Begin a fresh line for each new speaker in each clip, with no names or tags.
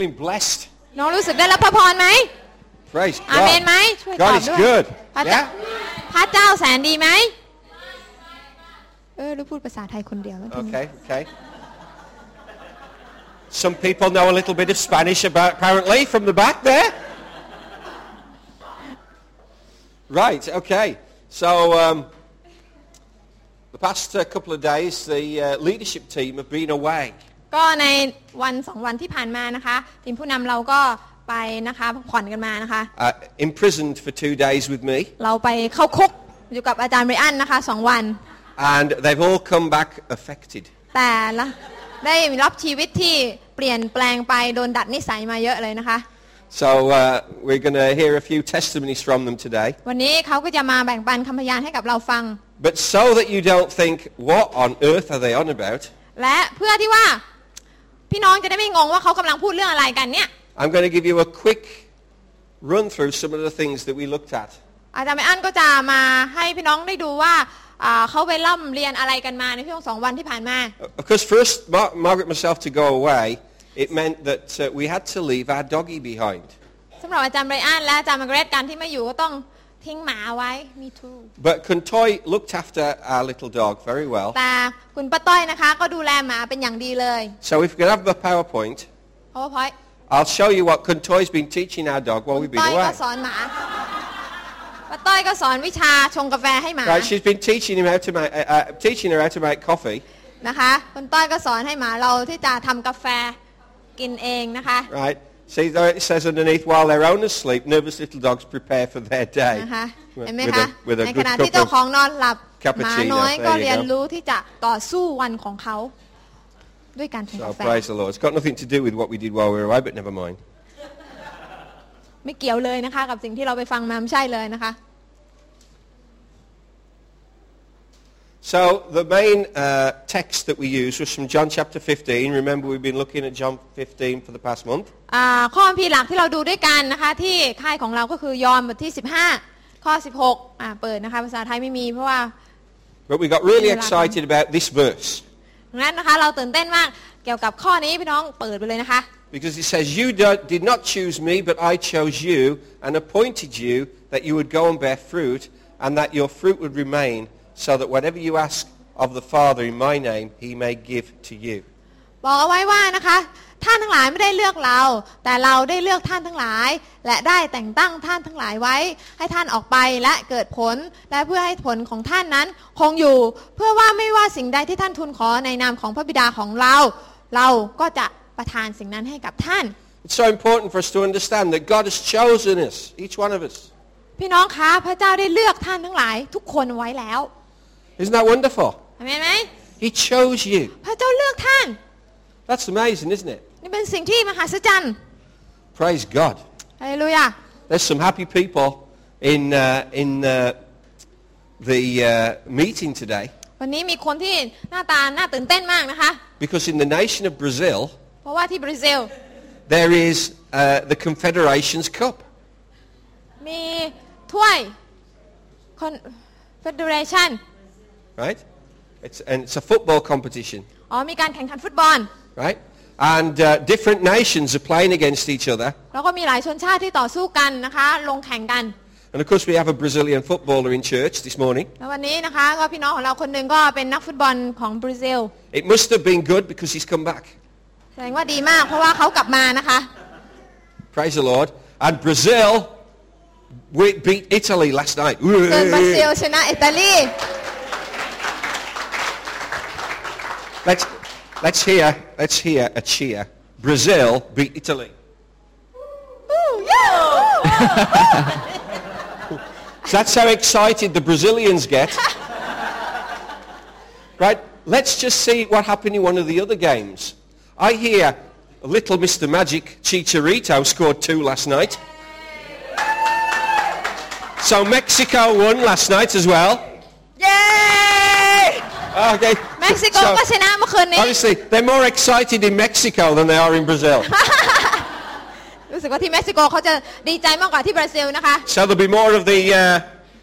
been blessed.
น้องรู้สึกได้รับพระพรไหม
Praise
อาเมน
God.
ไหมช่วยตอบ
God is
ด้วย
good.
พระเจ้า
Yeah?
พระเจ้าแสนดีไหมเออรู้พูดภาษาไทยคนเดียวแล้วทีนี้
Okay, okay. Some people know a little bit of Spanish about, apparently from the back there. Right, okay. So um, the past uh, couple of days, the uh, leadership team have been away.
ก็ในวันสองวันที่ผ่านมานะคะ ทีมผู้นำเราก็ไปนะคะพักผ่อนกันมานะคะ
Uh, imprisoned for two days with me.
เราไปเข้าคุกอยู่กับอาจารย์ไบรอันนะคะสองวัน
And they've all come back affected.
แต่ละได้รับชีวิตที่เปลี่ยนแปลงไปโดนดัดนิสัยมาเยอะเลยนะคะ
So uh, we're going to hear a few testimonies from them today.
วันนี้เขาก็จะมาแบ่งปันคำพยานให้กับเราฟัง
But so that you don't think, what on earth are they on about?
และเพื่อที่ว่าพี่น้องจะได้ไม่งงว่าเขากำลังพูดเรื่องอะไรกันเนี่ย
I'm going to give you a quick run through some of the things that we looked at.
อาจารย์ไมอันก็จะมาให้พี่น้องได้ดูว่าอ่าเขาไปร่ำเรียนอะไรกันมาในช่วงสองวันที่ผ่านมา
Of course, for us, Mar- Margaret and myself to go away, it meant that uh, we had to leave our doggy behind.
สำหรับอาจารย์ไบรอันและอาจารย์มาร์เกเรตการที่ไม่อยู่ก็ต้องทิ้งหมาไว้มีทู
But Kuntoy looked after our little dog very well.
แต่คุณป้าต้อยนะคะ ก็ดูแลหมาเป็นอย่างดีเลย
So if we could have the PowerPoint,
เพราะว่าพอย
I'll show you what Kuntoy's been teaching our dog while we've
ต้อย
been away.
ก็สอนหมาป้าต้อยก็สอนวิชาชงกาแฟให้หมา
Right, she's been teaching him how to make, uh, uh, teaching her how to make coffee.
นะคะคุณต้อยก็สอนให้หมาเราที่จะทำกาแฟกินเองนะคะ
Right. See, though it says underneath, while their owners sleep, nervous little dogs prepare for their day.
นะคะ
With,
เห็นไหม
with
คะ
a, with a
ใน
good
ขณะ
cup
ที่เจ้า
of
ของนอนหลับ
cappuccino
หมาน้อยก็
there you go
เรียนรู้ที่จะต่อสู้วันของเขา ด้วยการทำ
So
กาแฟ
Oh, praise the Lord. It's got nothing to do with what we did while we were away, but never mind.
ไม่เกี่ยวเลยนะคะ กับสิ่งที่เราไปฟังมาไม่ใช่เลยนะคะ
So the main uh, text that we used was from John chapter 15. Remember, we've been looking at John 15 for the past month.
อ่าข้อคัมภีร์หลักที่เราดูด้วยกันนะคะ ที่ค่ายของเราก็คือยอห์นบทที่ 15 ข้อ 16อ่าเปิดนะคะ ภาษาไทยไม่มีเพราะว่า
But we got really
Yeah, that one.
excited about this verse
ดังนั้นนะคะ เราตื่นเต้นมากเกี่ยวกับข้อนี้พี่น้องเปิดไปเลยนะคะ
because it says, You do- did not choose me, but I chose you and appointed you that you would go and bear fruit and that your fruit would remain so that whatever you ask of the Father in my name, he may give to you.
บอกเอาไว้ว่านะคะ ท่านทั้งหลายไม่ได้เลือกเรา แต่เราได้เลือกท่านทั้งหลาย และได้แต่งตั้งท่านทั้งหลายไว้ ให้ท่านออกไปและเกิดผล และเพื่อให้ผลของท่านนั้น คงอยู่ เพื่อว่าไม่ว่าสิ่งใดที่ท่านทูลขอในนามของพระบิดาของเรา เราก็จะประทานสิ่งนั้นให้กับท่าน
It's so important for us to understand that God has chosen us, each one of us.
พี่น้องคะพระเจ้าได้เลือกท่านทั้งหลาย ทุกคนไว้แล้ว
Isn't that wonderful?
เห็นไหม
He chose you.
พระเจ้าเลือกท่าน
That's amazing, isn't it?
นี่เป็นสิ่งที่มหัศจรรย์
Praise God.
ฮาเลลูยา
There's some happy people in, uh, in uh, the uh, meeting today
วันนี้มีคนที่หน้าตาน่าตื่นเต้นมากนะคะ
because in the nation of Brazil,
เพราะว่าที่บราซิล
there is uh, the Confederations Cup.
มีถ้วยคอนเฟเดเรชัน
right? It's, and it's a football competition,
อ๋อ มีการแข่งขันฟุตบอล
right? And uh, different nations are playing against each other.
แล้วก็มีหลายชนชาติที่ต่อสู้กันนะคะ ลงแข่งกัน
And of course, we have a Brazilian footballer in church this morning.
แล้ววันนี้นะคะ ก็พี่น้องของเราคนหนึ่งก็เป็นนักฟุตบอลของบราซิล
It must have been good because he's come back.
แสดงว่าดีมากเพราะว่าเขากลับมานะคะ
Praise the Lord. And Brazil we beat Italy last night.
เกินบราซิล
Let's,
ชนะอิตาลี
let's hear, let's hear a cheer. Brazil beat Italy.
อู้ยู้
So that's how excited the Brazilians get. right, let's just see what happened in one of the other games. I hear little Mr. Magic Chicharito scored two last night. So Mexico won last night as well.
เย้
Okay.
เม็กซิโกก็ชนะเมื่อคืนนี้
Obviously, they're more excited in Mexico than they are in Brazil.
รู้สึกว่าที่เม็กซิโกเขาจะดีใจมากกว่าที่บราซิลนะคะ
so there'll be more of the, uh,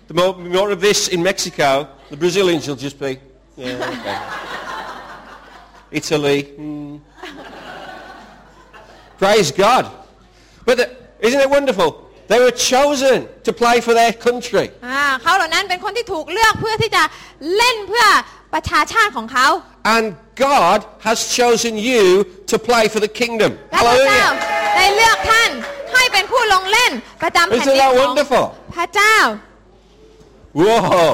the more, more of this in Mexico. The Brazilians will just be, yeah, okay. Italy. hmm. Praise God. But the, isn't it wonderful? They were chosen to play for their country.
อ่าเขาเหล่านั้นเป็นคนที่ถูกเลือกเพื่อที่จะเล่นเพื่อประชาชาติของเขา
And God has chosen you to play for the kingdom.
และพระเจ้า
Hallelujah.
ได้เลือกท่านให้เป็นผู้ลงเล่นประจำแผ่น
Isn't
ดิน
that
ของ
wonderful?
พระเจ้า
Whoa.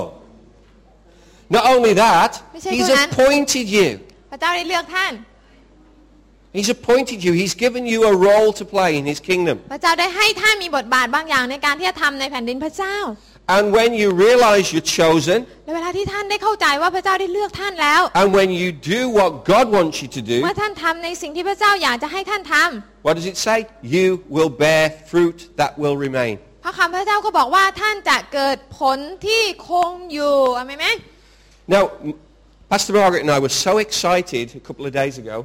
Not only that,
We say
he's
go on.
appointed you.
พระเจ้าได้เลือกท่าน
He's appointed you. He's given you a role to play in his kingdom.
พระเจ้าได้ให้ท่านมีบทบาทบางอย่างในการที่จะทำในแผ่นดินพระเจ้า
And when you realize you're chosen,
และเวลาที่ท่านได้เข้าใจว่าพระเจ้าได้เลือกท่านแล้ว
and when you do what God wants you to do,
เมื่อท่านทำในสิ่งที่พระเจ้าอยากจะให้ท่านทำ
what does it say? You will bear fruit that will remain.
พระคำพระเจ้าก็บอกว่าท่านจะเกิดผลที่คงอยู่อาเมนไหม
Now, M- Pastor Margaret and I were so excited a couple of days ago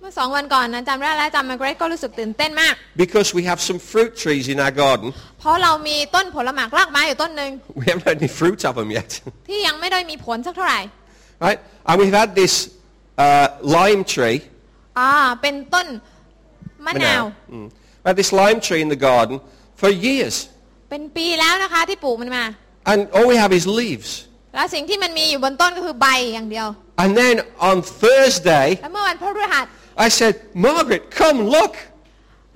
เมื่อสองวันก่อนนะจำได้แล้วจำมาเกรกก็รู้สึกตื่นเต้นมาก
because we have some fruit trees in our garden.
เพราะเรามีต้นผลหมากรากไม้อยู่ต้นหนึ่ง
We haven't had any fruit of them yet,
ที่ยังไม่ได้มีผลสักเท่าไหร่
right? And we've had this uh, lime tree.
อ่าเป็นต้นมะนาว
Mm. We had this lime tree in the garden for years.
เป็นปีแล้วนะคะที่ปลูกมันมา
And all we have is leaves.
แล้วสิ่งที่มันมีอยู่บนต้นก็คือใบอย่างเดียว
And then on Thursday,
แล้วเมื่อวันพฤหัส
I said, Margaret, come look.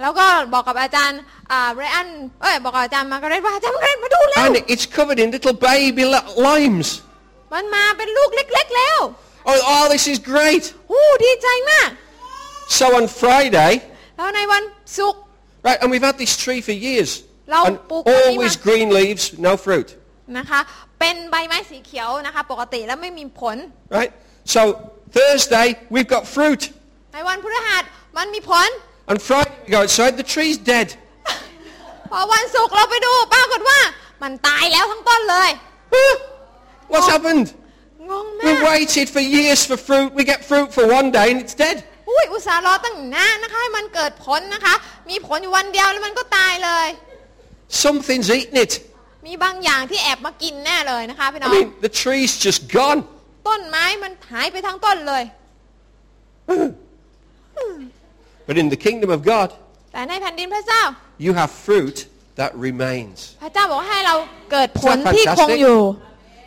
แล้วก็บอกกับอาจารย์อ่าไรอันเอ้ยบอกกับอาจารย์มาร์กาเร็ตว่าอาจารย์มาร์กาเร็ตมาดูแล้ว
And it's covered in little baby li- limes.
มันมาเป็นลูกเล็ก ๆ แล้ว
Oh, oh, this is great.
หูดีใจมาก
So on Friday,
แล้วในวันศุกร์
right, and we've had this tree for years.
Lau
And
bukan
always
lima.
green leaves, no fruit.
นะคะ เป็นใบไม้สีเขียวนะคะ ปกติแล้วไม่มีผล
Right? So Thursday, we've got fruit.
ในวันพฤหัสมันมีผล
And Friday, we go outside, the tree's dead.
พอวันศุกร์เราไปดูปรากฏว่ามันตายแล้วทั้งต้นเลย
Huh? What's
Oh.
happened?
งงมา
We
ก
waited for years for fruit. We get fruit for one day and it's dead.
อุ้ยอุตสาห์รอตั้งนานนะคะให้มันเกิดผลนะคะ มีผลอยู่วันเดียวแล้วมันก็ตายเลย
Something's eaten it.
มีบางอย่างที่แอบมากินแน่เลยนะคะพี่น้อ
I
ง
mean, the tree's just gone.
ต้นไม้มันหายไปทั้งต้นเลย
But in the kingdom of God,
แต่ในแผ่นดินพระเจ้า
you have fruit that remains.
พระเจ้าบอกให้เราเกิดผล
Isn't that
ที่คง
fantastic?
อยู่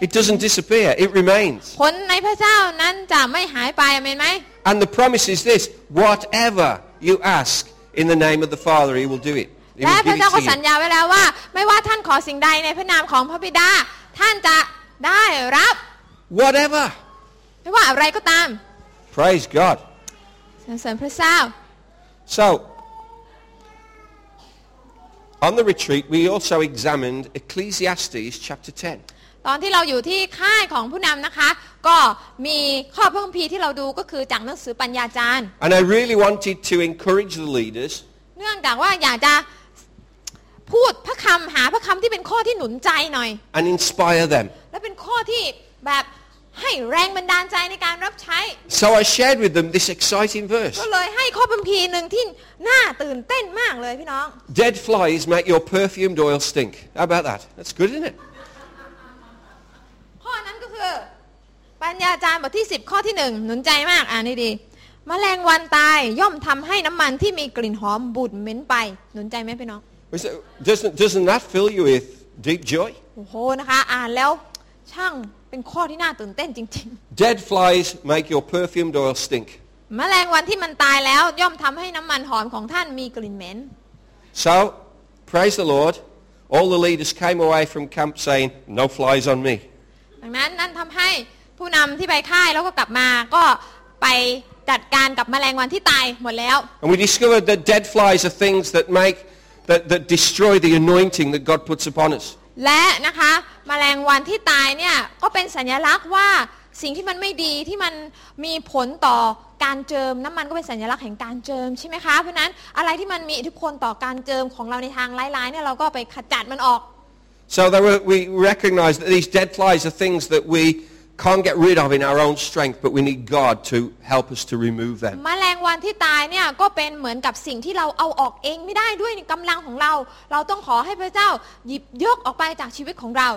It doesn't disappear. It remains.
ผลในพระเจ้านั้นจะไม่หายไปอเมนไหม
And the promise is this. Whatever you ask in the name of the Father, he will do it. He
และ
will
พ
give
ระเจ้า
it
ก็
to
สัญ
you.
ญาไว้แล้วว่า ไม่ว่าท่านขอสิ่งใดในพระนามของพระบิดา ท่านจะได้รับ
Whatever.
ไม่ว่าอะไรก็ตาม
Praise God.
สรรเสริญพระเจ้า
So, on the retreat, we also examined Ecclesiastes chapter 10.
ตอนที่เราอยู่ที่ค่ายของผู้นำนะคะ ก็มีข้อพระคัมภีร์ที่เราดูก็คือจากหนังสือปัญญาจารย์
And I really wanted to encourage the leaders
เนื่องจากว่าอยากจะพูดพระคำหาพระคำที่เป็นข้อที่หนุนใจหน่อย
and inspire them.
และเป็นข้อที่แบบให้แรงบันดาลใจในการรับใช้
So I shared with them this exciting verse.
ก็เลยให้ข้อพระคัมภีร์หนึ่งที่น่าตื่นเต้นมากเลยพี่น้อง
Dead flies make your perfumed oil stink. How about that? That's good, isn't it?
ข้อนั้นก็คือ ปัญญาจารย์บทที่ 10 ข้อที่หนึ่งหนุนใจมากอ่านให้ดีมแมลงวันตายย่อมทำให้น้ำมันที่มีกลิ่นหอมบูดเหม็นไปหนุนใจไหมพี่น้อง
Is it- Doesn't, doesn't that fill you with deep joy?
โอ้โหนะคะ อ่านแล้วช่างเป็นข้อที่น่าตื่นเต้นจริง
Dead flies make your perfumed oil stink.
ๆ แมลงวันที่มันตายแล้วย่อมทำให้น้ำมันหอมของท่านมีกลิ่นเหม็น
So, praise the Lord, all the leaders came away from camp saying, no flies on me.
ดังนั้นนั่นทำให้ผู้นำที่ไปค่ายแล้วก็กลับมาก็ไปจัดการกับแมลงวันที่ตายหมดแล้ว
And we discovered that dead flies are things that make, that, that destroy the anointing that God puts upon us.
และนะคะแมลงวันที่ตายเนี่ยก็เป็นสัญลักษณ์ว่าสิ่งที่มันไม่ดีที่มันมีผลต่อการเจิมน้ำมันก็เป็นสัญลักษณ์แห่งการเจิมใช่ไหมคะเพราะฉะนั้นอะไรที่มันมีอิทธิพลต่อการเจิมของเราในทางร้ายๆเนี่ยเราก็ไปขจัดมันออก
So there were, we recognize that these dead flies are things that we can't get rid of in our own strength, but we need God to help us to remove them.
แมลงวันที่ตายเนี่ยก็เป็นเหมือนกับสิ่งที่เราเอาออกเองไม่ได้ด้วยกำลังของเรา เราต้องขอให้พระเจ้าหยิบยกออกไปจากชีวิตของเรา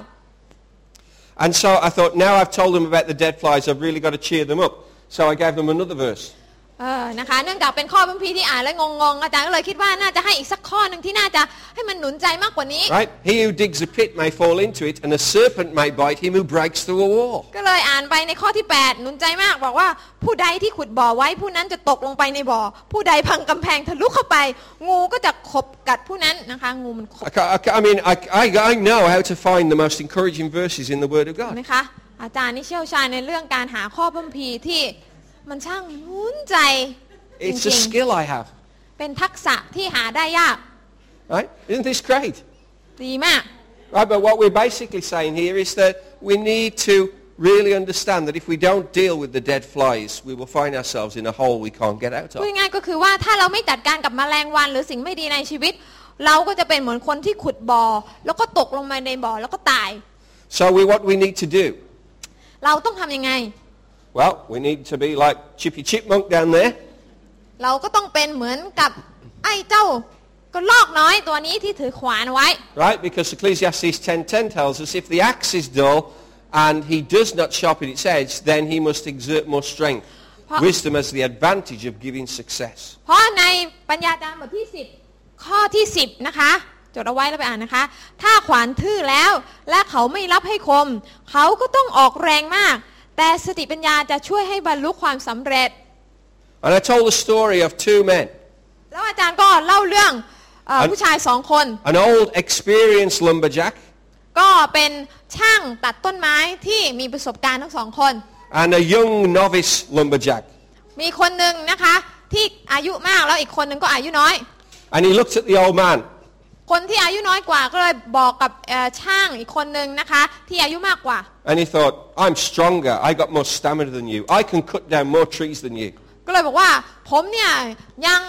And so I thought, now I've told them about the dead flies, I've really got to cheer them up. So I gave them another verse.
เออนะคะเนื่องจากเป็นข้อพระคัมภีร์ที่อ่านแล้วงงๆอาจารย์ก็เลยคิดว่าน่าจะให้อีกสักข้อหนึ่งที่น่าจะให้มันหนุนใจมากกว่านี้
Right? He who digs a pit may fall into it, and a serpent may bite him who breaks through a wall.
ก็เลยอ่านไปในข้อที่ 8 หนุนใจมากบอกว่าผู้ใดที่ขุดบ่อไว้ผู้นั้นจะตกลงไปในบ่อ ผู้ใดพังกำแพงทะลุเข้าไป งูก็จะขบกัดผู้นั้นนะคะ งูมันขบ
I, ca- I, ca- I mean, I, I, I know how to find the most encouraging verses in the Word of
เห็นไหม
God.
คะ อาจารย์นี่เชี่ยวชาญในเรื่องการหาข้อพัมพีร์ที่มันช่างหนุนใจจ
It's
ริ
a
ง
skill I have.
ๆเป็นทักษะที่หาได้ยาก
Right? Isn't this great?
ดีมาก
Right, but what we're basically saying here is that we need to really understand that if we don't deal with the dead flies, we will find ourselves in a hole we can't get out
พู
of.
ดง่ายๆก็คือว่าถ้าเราไม่จัดการกับแมลงวันหรือสิ่งไม่ดีในชีวิต เราก็จะเป็นเหมือนคนที่ขุดบ่อ แล้วก็ตกลงมาในบ่อแล้วก็ตาย
So we, what we need to do?
เราต้องทำยังไง
Well, we need to be like Chippy Chipmunk down there.
เราก็ต้องเป็นเหมือนกับไอ้เจ้าก็ลอกน้อยตัวนี้ที่ถือขวานเอาไว้
Right? Because Ecclesiastes 10.10 tells us if the axe is dull and he does not sharpen its edge, then he must exert more strength.
Pa-
Wisdom has the advantage of giving success.
เพราะในปัญญาจารย์บทที่ 10 ข้อที่ 10 นะคะ จดเอาไว้แล้วไปอ่านนะคะ ถ้าขวานทื่อแล้ว และเขาไม่รับให้คม เขาก็ต้องออกแรงมาก แต่สติปัญญาจะช่วยให้บรรลุความสำเร็จ
And I told the story of two men,
แล้วอาจารย์ก็เล่าเรื่องเออ
อัน
ผู้ชายสองคน
an old experienced lumberjack
ก็เป็นช่างตัดต้นไม้ที่มีประสบการณ์ทั้งสองคน
and a young novice lumberjack.
มีคนหนึ่งนะคะ ที่อายุมากแล้วอีกคนหนึ่งก็อายุน้อย
And he looked at the old man
คนที่อายุน้อยกว่าก็เลยบอกกับเอ่อช่างอีกคนนึงนะคะ ที่อายุมากกว่า
and he thought, I'm stronger. I got more stamina than you. I can cut down more trees than you.
ก็เลยบอกว่าผมเนี่ยยัง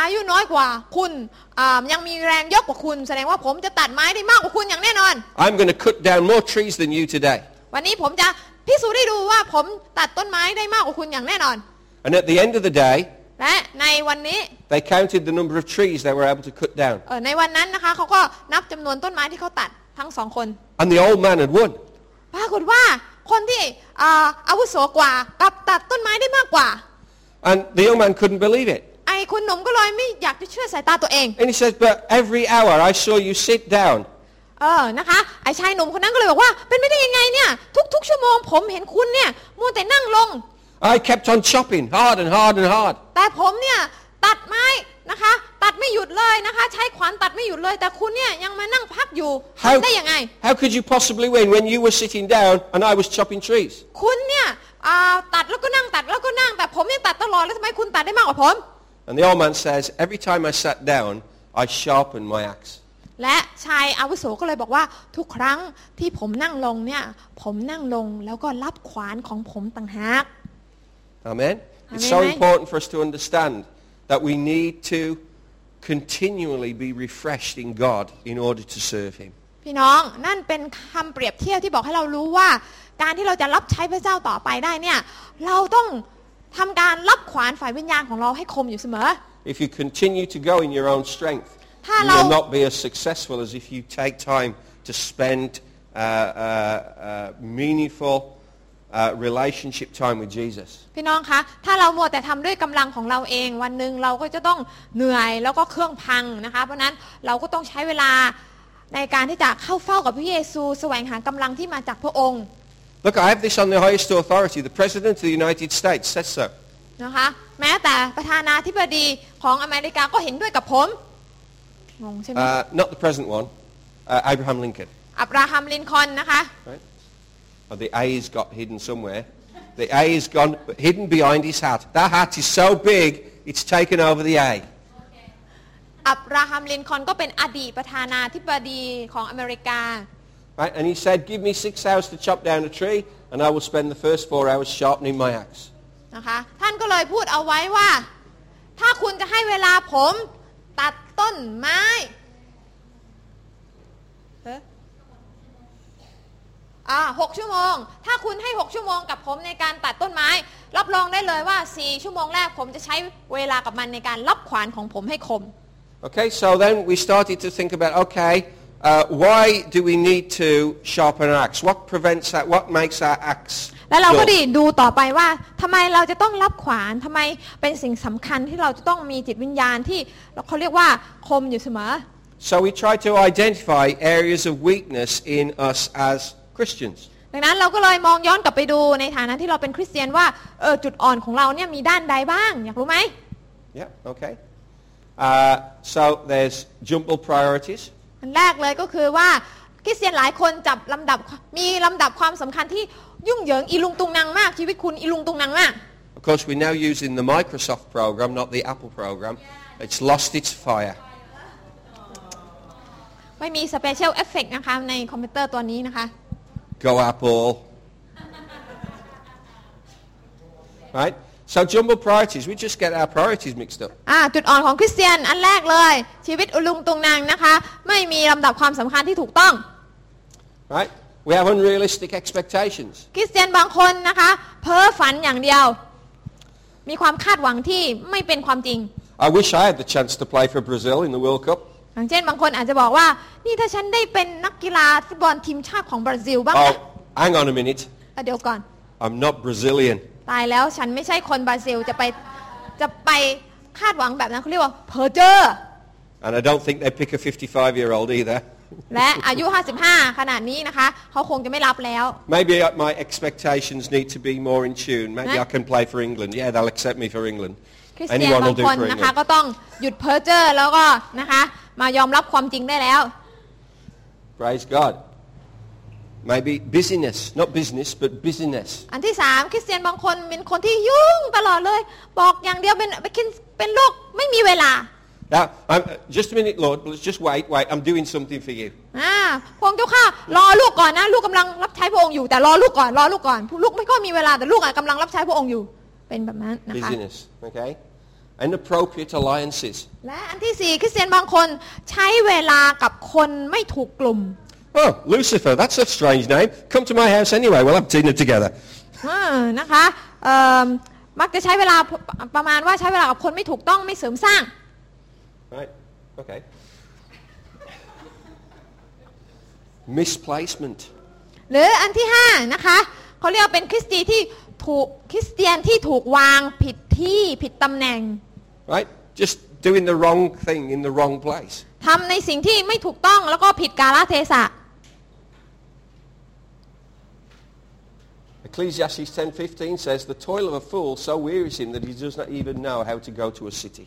อายุน้อยกว่าคุณอ่ายังมีแรงเยอะกว่าคุณ แสดงว่าผมจะตัดไม้ได้มากกว่าคุณอย่างแน่นอน
I'm going to cut down more trees than you today.
วันนี้ผมจะพิสูจน์ได้ดูว่าผมตัดต้นไม้ได้มากกว่าคุณอย่างแน่นอน
And at the end of the day,
และในวันนี้
they counted the number of trees they were able to cut down.
เอ่อในวันนั้นนะคะเขาก็นับจำนวนต้นไม้ที่เขาตัดทั้งสองคน
And the old man had won.
ปรากฏว่าคนที่อ่าอาวุโสกว่ากลับตัดต้นไม้ได้มากกว่า
And the young man couldn't believe it.
ไอ้คุณหนุ่มก็เลยไม่อยากจะเชื่อสายตาตัวเอง
And he says, but every hour I saw you sit down
เออ นะคะ ไอ้ชายหนุ่มคนนั้นก็เลยบอกว่า เป็นไม่ได้ยังไงเนี่ย ทุกๆ ชั่วโมงผมเห็นคุณเนี่ยมัวแต่นั่งลง
I kept on chopping hard and hard and hard.
แต่ผมเนี่ยตัดไม้นะคะ ตัดไม่หยุดเลยนะคะ ใช้ขวานตัดไม่หยุดเลย แต่คุณเนี่ยยังมานั่งพักอยู่
How,
ทำได้ยังไง
how could you possibly win when you were sitting down and I was chopping trees?
คุณเนี่ยอ่าตัดแล้วก็นั่งตัดแล้วก็นั่ง แต่ผมเนี่ยตัดตลอดแล้วทำไมคุณตัดได้มากกว่าผม
And the old man says, every time I sat down, I sharpened my axe.
และชายอาวุโสก็เลยบอกว่าทุกครั้งที่ผมนั่งลงเนี่ย ผมนั่งลงแล้วก็รับขวานของผมต่างหาก
Amen? It's
Amen,
so
mate.
important for us to understand that we need to continually be refreshed in God in order to serve him.
พี่น้องนั่นเป็นคำเปรียบเทียบที่บอกให้เรารู้ว่า การที่เราจะรับใช้พระเจ้าต่อไปได้เนี่ย เราต้องทำการรับขวานฝ่ายวิญญาณของเราให้คมอยู่เสมอ
If you continue to go in your own strength, you
Hello.
will not be as successful as if you take time to spend uh, uh, uh, meaningful uh, relationship time with Jesus.
พี่น้องคะถ้าเรามัวแต่ทำด้วยกำลังของเราเอง วันหนึ่งเราก็จะต้องเหนื่อยแล้วก็เครื่องพังนะคะ เพราะฉะนั้นเราก็ต้องใช้เวลาในการที่จะเข้าเฝ้ากับพระเยซู แสวงหากำลังที่มาจากพระองค์
Look, I have this on the highest authority. The President of the United States says so.
นะคะ แม้แต่ประธานาธิบดีของอเมริกาก็เห็นด้วยกับผมงงใช่ไหม
Uh, not the present one, uh, Abraham Lincoln.
อับราฮัมลินคอล์นนะคะ
Right? Oh, the A's got hidden somewhere. The A's gone hidden behind his hat. That hat is so big, it's taken over the A.
อับราฮัมลินคอล์นก็เป็นอดีตประธานาธิบดีของอเมริกา
Right? And he said, give me six hours to chop down a tree, and I will spend the first four hours sharpening my axe.
นะคะ ท่านก็เลยพูดเอาไว้ว่า ถ้าคุณจะให้เวลาผมตัดต้นไม้เอ๊ะอ่าหกชั่วโมง ถ้าคุณให้ 6 ชั่วโมงกับผมในการตัดต้นไม้ รับรองได้เลยว่า 4 ชั่วโมงแรกผมจะใช้เวลากับมันในการรับขวานของผมให้คม
Okay, so then we started to think about, okay, uh, uh, why do we need to sharpen our axe? What prevents that? What makes our axe?
แล้วเราก็
dull?
ดีดูต่อไปว่าทำไมเราจะต้องรับขวานทำไมเป็นสิ่งสำคัญที่เราจะต้องมีจิตวิญญาณที่เขาเรียกว่าคมอยู่เสมอ
So we try to identify areas of weakness in us as Christians.
ดังนั้นเราก็เลยมองย้อนกลับไปดูในฐานะที่เราเป็นคริสเตียนว่าเออจุดอ่อนของเราเนี่ยมีด้านใดบ้าง อยากรู้ไหม
Yeah, okay. Uh, so there's jumble priorities.
อันแรกเลยก็คือว่าคริสเตียนหลายคนจับลำดับมีลำดับความสำคัญที่ยุ่งเหยิงอีลุงตุงนางมากชีวิตคุณอีลุงตุงนางมาก
Of course, we're now using the Microsoft program, not the Apple program. It's lost its fire.
ไม่มีสเปเชียลเอฟเฟกนะคะในคอมพิวเตอร์ตัวนี้นะคะ
Go Apple. right? So jumble priorities, we just get our priorities mixed up.
อ่าจุดอ่อนของคริสเตียนอันแรกเลย ชีวิตอุลุงตุงนางนะคะ ไม่มีลำดับความสำคัญที่ถูกต้อง
Right? We have unrealistic expectations.
คริสเตียนบางคนนะคะ เพ้อฝันอย่างเดียว มีความคาดหวังที่ไม่เป็นความจริง
I wish I had the chance to play for Brazil in the World Cup.
อย่างเช่นบางคนอาจจะบอกว่า นี่ถ้าฉันได้เป็นนักกีฬาฟุตบอลทีมชาติของบราซิลบ้างนะ
Oh, hang on a minute.
อ่ะเดี๋ยวก่อน
I'm not Brazilian.
ตายแล้วฉันไม่ใช่คนบราซิลจะไปจะไปคาดหวังแบบนั้นเขาเรียกว่าเพอเจอ
And I don't think they pick a 55-year-old either.
และอายุ 55 ขนาดนี้นะคะเขาคงจะไม่รับแล้ว
Maybe uh, my expectations need to be more in tune. Maybe
Right.
I can play for England. Yeah, they'll accept me for England.
คริสเตียน
Anyone
บา
will
ง
do
คน
for
นะคะ
England.
ก็ต้องหยุดเพ้อเจอแล้วก็นะคะมายอมรับความจริงได้แล้ว
Praise God. Maybe busyness, not business, but busyness.
อันที่ 3 คริสเตียนบางคนเป็นคนที่ยุ่งตลอดเลย บอกอย่างเดียวเป็นเป็นเป็นโรคไม่มีเวลา
Now, I'm, uh, just a minute, Lord. Let's just wait, wait. I'm doing something for you.
อ่าพระองค์เจ้าค่ะรอลูกก่อนนะ ลูกกำลังรับใช้พระองค์อยู่แต่รอลูกก่อนรอลูกก่อนลูกไม่ค่อยมีเวลาแต่ลูกอ่ะกำลังรับใช้พระองค์อยู่เป็นแบบนั้นนะคะ
Busyness, okay? Inappropriate alliances.
และอันที่ 4 คริสเตียนบางคนใช้เวลากับคนไม่ถูกกลุ่ม
Oh, Lucifer. That's a strange name. Come to my house anyway. We'll have dinner together.
เออนะคะเอิ่มมักจะใช้เวลาประมาณว่าใช้เวลากับคนไม่ถูกต้องไม่เสริมสร้าง
Right? Okay. Misplacement.
หรืออันที่5นะคะเขาเรียกว่าเป็นคริสเตียนที่ถูกคริสเตียนที่ถูกวางผิดที่ผิดตำแหน่ง
Right? Just doing the wrong thing in the wrong place.
ทำในสิ่งที่ไม่ถูกต้องแล้วก็ผิดกาลเทศะ
Ecclesiastes 10.15 says, The toil of a fool so wearies him that he does not even know how to go to a city.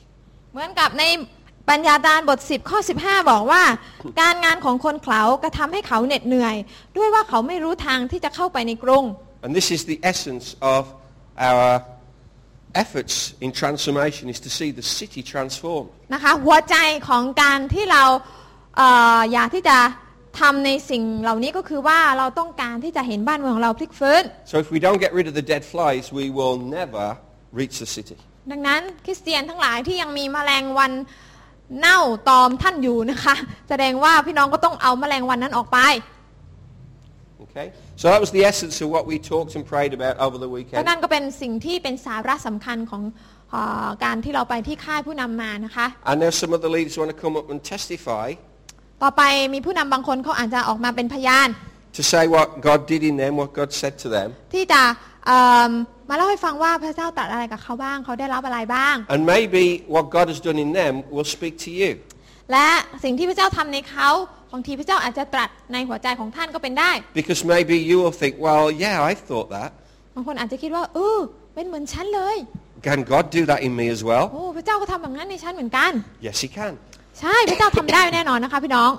เหมือนกับในปัญญาดานบท 10 ข้อ 15 บอกว่า การงานของคนเขากระทำให้เขาเหน็ดเหนื่อย ด้วยว่าเขาไม่รู้ทางที่จะเข้าไปในกรุง
And this is the essence of our efforts in transformation is to see the city transform.
นะคะหัวใจของการที่เราเอออยากที่จะทำในสิ่งเหล่านี้ก็คือว่าเราต้องการที่จะเห็นบ้านเมืองของเราพลิกฟื้น
So if we don't get rid of the dead flies, we will never reach the city.
ดังนั้นคริสเตียนทั้งหลายที่ยังมีแมลงวันเน่าตอมท่านอยู่นะคะ แสดงว่าพี่น้องก็ต้องเอาแมลงวันนั้นออกไป
Okay? So that was the essence of what we talked and prayed about over the
ก็
weekend.
นั่นก็เป็นสิ่งที่เป็นสาระสำคัญของเออการที่เราไปที่ค่ายผู้นำมานะคะ
And now some of the leaders want to come up and testify
ต่อไปมีผู้นำบางคนเขาอาจจะออกมาเป็นพยาน
to say what God did in them, what God said to them.
ที่จะเอิ่มมาเล่าให้ฟังว่าพระเจ้าตรัสอะไรกับเขาบ้าง เขาได้รับอะไรบ้าง
And maybe what God has done in them will speak to you.
และสิ่งที่พระเจ้าทำในเขาบางทีพระเจ้าอาจจะตรัสในหัวใจของท่านก็เป็นได้
Because maybe you will think, well, yeah, I thought that.
บางคนอาจจะคิดว่าเออเป็นเหมือนฉันเลย
Can God do that in me as well?
โอ้พระเจ้าก็ทำแบบนั้นในฉันเหมือนกัน
Yes, he can.
ใช่พระเจ้าทำได้แน่นอนนะคะ พี่น้อง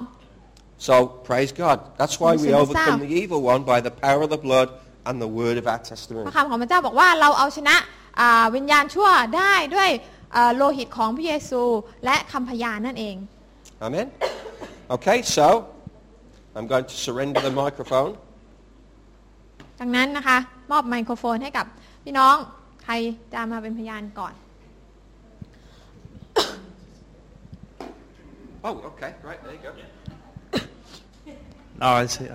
So praise God. That's why we
Listen to
overcome
sound.
the evil one by the power of the blood and the word of our
พ
testimony.
ระคำของพระเจ้าบอกว่าเราเอาชนะอ่าวิญญาณชั่วได้ด้วยอ่าโลหิตของพระเยซูและคำพยานนั่นเอง
Amen. Okay, so I'm going to surrender the microphone.
ดังนั้นนะคะ มอบไมโครโฟนให้กับพี่น้องใครจะมาเป็นพยานก่อน
Oh, okay, right, there you go.
Oh, I see.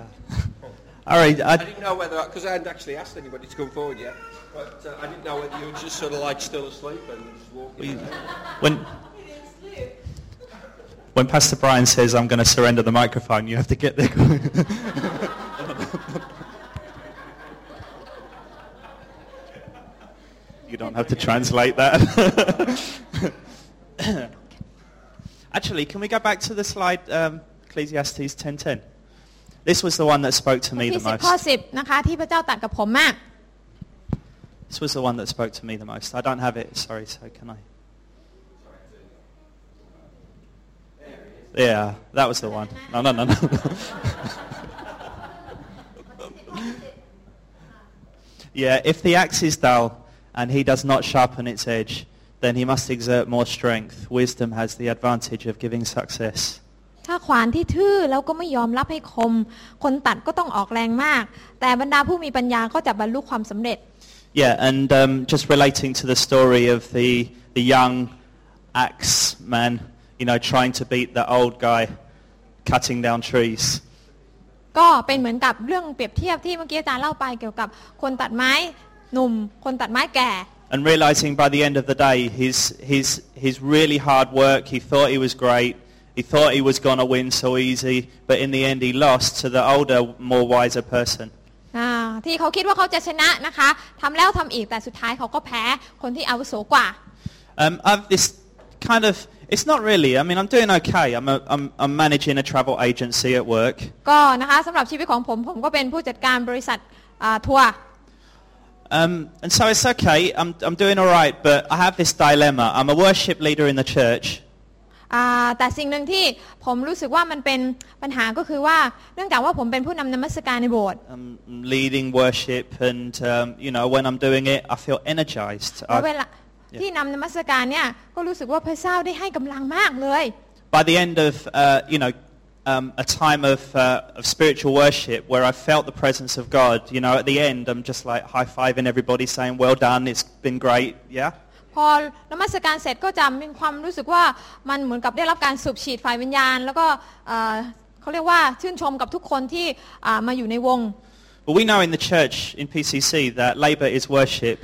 All right.
I
I,
didn't know whether, because I hadn't actually asked anybody to come forward yet, but uh, I didn't know whether you were just sort of like still asleep and just walking.
when when Pastor Brian says, I'm going to surrender the microphone, you have to get there. you don't have to translate that. Actually, can we go back to the slide, um, Ecclesiastes 10.10? This was the one that spoke to me
ที่
the
สิบข้อ
most.
10นะคะที่พระเจ้าตรัดกับผมมาก
This was the one that spoke to me the most. I don't have it, sorry, so can I? Yeah, that was the one. No, no, no, no. yeah, if the axe is dull and he does not sharpen its edge, then he must exert more strength. Wisdom has the advantage of giving success.
ถ้าขวานที่ทื่อแล้วก็ไม่ยอมรับให้คม คนตัดก็ต้องออกแรงมาก แต่บรรดาผู้มีปัญญาก็จะบรรลุความสำเร็จ
Yeah, and um, just relating to the story of the, the young axe man, you know, trying to beat the old guy cutting down trees.
ก็เป็นเหมือนกับเรื่องเปรียบเทียบที่เมื่อกี้อาจารย์เล่าไปเกี่ยวกับคนตัดไม้หนุ่ม คนตัดไม้แก่
and realizing by the end of the day his, his, his really hard work, he thought he was great, he thought he was going to win so easy, but in the end he lost to the older, more wiser person.
อ่าที่เขาคิดว่าเขาจะชนะนะคะทำแล้วทำอีกแต่สุดท้ายเขาก็แพ้คนที่อาวุโสกว่า
Um, I've this kind of, it's not really, I mean, I'm doing okay. I'm, a, I'm, I'm managing a travel agency at work,
ก็นะคะสำหรับชีวิตของผมผมก็เป็นผู้จัดการบริษัทอ่าทัวร์
um, and so it's okay. I'm, I'm doing all right, but I have this dilemma. I'm a worship leader in the church,
อ่าแต่สิ่งหนึ่งที่ผมรู้สึกว่ามันเป็นปัญหาก็คือว่าเนื่องจากว่าผมเป็นผู้นำนมัสการในโบสถ์
I'm leading worship, and, um, you know, when I'm doing it, I feel energized.
แล้ว
I-
เวลาที่นำนมัสการเนี่ยก็รู้สึกว่าพระเจ้าได้ให้กำลังมากเลย
by the end of uh, you know um, a time of, uh, of spiritual worship where I felt the presence of God, you know, at the end I'm just like high fiving everybody, saying, "Well done, it's been great." Yeah.
พอนมัสการเสร็จก็จะมีความรู้สึกว่ามันเหมือนกับได้รับการสูบฉีดฝ่ายวิญญาณ แล้วก็เอ่อเขาเรียกว่าชื่นชมกับทุกคนที่อ่ามาอยู่ในวง
But we know in the church in PCC that labour is worship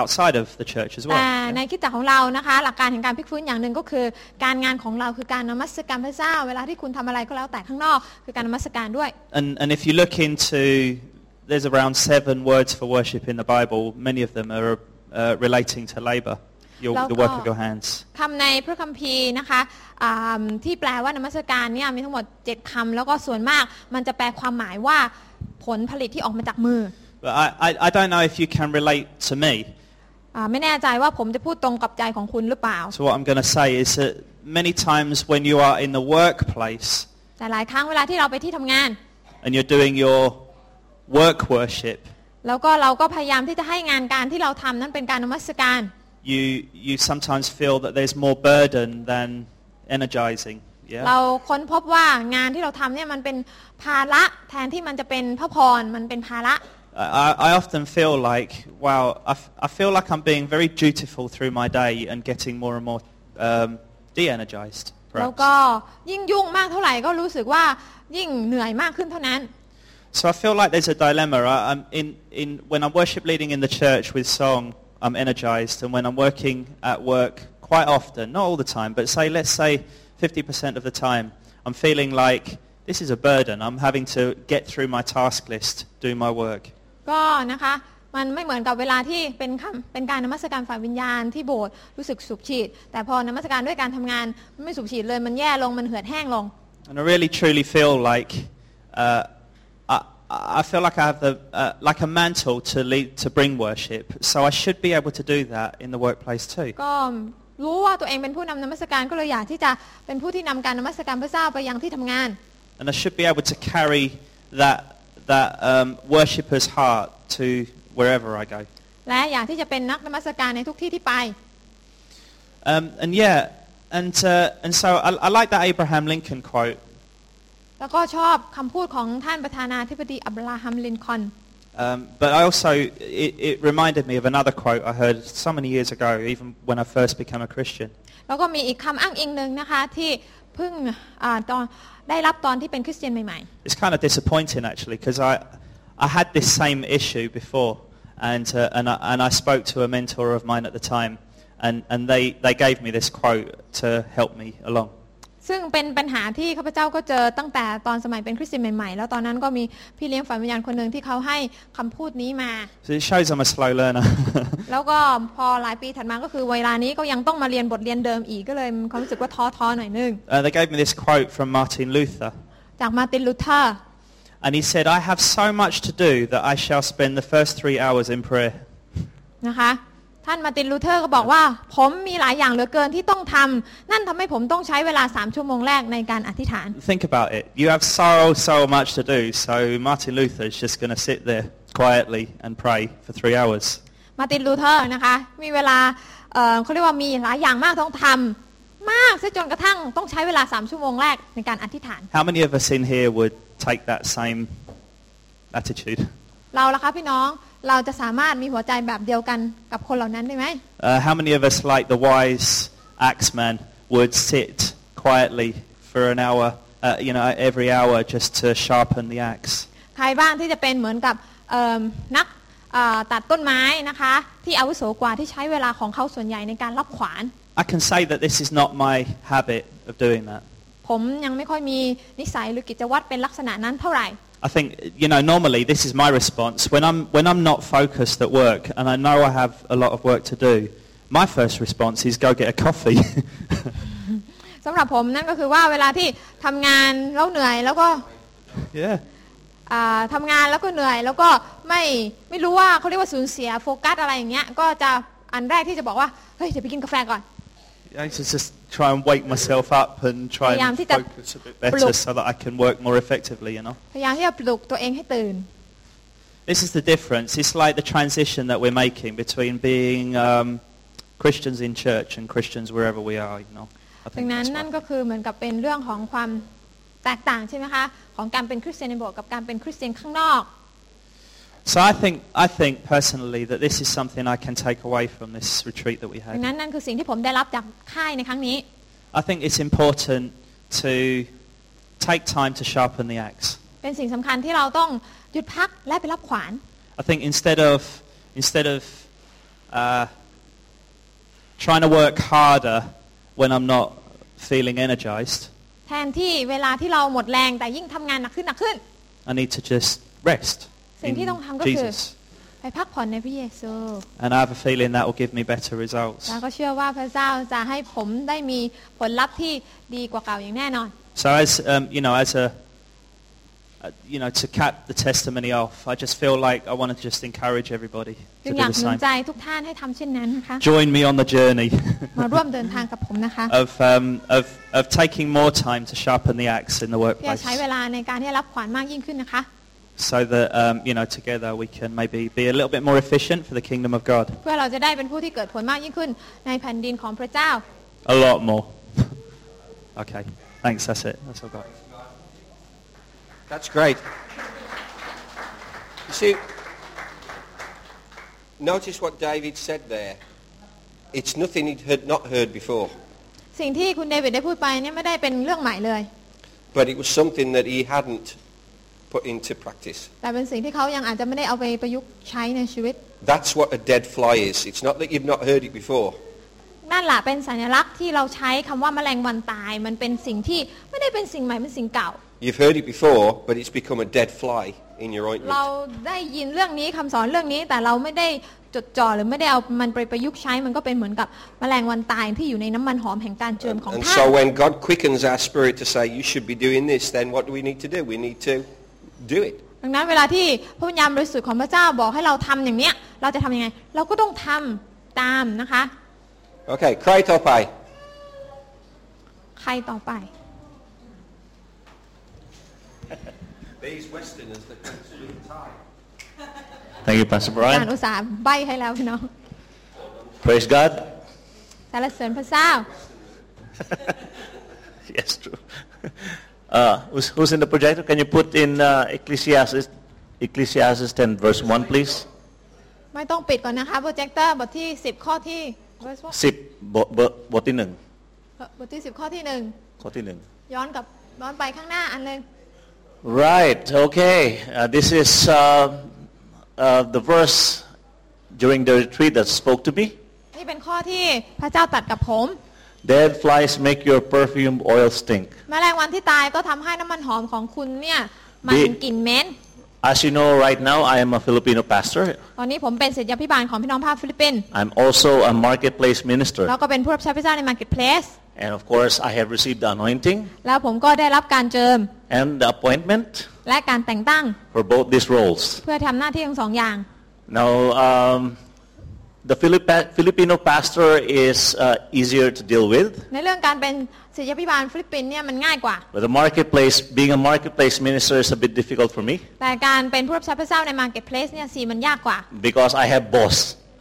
outside of the church as well.
แต่ใน
yeah?
คริดจักรของเรานะคะ หลักการแห่งการพลิกฟื้นอย่างหนึ่งก็คือ การงานของเราคือการนมัสการพระเจ้า เวลาที่คุณทำอะไรก็แล้วแต่ข้างนอก คือการนมัสการด้วย
And and if you look into there's around seven words for worship in the Bible. Many of them are uh, relating to labour, your, the work of your hands.
คำในพระคัมภีร์นะคะอ่าที่แปลว่านมัสการเนี่ยมีทั้งหมด 7คำแล้วก็ส่วนมาก มันจะแปลความหมายว่าผลผลิตที่ออกมาจากมือ
But I, I, I don't know if you can relate to me.
อ่าไม่แน่ใจว่าผมจะพูดตรงกับใจของคุณหรือเปล่า
So what I'm going to say is that many times when you are in the workplace
แต่หลายครั้งเวลาที่เราไปที่ทำงาน
and you're doing your work worship,
แล้วก็เราก็พยายามที่จะให้งานการที่เราทำนั้นเป็นการนมัสการ
you you sometimes feel that there's more burden than energizing.
เรา
Yeah.
ค้นพบว่างานที่เราทำเนี่ยมันเป็นภาระแทนที่มันจะเป็นพระพรมันเป็นภาระ
I, I- I often feel like wow, I, f- I feel like I'm being very dutiful through my day and getting more and more um, de-energized.
แล้ว
perhaps.
ก็ยิ่งยุ่งมากเท่าไหร่ก็รู้สึกว่ายิ่งเหนื่อยมากขึ้นเท่านั้น
So I feel like there's a dilemma. I, I'm in, in, when I'm worship leading in the church with song, I'm energized. And when I'm working at work quite often, not all the time, but say, let's say 50% of the time, I'm feeling like this is a burden. I'm having to get through my task list, do my work.
ก็นะคะมันไม่เหมือนกับเวลาที่เป็นคำเป็นการนมัสการฝ่ายวิญญาณที่โบสถ์รู้สึกสูบฉีด แต่พอนมัสการด้วยการทำงานมันไม่สูบฉีดเลยมันแย่ลงมันเหือดแห้งลง
And I really truly feel like uh, I, I feel like I have the, uh, like a mantle to, lead, to bring worship. So I should be able to do that in the workplace too.
ก็รู้ว่าตัวเองเป็นผู้นำนมัสการก็เลยอยากที่จะเป็นผู้ที่นำการนมัสการพระเจ้าไปยังที่ทำงาน
And I should be able to carry that, that um, worshipper's heart to wherever I go.
และอยากที่จะเป็นนักนมัสการในทุกที่ที่ไป
Um, and yeah, and, uh, and so I, I like that Abraham Lincoln quote.
แล้วก็ชอบคำพูดของท่านประธานาธิบดีอับราฮัมลินคอล์น
Um, but I also, it, it reminded me of another quote I heard so many years ago, even when I first became a Christian.
แล้วก็มีอีกคำอ้างอิงหนึ่งนะคะที่เพิ่งอาตอนได้รับตอนที่เป็นคริสเตียนใหม่
It's kind of disappointing actually, because I, I had this same issue before, and, uh, and, I, and I spoke to a mentor of mine at the time, and, and they, they gave me this quote to help me along.
ๆ ซึ่งเป็นปัญหาที่ข้าพเจ้าก็เจอตั้งแต่ตอนสมัยเป็นคริสเตียนใหม่ๆ แล้วตอนนั้นก็มีพี่เลี้ยงฝ่ายวิญญาณคนหนึ่งที่เขาให้คำพูดนี้มา
So it shows I'm a slow learner.
แล้วก็พอหลายปีถัดมาก็คือเวลานี้ก็ยังต้องมาเรียนบทเรียนเดิมอีกก็เลยมีความรู้สึกว่าท้อๆหน่อยนึง
uh, they gave me this quote from Martin Luther.
จากมาร์ตินลูเทอร์
And he said, I have so much to do that I shall spend the first three hours in prayer.
นะคะท่านมาร์ตินลูเทอร์ก็บอกว่า ผมมีหลายอย่างเหลือเกินที่ต้องทำนั่นทำให้ผมต้องใช้เวลา 3 ชั่วโมงแรกในการอธิษฐาน
Think about it. You have so, so much to do. So Martin Luther is just going to sit there quietly and pray for three hours.
มาร์ตินลูเทอร์นะคะมีเวลาเอ่อเขาเรียกว่ามีหลายอย่างมากต้องทำมากซะจนกระทั่งต้องใช้เวลา 3 ชั่วโมงแรกในการอธิษฐาน
How many of us in here would take that same attitude?
เราล่ะคะพี่น้องเราจะสามารถมีหัวใจแบบเดียวกันกับคนเหล่านั้นได้ไหม
Uh, how many of us, like the wise axeman, would sit quietly for an hour, uh, you know, every hour just to sharpen the axe?
ใครบ้างที่จะเป็นเหมือนกับเอิ่มนักเอ่อตัดต้นไม้นะคะที่อาวุโสกว่าที่ใช้เวลาของเขาส่วนใหญ่ในการรับขวาน
I can say that this is not my habit of doing that.
ผมยังไม่ค่อยมีนิสัยหรือกิจวัตรเป็นลักษณะนั้นเท่าไหร่
I think, you know, normally this is my response. When I'm, when I'm not focused at work and I know I have a lot of work to do, my first response is go get a coffee.
สำหรับผมนั่นก็คือว่าเวลาที่ทำงานแล้วเหนื่อยแล้วก็
yeah.
อ่าทำางานแล้วก็เหนื่อย แล้วก็ไม่ไม่รู้ว่าเขาเรียกว่าสูญเสียโฟกัสอะไรอย่างเงี้ยก็จะอันแรกที่จะบอกว่าเฮ้ยเดี๋ยวไปกินกาแฟก่อน
I should just try and wake myself up and try and
Payam, tita-
focus a bit
Plug.
better so that I can work more effectively, you know.
พยายามที่จะปลุกตัวเองให้ตื่น
This is the difference. It's like the transition that we're making between being um, Christians in church and Christians wherever we are, you know. I
ดั
think
งนั้น
that's why.
นั่นก็คือเหมือนกับเป็นเรื่องของความแตกต่างใช่ไหมคะของการเป็นคริสเตียนในโบสถ์กับการเป็นคริสเตียนข้างนอก
So I think, I think personally that this is something I can take away from this retreat that we
ดั
had.
งนั้นนั่นคือสิ่งที่ผมได้รับจากค่ายในครั้งนี้
I think it's important to take time to sharpen the axe.
เป็นสิ่งสำคัญที่เราต้องหยุดพักและไปรับขวาน
I think instead of, instead of uh, trying to work harder when I'm not feeling energized,
แทนที่เวลาที่เราหมดแรงแต่ยิ่งทำงานหนักขึ้นหนักขึ้น
I need to just rest in
สิ่งที่ต้องทำก็คือ
Jesus.
ไปพักผ่อนในพระเยซู
And I have a feeling that will give me better results.
แล้วก็เชื่อว่าพระเจ้าจะให้ผมได้มีผลลัพธ์ที่ดีกว่าเก่าอย่างแน่นอน
So as, um, you know, as a, uh, you know, to cap the testimony off, I just feel like I want to just encourage everybody
จึ
to
ง
do
อยาก
the
หนุน
same.
ใจทุกท่านให้ทำเช่นนั้นนะคะ
Join me on the journey.
มาร่วมเดินทางกับผมนะคะ
of, um, of, of taking more time to sharpen the axe in the
เพื่อ
workplace
ใช้เวลาในการที่จะรับขวานมากยิ่งขึ้นนะคะ
so that um, you know together we can maybe be a little bit more efficient for the kingdom of God
เพื่อเราจะได้เป็นผู้ที่เกิดผลมากยิ่งขึ้นในแผ่นดินของพระเจ้า
a lot more okay thanks that's it that's all I've got
That's great. You see, notice what David said there. It's nothing he'd heard, not heard before,
สิ่งที่คุณเดวิดได้พูดไปเนี่ยไม่ได้เป็นเรื่องใหม่เลย
but it was something that he hadn't put into practice.
แต่เป็นสิ่งที่เขายังอาจจะไม่ได้เอาไปประยุกต์ใช้ในชีวิต
That's what a dead fly is. It's not that you've not heard it before,
นั่นแหละเป็นสัญลักษณ์ที่เราใช้คำว่าแมลงวันตาย มันเป็นสิ่งที่ไม่ได้เป็นสิ่งใหม่เป็นสิ่งเก่า
You've heard it before, but it's become a dead fly in your
เรา
ointment.
ได้ยินเรื่องนี้คำสอนเรื่องนี้ แต่เราไม่ได้จดจ่อหรือไม่ได้เอามันไปประยุกต์ใช้มันก็เป็นเหมือนกับแมลงวันตายที่อยู่ในน้ำมันหอมแห่งการเจิมของ
And
ท่าน
so when God quickens our spirit to say, you should be doing this, then what do we need to do? We need to do it.
ดังนั้นเวลาที่พระวิญญาณบริสุทธิ์ของพระเจ้าบอกให้เราทำอย่างเนี้ย เราจะทำยังไง เราก็ต้องทำตามนะคะ
Okay, cry topai.
ใครต่อไป
These Westerners that don't speak Thai.
Thank you, Pastor
อาจา
Brian.
รย์อุตสาห์ใบให้แล้วพี่น้อง
Praise God.
สารเสริญพระเจ้า
Yes, true. Uh, who's, who's in the projector? Can you put in uh, Ecclesiastes, Ecclesiastes 10, verse 1, please?
ไม่ต้องปิดก่อนนะคะโปรเจคเตอร์บทที่ 10 ข้อที่ verse what?
10, bo, bo, บทที่หนึ่ง
บทที่ 10 ข้อที่หนึ่ง
ข้อที่หนึ่ง
ย้อนกลับย้อนไปข้างหน้าอันหนึง
Right, okay. Uh, this is uh, uh, the verse during the retreat that spoke to me.
นี่เป็นข้อที่พระเจ้าตัดกับผม
Dead flies make your perfume oil stink.
แมลงวันที่ตายก็ทำให้น้ำมันหอมของคุณเนี่ยมัน
ดี
กลิ่นเหม็น
As you know, right now I am a Filipino pastor.
ตอนนี้ผมเป็นศิษยาภิบาลของพี่น้องภาคฟิลิปปินส์
I'm also a marketplace minister.
แล้วก็เป็นผู้รับใช้พระเจ้าในมาร์เก็ตเพลส
And of course, I have received the anointing
แล้วผมก็ได้รับการเจิม
and the appointment
และการแต่งตั้ง
for both these roles.
เพื่อทำหน้าที่ทั้งสองอย่าง
Now, um, the Filip- Filipino pastor is uh, easier to deal with,
ในเรื่องการเป็นศิษยาภิบาลฟิลิปปินส์เนี่ยมันง่ายกว่า
but the marketplace, being a marketplace minister is a bit difficult for me
แต่การเป็นผู้รับใช้พระเจ้าในมาร์เก็ตเพลสเนี่ยสีมันยากกว่า
because I have boss,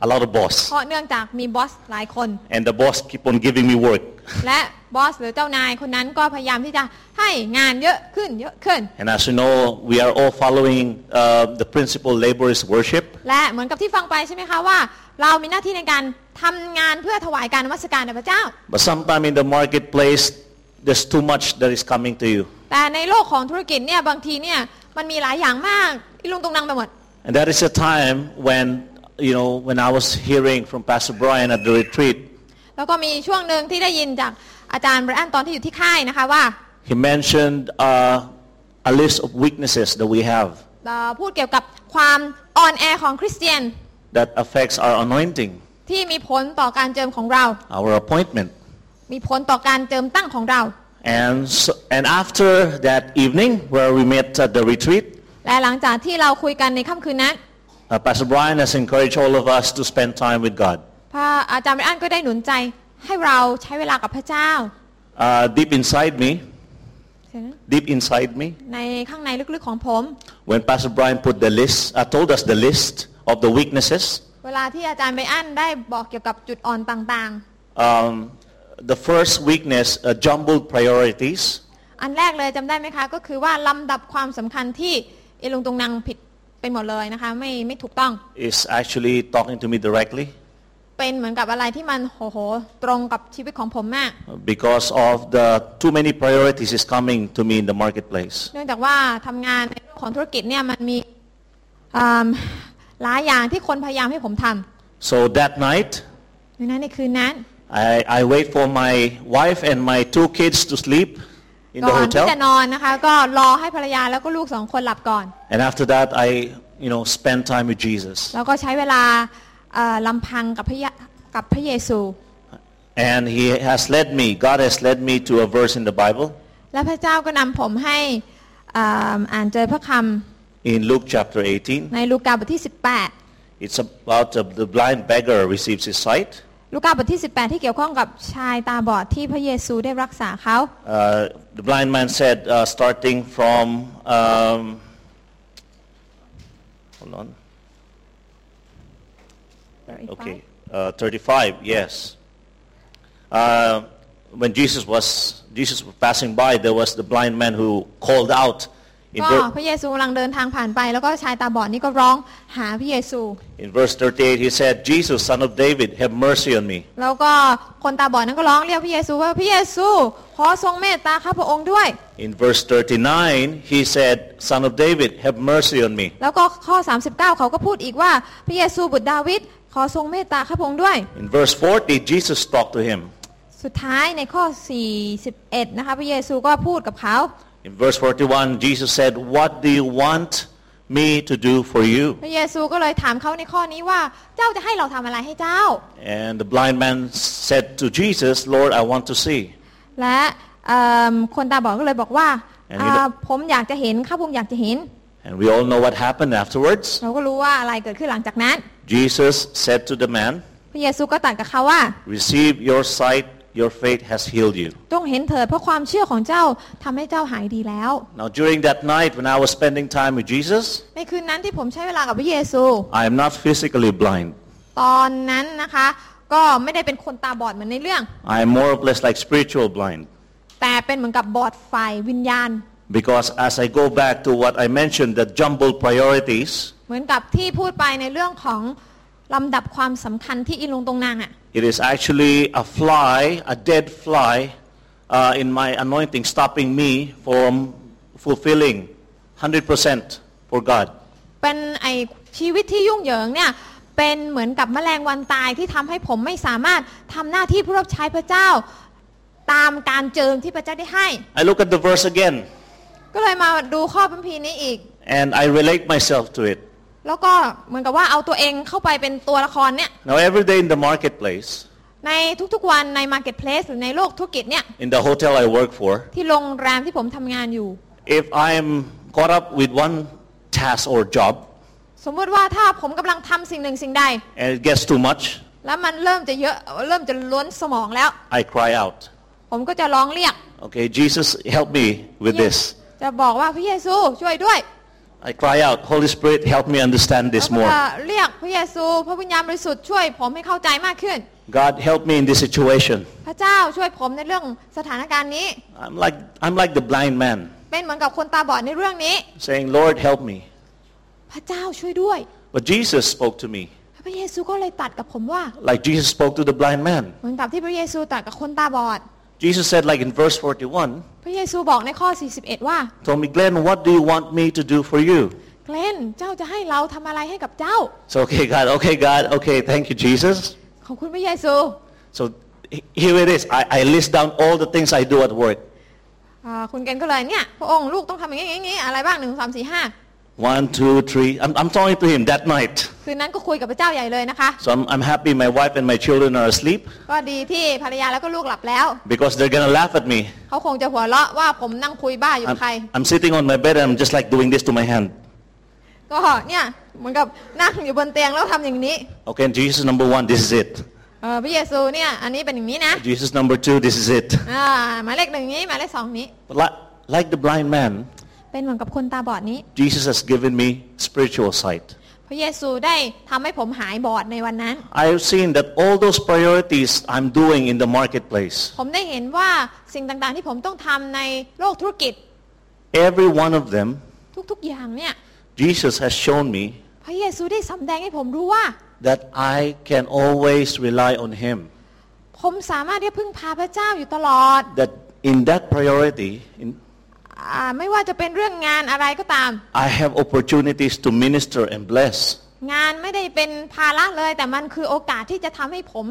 a lot of boss,
เพราะเนื่องจากมีบอสหลายคน
and the boss keep on giving me work,
และบอสหรือเจ้านายคนนั้นก็พยายามที่จะให้งานเยอะขึ้นเยอะขึ้น
And as you know, we are all following uh, the principle labor is worship.
และเหมือนกับที่ฟังไปใช่ไหมคะว่า เรามีหน้าที่ในการทำงานเพื่อถวายการนมัสการแด่พระเจ้า
But sometime in the marketplace, there's too much that is coming to you.
แต่ในโลกของธุรกิจเนี่ยบางทีเนี่ยมันมีหลายอย่างมากอีลุงตุงนังไปหมด
And that is a time when, you know, when I was hearing from Pastor Brian at the retreat,
แล้วก็มีช่วงหนึ่งที่ได้ยินจากอาจารย์ไบรอันตอนที่อยู่ที่ค่ายนะคะว่า
he mentioned uh, a list of weaknesses that we have
เอ่อพูดเกี่ยวกับความอ่อนแอของคริสเตียน
that affects our anointing,
ที่มีผลต่อการเจิมของเรา
our appointment.
มีผลต่อการเจิมตั้งของเรา
And, so, and after that evening where we met at the retreat,
และหลังจากที่เราคุยกันในค่ำคืนนั้น
uh, Pastor Brian has encouraged all of us to spend time with God.
พระอาจารย์ไบรอันก็ได้หนุนใจให้เราใช้เวลากับพระเจ้า
Uh, deep inside me, deep inside me,
ในข้างในลึกๆของผม
when Pastor Brian put the list, uh, told us the list of the weaknesses,
เวลาที่อาจารย์ไบรอันได้บอกเกี่ยวกับจุดอ่อนต่าง
um, the first weakness, uh, jumbled priorities,
ๆ อันแรกเลยจำได้ไหมคะ ก็คือว่าลำดับความสำคัญที่อีลุงตุงนางผิดไปหมดเลยนะคะ ไม่ไม่ถูกต้อง
is actually talking to me directly
เป็นเหมือนกับอะไรที่มันโหโหตรงกับชีวิตของผมมาก
because of the too many priorities is coming to me in the marketplace.
เนื่องจากว่าทำงานในเรื่องของธุรกิจเนี่ยมันมีอืมหลายอย่างที่คนพยายามให้ผมทำ
So that night,
ดังนั้นในคืนนั้น
I, I wait for my wife and my two kids to sleep in
ก่
the
อนที่
hotel,
จะนอนนะคะ ก็รอให้ภรรยาแล้วก็ลูกสองคนหลับก่อน
and after that, I you know spend time with Jesus.
แล้วก็ใช้เวลาเอ่อลำพังกับพระยะกับพระเยซู
And he has led me, God has led me to a verse in the Bible
และพระเจ้าก็นำผมให้อืมอ่านเจอพระค
in Luke chapter 18.
ำในลูกาบทที่
It's about uh, the, the blind beggar receives his sight.
18 ลูกาบทที่ 18 ที่เกี่ยวข้องกับชายตาบอดที่พระเยซูได้รักษาเขา
Uh, the blind man said, uh, starting from, um, hold on, okay, uh, 35, yes. Uh, when Jesus was, Jesus was passing by, there was the blind man who called out in,
ก็
ver-
พระเยซูกำลังเดินทางผ่านไป แล้วก็ชายตาบอดนี่ก็ร้องหาพระเยซู
in verse 38, he said, Jesus, son of David, have mercy on me.
แล้วก็คนตาบอดนั้นก็ร้องเรียกพระเยซูว่าพระเยซูขอทรงเมตตาข้าพระองค์ด้วย
In verse 39, he said, Son of David, have mercy on me.
แล้วก็ข้อ 39 เขาก็พูดอีกว่าพระเยซูบุตรดาวิดขอทรงเมตตาข้าพระองค์ด้วย
In verse 40, Jesus talked to him.
สุดท้ายในข้อ 41 นะคะพระเยซูก็พูดกับเขา
In verse 41, Jesus said, What do you want me to do for you?
พระเยซูก็เลยถามเขาในข้อนี้ว่าเจ้าจะให้เราทำอะไรให้เจ้า
And the blind man said to Jesus, Lord, I want to see.
และเอิ่มคนตาบอดก็เลยบอกว่า
อันนี้
อ่าผมอยากจะเห็นข้าพระองค์อยากจะเห็น
And we all know what happened afterwards.
เราก็รู้ว่าอะไรเกิดขึ้นหลังจากนั้น
Jesus said to the man,
พระเยซูก็ตรัดกับเขาว่า
Receive your sight, your faith has healed you.
จงเห็นเถิดเพราะความเชื่อของเจ้าทำให้เจ้าหายดีแล้ว
Now during that night when I was spending time with Jesus,
ในคืนนั้นที่ผมใช้เวลากับพระเยซู
I am not physically blind.
ตอนนั้นนะคะ ก็ไม่ได้เป็นคนตาบอดเหมือนในเรื่อง
I am more or less like spiritual blind.
แต่เป็นเหมือนกับบอดไฟวิญญาณ
Because as I go back to what I mentioned, the jumbled priorities,
เหมือนกับที่พูดไปในเรื่องของลำดับความสำคัญที่อินลงตรงนางอะ่ะ
It is actually a fly, a dead fly, uh, in my anointing, stopping me from fulfilling 100% for God.
เป็นไอชีวิตที่ยุ่งเหยิงเนี่ยเป็นเหมือนกับแมลงวันตายที่ทำให้ผมไม่สามารถทำหน้าที่ผู้รับใช้พระเจ้า ตามการเจิมที่พระเจ้าได้ให้
I look at the verse again
ก็เลยมาดูข้อพระคัมภีร์นี้อีก
and I relate myself to it.
แล้วก็เหมือนกับว่าเอาตัวเองเข้าไปเป็นตัวละครเนี่ย
Now, every day in the marketplace,
ในทุกๆวันใน Marketplace หรือในโลกธุรกิจเนี่ย
in the hotel I work for,
ที่โรงแรมที่ผมทำงานอยู่
if I am caught up with one task or job
สมมติว่าถ้าผมกำลังทำสิ่งหนึ่งสิ่งใด
and it gets too much,
แล้วมันเริ่มจะเยอะเริ่มจะล้นสมองแล้ว
I cry out.
ผมก็จะร้องเรียก
Okay, Jesus, help me with this.
จะบอกว่าพระเยซูช่วยด้วย
I cry out, Holy Spirit, help me understand
แล้
this
วก็
more.
จะเรียกพระเยซูพระวิญญาณบริสุทธิ์ช่วยผมให้เข้าใจมากขึ้น
God, help me in this situation.
พระเจ้าช่วยผมในเรื่องสถานการณ์นี้
I'm like, I'm like the blind man
เป็นเหมือนกับคนตาบอดในเรื่องนี้
saying, Lord, help me.
พระเจ้าช่วยด้วย
But Jesus spoke to me,
พระเยซูก็เลยตรัดกับผมว่า
like Jesus spoke to the blind man.
เหมือนกับที่พระเยซูตรัสกับคนตาบอด
Jesus said, like in verse 41,
พระเยซูบอกในข้อ 41 ว่า
told me, Glenn, what do you want me to do for you?
เกลนเจ้าจะให้เราทำอะไรให้กับเจ้า
So, okay, God, okay, God, okay, thank you, Jesus.
ขอบคุณพระเยซู
So he- here it is. I, I list down all the things I do at work.
อ่าคุณเกลนก็เลยเนี่ยพระองค์ลูกต้องทำอย่างนี้อย่างนี้อะไรบ้างหนึ่งสามสี่ห้า
One, two, three. I'm, I'm talking to him that night.
คืนนั้นก็คุยกับพระเจ้าใหญ่เลยนะคะ
So I'm, I'm happy my wife and my children are asleep
ก็ดีที่ภรรยาแล้วก็ลูกหลับแล้ว
because they're going to laugh at me.
เขาคงจะหัวเราะว่าผมนั่งคุยบ้าอยู่
I'm,
กับใคร
I'm sitting on my bed and I'm just like doing this to my hand.
ก็เนี่ยเหมือนกับนั่งอยู่บนเตียงแล้วทำอย่างนี้
Okay, and Jesus number one, this is it.
เออพระเยซูเนี่ยอันนี้เป็นอย่างนี้นะ
Jesus number two, this is it.
อ่าหมายเลขหนึ่งนี้หมายเลขสองนี้
But like, like the blind man,
เป็นเหมือนกับคนตาบอดนี้
Jesus has given me spiritual sight.
พระเยซูได้ทำให้ผมหายบอดในวันนั้น
I have seen that all those priorities I'm doing in the marketplace,
ผมได้เห็นว่าสิ่งต่างๆที่ผมต้องทำในโลกธุรกิจ
every one of them,
ทุกๆอย่างเนี่ย
Jesus has shown me
พระเยซูได้สำแดงให้ผมรู้ว่า
that I can always rely on Him.
ผมสามารถที่จะพึ่งพาพระเจ้าอยู่ตลอด
That in that priority, in,
อ่าไม่ว่าจะเป็นเรื่องงานอะไรก็ตาม
I have opportunities to minister and bless.
งานไม่ได้เป็นภาระเลย แต่มันคือโอกาสที่จะทำให้ผม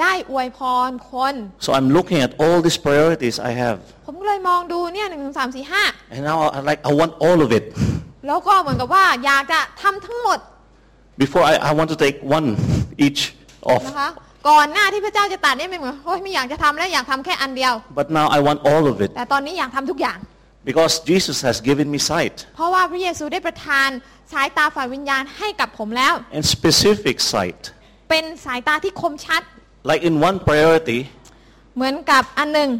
ได้อวยพรคน
So I'm looking at all these priorities I have,
ผมก็เลยมองดูเนี่ยหนึ่งสามสี่ห้า
and now I I like I want all of it.
แล้วก็เหมือนกับว่าอยากจะทำทั้งหมด
Before I, I want to take one each
นะ
off,
คะ ก่อนหน้าที่พระเจ้าจะตัดเนี่ยมันเหมือนโอ้ยไม่อยากจะทำแล้วอยากทำแค่อันเดียว
but now I want all of it
แต่ตอนนี้อยากทำทุกอย่าง
because Jesus has given me sight
เพราะว่าพระเยซูได้ประทานสายตาฝ่ายวิญญาณให้กับผมแล้ว
and specific sight.
เป็นสายตาที่คมชัด
Like in one priority,
เหมือนกับอันหนึ่ง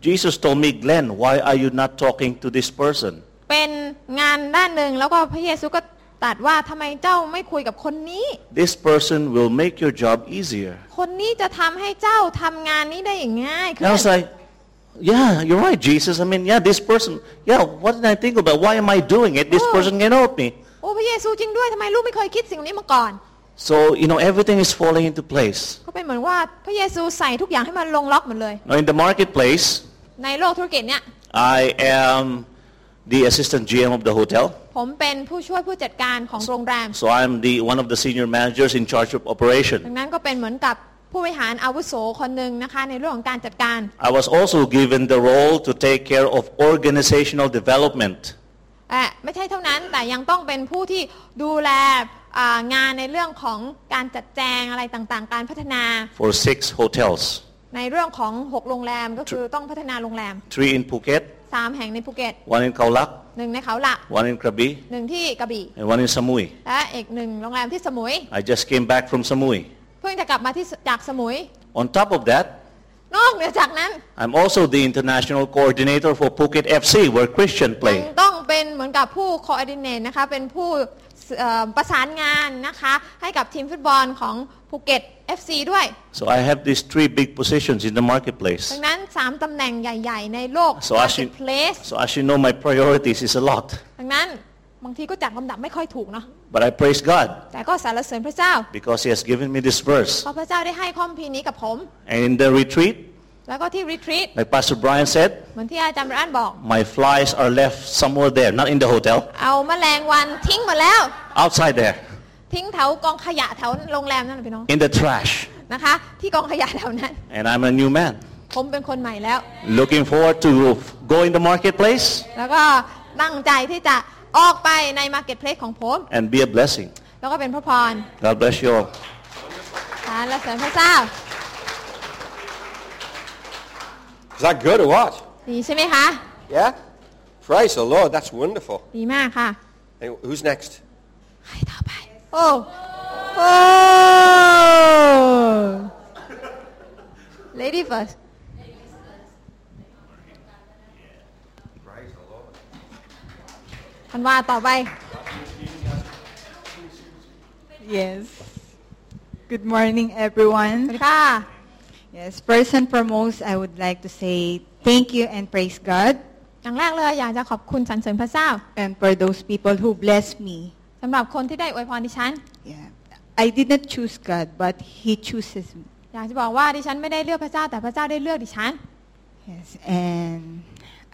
Jesus told me, Glenn, why are you not talking to this person?
เป็นงานด้านหนึ่งแล้วก็พระเยซูก็ตรัสว่าทำไมเจ้าไม่คุยกับคนนี้
This person will make your job easier.
คนนี้จะทำให้เจ้าทำงานนี้ได้อย่างง่ายขึ้
And I was
น
like, yeah, you're right, Jesus. I mean, yeah, this person, yeah, what did I think about? Why am I doing it? This
Oh.
person can help me.
โอ้พระเยซูจริงด้วยทำไมลูกไม่เคยคิดสิ่งนี้มาก่อน
So, you know, everything is falling into place.
ก็เป็นเหมือนว่าพระเยซูใส่ทุกอย่างให้มันลงล็อกหมดเลย
Now, in the marketplace,
ในโลกธุรกิจเนี่ย
I am the assistant GM of the hotel.
ผมเป็นผู้ช่วยผู้จัดการของโรงแรม
So I'm the one of the senior managers in charge of
ดั
operation.
งนั้นก็เป็นเหมือนกับผู้บริหารอาวุโสคนหนึ่งนะคะ ในเรื่องของการจัดการ
I was also given the role to take care of organizational development.
และไม่ใช่เท่านั้นแต่ยังต้องเป็นผู้ที่ดูแลอ่างานในเรื่องของการจัดแจงอะไรต่างๆ การพัฒนา
for six hotels,
ในเรื่องของ 6 โรงแรมก็คือต้องพัฒนาโรงแรม
three in Phuket,
3 แห่งในภูเก็ต
one in Khao Lak,
หนึ่งในเขาหลัก
one in Krabi,
หนึ่งที่กระบี่
and one in Samui.
และอีกหนึ่งโรงแรมที่สมุย
I just came back from Samui.
เพิ่งจะกลับมาที่สจากสมุย
On top of that,
นอกเหนือจากนั้น
I'm also the international coordinator for Phuket FC, where Christian
ยัง
play.
ต้องเป็นเหมือนกับผู้ coordinate นะคะ เป็นผู้เอ่อประสานงานนะคะ ให้กับทีมฟุตบอลของภูเก็ต FC ด้วย
So I have these three big positions in the
ดั
marketplace.
งนั้น 3 ตำแหน่งใหญ่ ๆ ในโลก
So as you,
marketplace
so as you know, my priorities is a lot.
ดังนั้นบางทีก็จัดลำดับไม่ค่อยถูกเนาะ
But I praise God
แต่ก็สรรเสริญพระเจ้า
because He has given me this verse.
เพราะพระเจ้าได้ให้ข้อมพีร์นี้กับผม
And in the retreat,
แล้วก็ที่ retreat
like Pastor Brian said,
เหมือนที่อาจารย์บรอันบอก
my flies are left somewhere there, not in the hotel,
เอาแมลงวันทิ้งหมดแล้ว
outside there,
ทิ้งแถวกองขยะแถวโรงแมนั่นแหละพี่น้อง
in the trash.
นะคะ ที่กองขยะแถวนั้น
And I'm a new man.
ผมเป็นคนใหม่แล้ว
Looking forward to go in the marketplace
แล้วก็ตั้งใจที่จะออกไปในมาร์เก็ตเพลสของผม
and be a blessing.
แล้วก็เป็นพระพร
God bless you all.
สารและเสริมพระเจ้า
Is that good or what?
ดีใช่ไหมคะ
Yeah? Praise the Lord. That's wonderful.
ดีมากค่ะ
Hey, who's next?
ใครต่อไป โอ้โอ้ lady first
Praise the Lord.
คันว่าต่อไป
Yes. Good morning,
สวัสดี
everyone.
ค่ะ
Yes, first and foremost, I would like to say thank you and praise God,
อย่างแรกเลยอยากจะขอบคุณสรรเสริญพระเจ้า
and for those people who bless me.
สำหรับคนที่ได้อวยพรดิฉัน
Yeah, I did not choose God, but He chooses me.
อยากจะบอกว่าดิฉันไม่ได้เลือกพระเจ้าแต่พระเจ้าได้เลือกดิฉัน
Yes, and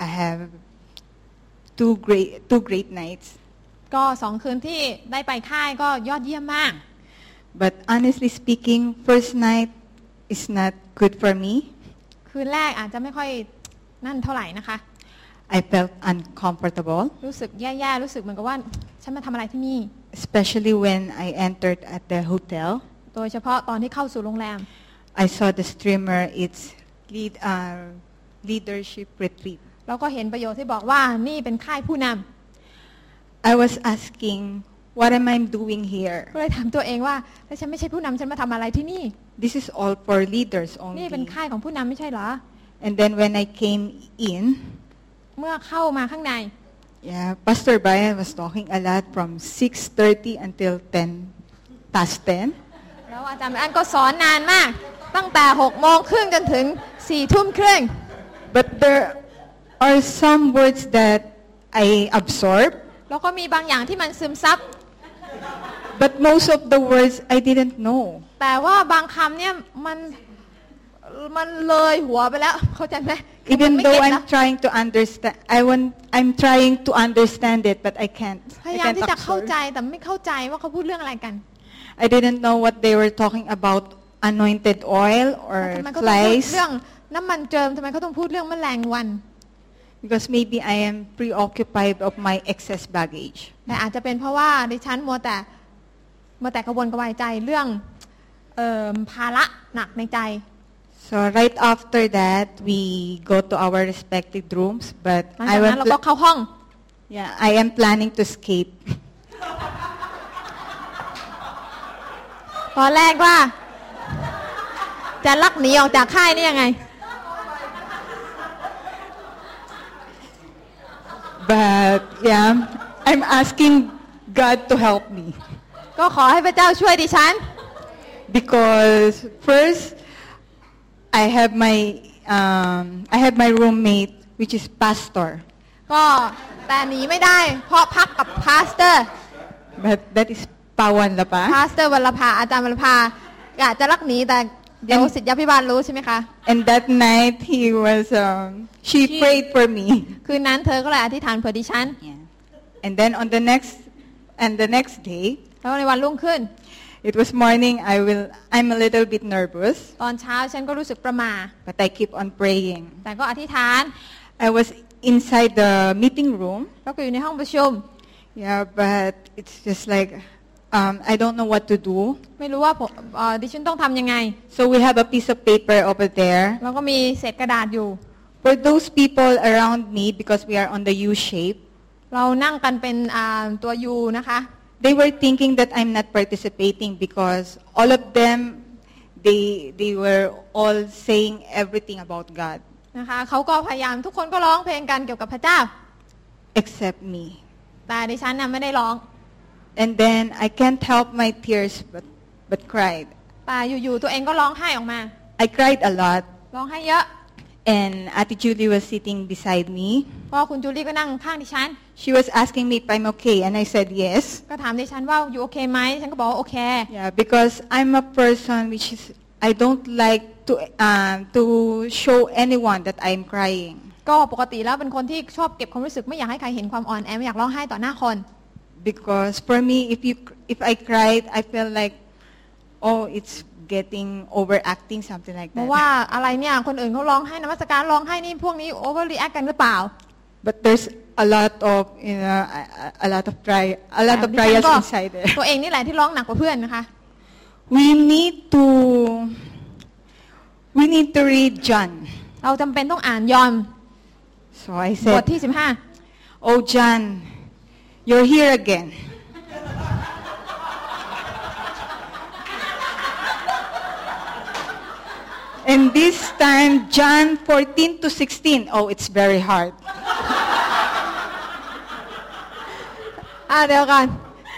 I have two great two great nights.
ก็สองคืนที่ได้ไปค่ายก็ยอดเยี่ยมมาก
But honestly speaking, first night is not good for me.
คืนแรกอาจจะไม่ค่อยนั่นเท่าไหร่นะคะ
I felt uncomfortable,
รู้สึกแย่ๆรู้สึกเหมือนกับว่า ฉันมาทำอะไรที่นี่
especially when I entered at the hotel.
โดยเฉพาะตอนที่เข้าสู่โรงแรม
I saw the streamer. It's lead, uh, leadership retreat.
เราก็เห็นประโยชน์ที่บอกว่านี่เป็นค่ายผู้นำ
I was asking, what am I doing here?
ก็เลยถามตัวเองว่าถ้าฉันไม่ใช่ผู้นำฉันมาทำอะไรที่นี่
This is all for leaders
นี่เป็น
only.
ค่ายของผู้นำไม่ใช่เหรอ
And then when I came in,
เมื่อเข้ามาข้างใน
yeah, Pastor Brian was talking a lot from 6:30 until 10 past 10.
แล้วอาจารย์อันก็สอนนานมาก ตั้งแต่6โมงครึ่งจนถึง4ทุ่มครึ่ง
But there are some words that I absorb,
แล้วก็มีบางอย่างที่มันซึมซับ
but most of the words I didn't know.
แต่ว่าบางคำเนี่ยมันมันเลยหัวไปแล้ว เข้าใจไหมคือมัน
Even
ไม่
though
เก็ตนะ
I'm trying to understand, I want, I'm trying to understand it, but I can't.
พ
I
ยายาม
can't
ที่จะเข้า
absorb.
ใจแต่ไม่เข้าใจว่าเขาพูดเรื่องอะไรกัน
I didn't know what they were talking about, anointed oil
แล้ว
or
ทำไมเขาต้องพูด
flies,
เรื่องน้ำมันเจิมทำไมเขาต้องพูดเรื่องแมลงวัน
because maybe I am preoccupied of my excess baggage.
แต่อาจจะเป็นเพราะว่าดิฉันมัวแต่มัวแต่กระวนกระวายใจเรื่องเอ่อภาระหนักในใจ
So right after that, we go to our respective rooms, but
หลัง
I
จากนั้น
want
เราก็
to,
เข้าห้อง
yeah, I am planning to escape.
ตอนแรกว่า จะลักหนีออกจากค่ายนี่ยังไง
But yeah, I'm asking God to help me
ก็ขอให้พระเจ้าช่วยดิฉัน
because first I have my um, I have my roommate, which is pastor,
ก็แต่หนีไม่ได้ เพราะพักกับพาสเตอร์
but that is Pawan Lapa.
พาสเตอร์วัลภาอาจารย์วัลภาอยากจะลักหนีแต่เดี๋ยวสิทธยาพิบาลรู้ใช่ไหมคะ
And that night he was um, she,
She-
prayed for me.
คืนนั้นเธอก็เลยอธิษฐานเผื่อดิฉัน
Yeah. And then on the next and the next day,
แล้วในวันรุ่งขึ้น
it was morning, I will I'm a little bit nervous,
ตอนเช้าฉันก็รู้สึกประหมา
but I keep on praying.
แต่ก็อธิษฐาน
I was inside the meeting room.
แล้วก็อยู่ในห้องประชุม
Yeah, but it's just like um, I don't know what to do.
ไม่รู้ว่าผมเอ่อดิฉันต้องทำยังไง
So we have a piece of paper over there.
แล้วก็มีเศษกระดาษอยู่
For those people around me, because we are on the U shape,
เรานั่งกันเป็นอ่าตัวยูนะคะ
they were thinking that I'm not participating because all of them, they, they were all saying everything about God
นะคะเขาก็พยายามทุกคนก็ร้องเพลงกันเกี่ยวกับพระเจ้า
except me.
แต่ดิฉันน่ะไม่ได้ร้อง
And then I can't help my tears but, but cried.
แต่อยู่ๆตัวเองก็ร้องไห้ออกมา
I cried a lot
ร้องไห้เยอะ
and Ate Julie was sitting beside me.
ก็คุณจูลี่ก็นั่งข้างดิฉัน
She was asking me if I'm okay and I said yes.
ก็ถามดิฉันว่าอยู่โอเคไหมฉันก็บอกว่าโอเค
Yeah, because I'm a person which is, I don't like to, um, to show anyone that I'm crying.
ก็ปกติแล้วเป็นคนที่ชอบเก็บความรู้สึกไม่อยากให้ใครเห็นความอ่อนแอไม่อยากร้องไห้ต่อหน้าคน
because for me if you if I cried I felt like oh it's getting overacting, something like
เพราะ
that.
ว่าอะไรเนี่ยคนอื่นเขาร้องให้นมัสการร้องให้นี่พวกนี้โอเวอร์รีแอคกันหรือเปล่า
But there's a lot of you know a, a a lot of try a lot of
ดิฉั
trials
นก็
inside there.
ตัวเองนี่แหละที่ร้องหนักกว่าเพื่อนนะคะ
We need to we need to read John.
เราจำเป็นต้องอ่านยอห์น
So I
บท
said,
ที่
"Oh John, you're here again." And this time, John 14 to 16. Oh, it's very hard.
15 อ่าเดี๋ยวก่อน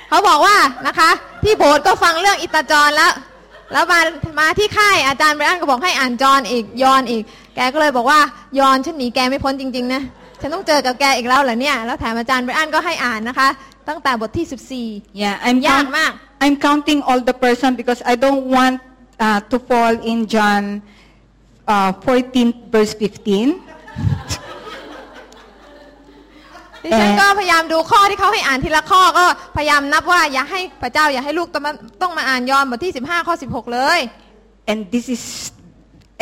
เขาบอกว่านะคะ ที่โบสถ์ก็ฟังเรื่องอิตาจอนแล้ว แล้วมามาที่ค่ายอาจารย์ไบรอันก็บอกให้อ่านจอนอีกยอนอีก แกก็เลยบอกว่ายอนฉันหนีแกไม่พ้นจริง ๆ นะ ฉันต้องเจอกับแกอีกแล้วเหรอเนี่ยแล้วแถมอาจารย์ไบรอันก็ให้อ่านนะคะ ตั้งแต่บทที่ 14
Yeah, I'm
Yeah,
count-
ma'am.
I'm counting all the person because I don't want uh, to fall in John uh, 14 verse 15.
ดิฉันก็พยายามดูข้อที่เขาให้อ่านทีละข้อก็พยายามนับว่าอย่าให้พระเจ้าอย่าให้ลูกต้องมาต้องมาอ่านยอห์นบทที่ 15 ข้อ 16 เลย
And this is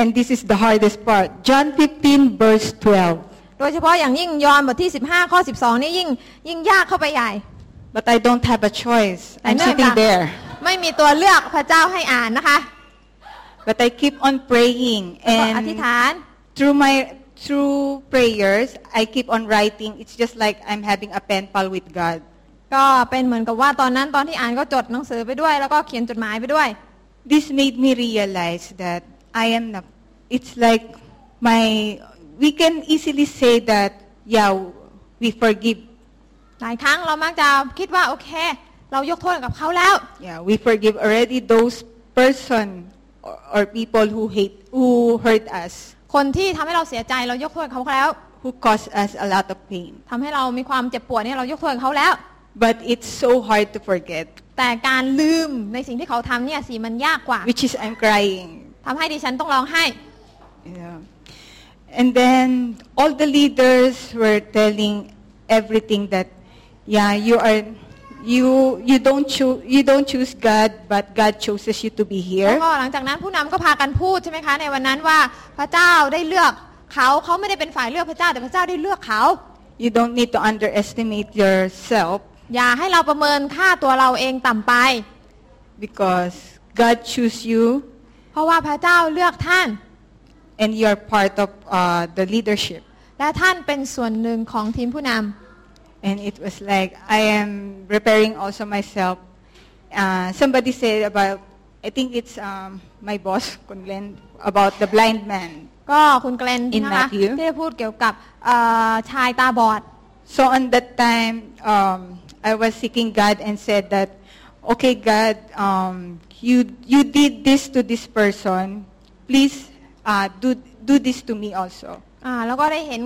and this is the hardest part. John 15 verse 12.
โดยเฉพาะอย่างยิ่งยอห์นบทที่ 15 ข้อ 12 นี่ยิ่งยิ่งยากเข้าไปใหญ่
But I don't have a choice.
แต่
I'm
เนื่อง
sitting
จาก
there.
ไม่มีตัวเลือกพระเจ้าให้อ่านนะคะ
But I keep on praying
ก็อธิษ
and
ฐาน
through my through prayers I keep on writing. It's just like I'm having a pen pal with God.
ก็เป็นเหมือนกับว่าตอนนั้นตอนที่อ่านก็จดหนังสือไปด้วย แล้วก็เขียนจดหมายไปด้วย
This made me realize that I am not. It's like my. We can easily say that yeah, we forgive.
หลายครั้งเรามักจะคิดว่าโอเค เรายกโทษกับเขาแล้ว
Yeah, we forgive already those person or, or people who hate, who hurt us,
คนที่ทำให้เราเสียใจเรายกโทษเขาแล้ว
who cause us a lot of pain.
ทำให้เรามีความเจ็บปวดเนี่ยเรายกโทษเขาแล้ว
But it's so hard to forget,
แต่การลืมในสิ่งที่เขาทำเนี่ยสิมันยากกว่า
which is I'm crying.
ทำให้ดิฉันต้องร้องไห้
You know. And then all the leaders were telling everything that, yeah, you are, you you don't choose you don't choose God, but God chooses you to be
แล้
here.
วก็หลังจากนั้นผู้นำก็พากันพูดใช่ไหมคะ ในวันนั้นว่าพระเจ้าได้เลือกเขาเขาไม่ได้เป็นฝ่ายเลือกพระเจ้าแต่พระเจ้าได้เลือกเขา
You don't need to underestimate yourself
อย่าให้เราประเมินค่าตัวเราเองต่ำไป
because God chose you
เพราะว่าพระเจ้าเลือกท่าน
and you are part of uh, the leadership.
และท่านเป็นส่วนหนึ่งของทีมผู้นำ
And it was like I am repairing also myself. Uh, somebody said about I think it's um, my boss Glenn about the blind man.
ก็คุณเกรน
In
นะคะ
Matthew
ที่ได้พูดเกี่ยวกับเอ่อชายตาบอด
So on that time, um, I was seeking God and said that, okay, God, um, you you did this to this person. Please uh, do do this to me also.
อ่าแล้วก็ได้เห็น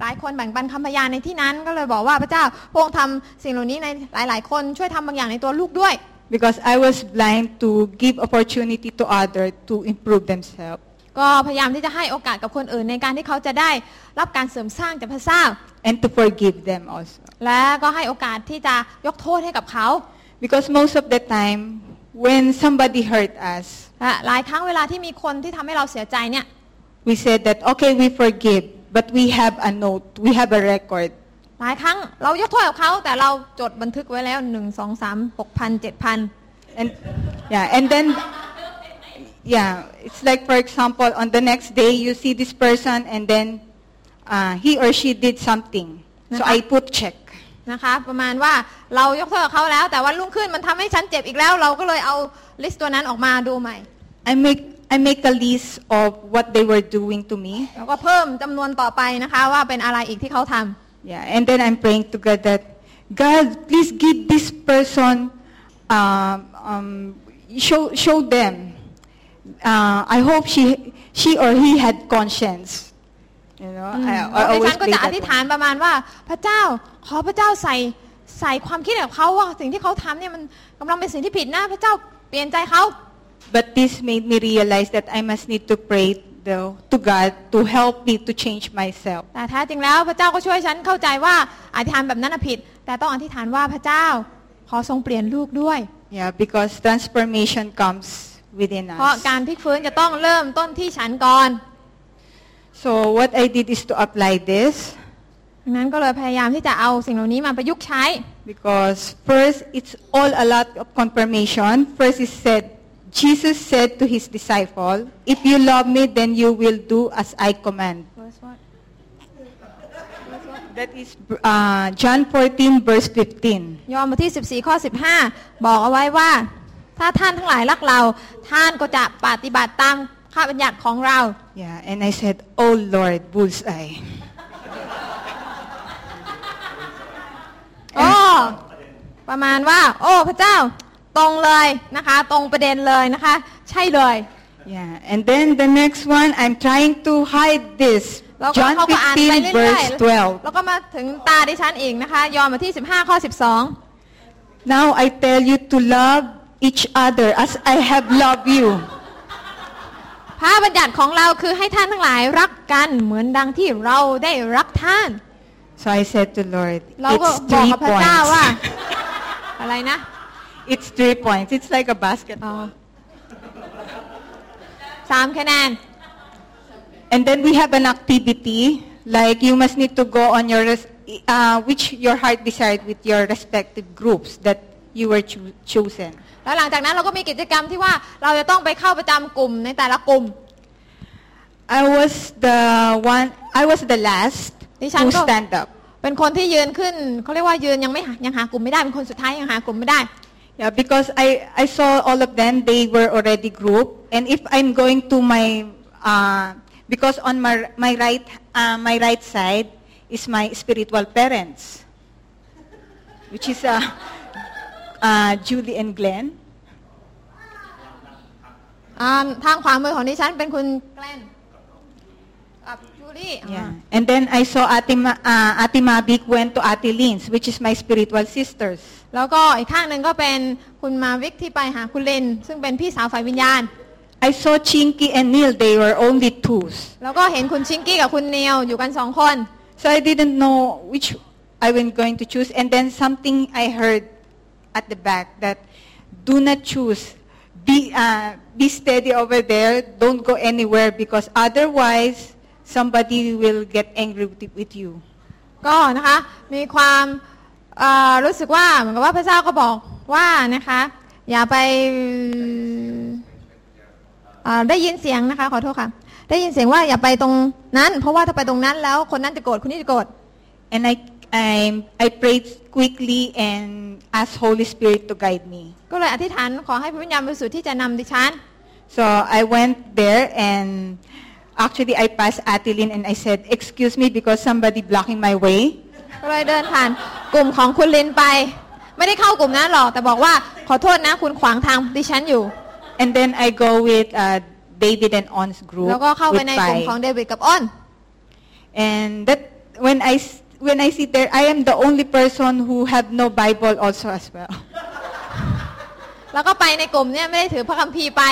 หลายคนแบ่งปันคำพยานในที่นั้น ก็เลยบอกว่าพระเจ้าพระองค์ทำสิ่งเหล่านี้ในหลาย ๆ คนช่วยทำบางอย่างในตัวลูกด้วย
Because I was blind to give opportunity to others to improve themselves.
ก็พยายามที่จะให้โอกาสกับคนอื่นในการที่เขาจะได้รับการเสริมสร้างจากพระเจ้า
and to forgive them also.
และก็ให้โอกาสที่จะยกโทษให้กับเขา
Because most of the time, when somebody hurt us,
และหลายครั้งเวลาที่มีคนที่ทำให้เราเสียใจเนี่ย
we said that, okay, we forgive, but we have a note, we have a record.
หลายครั้งเรายกโทษกับเขาแต่เราจดบันทึกไว้แล้ว 1 2 3 6 0 0 7,000
And yeah, and then yeah, it's like for example, on the next day you see this person and then uh, he or she did something. So I put check.
นะคะประมาณว่าเรายกโทษกับเขาแล้ว แต่วันรุ่งขึ้นมันทำให้ฉันเจ็บอีกแล้ว เราก็เลยเอาลิสต์ตัวนั้นออกมาดูใหม่
I make I make a list of what they were doing to me.
แล้วก็เพิ่มจำนวนต่อไปนะคะว่าเป็นอะไรอีกที่เขาทำ
Yeah, and then I'm praying to God that God, please give this person, um, um, show show them. Uh, I hope she she or he had conscience. You know, I, I
ดิ
always
ฉันก็
pray
จะอ
that
ธิษ
one.
ฐานประมาณว่าพระเจ้าขอพระเจ้าใส่ใส่ความคิดกับเขาว่าสิ่งที่เขาทำเนี่ยมันกำลังเป็นสิ่งที่ผิดนะพระเจ้าเปลี่ยนใจเขา
But this made me realize that I must need to pray though, to God to help me to change myself.
แต่แท้จริงแล้วพระเจ้าก็ช่วยฉันเข้าใจว่าอธิษฐานแบบนั้นนะผิด แต่ต้องอธิษฐานว่าพระเจ้าขอทรงเปลี่ยนลูกด้วย
Yeah, because transformation comes within
เพราะ
us.
การพลิกฟื้นจะต้องเริ่มต้นที่ฉันก่อน
So what I did is to apply this
ดังนั้นก็เลยพยายามที่จะเอาสิ่งเหล่านี้มาประยุกต์ใช้
because first it's all a lot of confirmation. First it said, Jesus said to his disciple, if you love me, then you will do as I command. That is uh, John 14 verse 15.
ยอห์นบทที่ 14 ข้อ 15 บอกเอาไว้ว่า ถ้าท่านทั้งหลายรักเรา ท่านก็จะปฏิบัติตามข้าบัญญัติของเรา
Yeah, and I said, oh Lord, bullseye.
โอ้ประมาณว่า โอ้พระเจ้า ตรงเลยนะคะ ตรงประเด็นเลยนะคะ ใช่เลย
Yeah, and then the next one, I'm trying to hide this.
แล้วก็
John
เขาก็อ่านไป
15,
เรื่อย
verse
ๆ
12.
แล้วก็มาถึงตาดิฉันอีกนะคะ ยอห์นบทที่ 15 ข้อ 12
Now I tell you to love each other as I have loved you.
พระบัญญัติของเราคือให้ท่านทั้งหลายรักกันเหมือนดังที่เราได้รักท่าน
So I said to Lord,
เราก็
it's
บอก
three
กับพระเจ้าว่า
points.
อะไรนะ
It's three points. It's like a
อ๋อ
basketball.
สามคะแนน
And then we have an activity like you must need to go on your res- uh, which your heart desired with your respective groups that you were choo- chosen.
แล้วหลังจากนั้นเราก็มีกิจกรรมที่ว่าเราจะต้องไปเข้าประจำกลุ่มในแต่ละกลุ่ม
I was the one. I was the last
Di
to
sana ko.
stand up.
เป็นคนที่ยืนขึ้นเขาเรียกว่ายืนยังไม่หายังหากลุ่มไม่ได้เป็นคนสุดท้ายยังหากลุ่มไม่ได้
Yeah, because I, I saw all of them, they were already grouped. And if I'm going to my, uh, because on my, my, right, uh, my right side is my spiritual parents, which is uh, uh, Julie and Glenn.
อ่า Um, ทางขวามือของดิฉันเป็นคุณแกลนกับจูลี่อ่า
Yeah. And then I saw Ate, Ma, uh, Ate Mavic went to Ate Lynn's, which is my spiritual sisters.
แล้วก็อีกข้างหนึ่งก็เป็นคุณมาวิกที่ไปหาคุณเลนซึ่งเป็นพี่สาวฝ่ายวิญญาณ
I saw Chinky and Neil, they were only twos.
แล้วก็เห็นคุณชิงกี้กับคุณเนียวอยู่กันสองคน
So I didn't know which I was going to choose. And then something I heard at the back that do not choose. Be, uh, be steady over there. Don't go anywhere because otherwise somebody will get angry with, with you.
ก็นะคะมีความเอ่อรู้สึกว่าเหมือนกับว่าพระเจ้าก็บอกว่านะคะ อย่าไปเอ่อได้ยินเสียงนะคะ ขอโทษค่ะ ได้ยินเสียงว่าอย่าไปตรงนั้น เพราะว่าถ้าไปตรงนั้นแล้วคนนั้นจะโกรธคนนี้จะโกรธ
And I, I, I prayed quickly and asked Holy Spirit to guide me.
ก็เลยอธิษฐานขอให้พระวิญญาณบริสุทธิ์ที่จะนำดิฉัน
So I went there and actually I passed Atilin and I said, excuse me because somebody blocking my way.
ก็เลยเดินผ่านกลุ่มของคุณลินไป ไม่ได้เข้ากลุ่มนั้นหรอก แต่บอกว่าขอโทษนะ คุณขวางทางดิฉันอยู่
And then I go with uh, David and On's group
แล้วก็เข้าไป
with
ในกลุ่ม
Pai.
ของเดวิดกับอ้น
And that when I s- when I sit there, I am the only person who have no Bible also as well.
แล้วก็ไปในกลุ่มเนี่ยไม่ได้ถือพระคัมภีร์ไป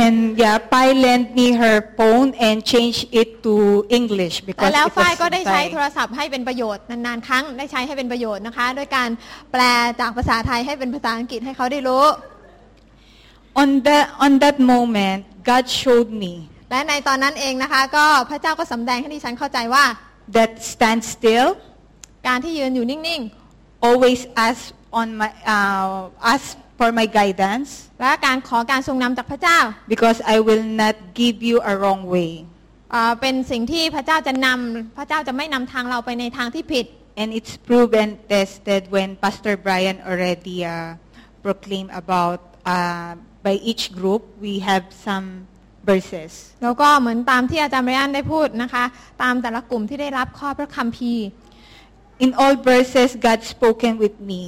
And yeah, Pai lent me her phone and changed it to English
แต่
because
แล้ว
it
ฝ้ายก็
was
ได้ใช้
Thai.
โทรศัพท์ให้เป็นประโยชน์นานๆครั้งได้ใช้ให้เป็นประโยชน์นะคะด้วยการแปลจากภาษาไทยให้เป็นภาษาอังกฤษให้เขาได้รู้
On that on that moment, God showed me
และในตอนนั้นเองนะคะ ก็พระเจ้าก็สำแดงให้ดิฉันเข้าใจว่า
that stand still,
การที่ยืนอยู่นิ่ง
always ask on my uh, ask for my guidance
ๆ และการขอการทรงนำจากพระเจ้า
because I will not give you a wrong way.
เอ่อเป็นสิ่งที่พระเจ้าจะนำพระเจ้าจะไม่นำทางเราไปในทางที่ผิด
And it's proven tested when Pastor Brian already uh, proclaimed about uh, by each group we have some verses.
แล้วก็เหมือนตามที่อาจารย์เบรอันได้พูดนะคะ ตามแต่ละกลุ่มที่ได้รับข้อพระคัมภีร์
In all verses, God spoken with me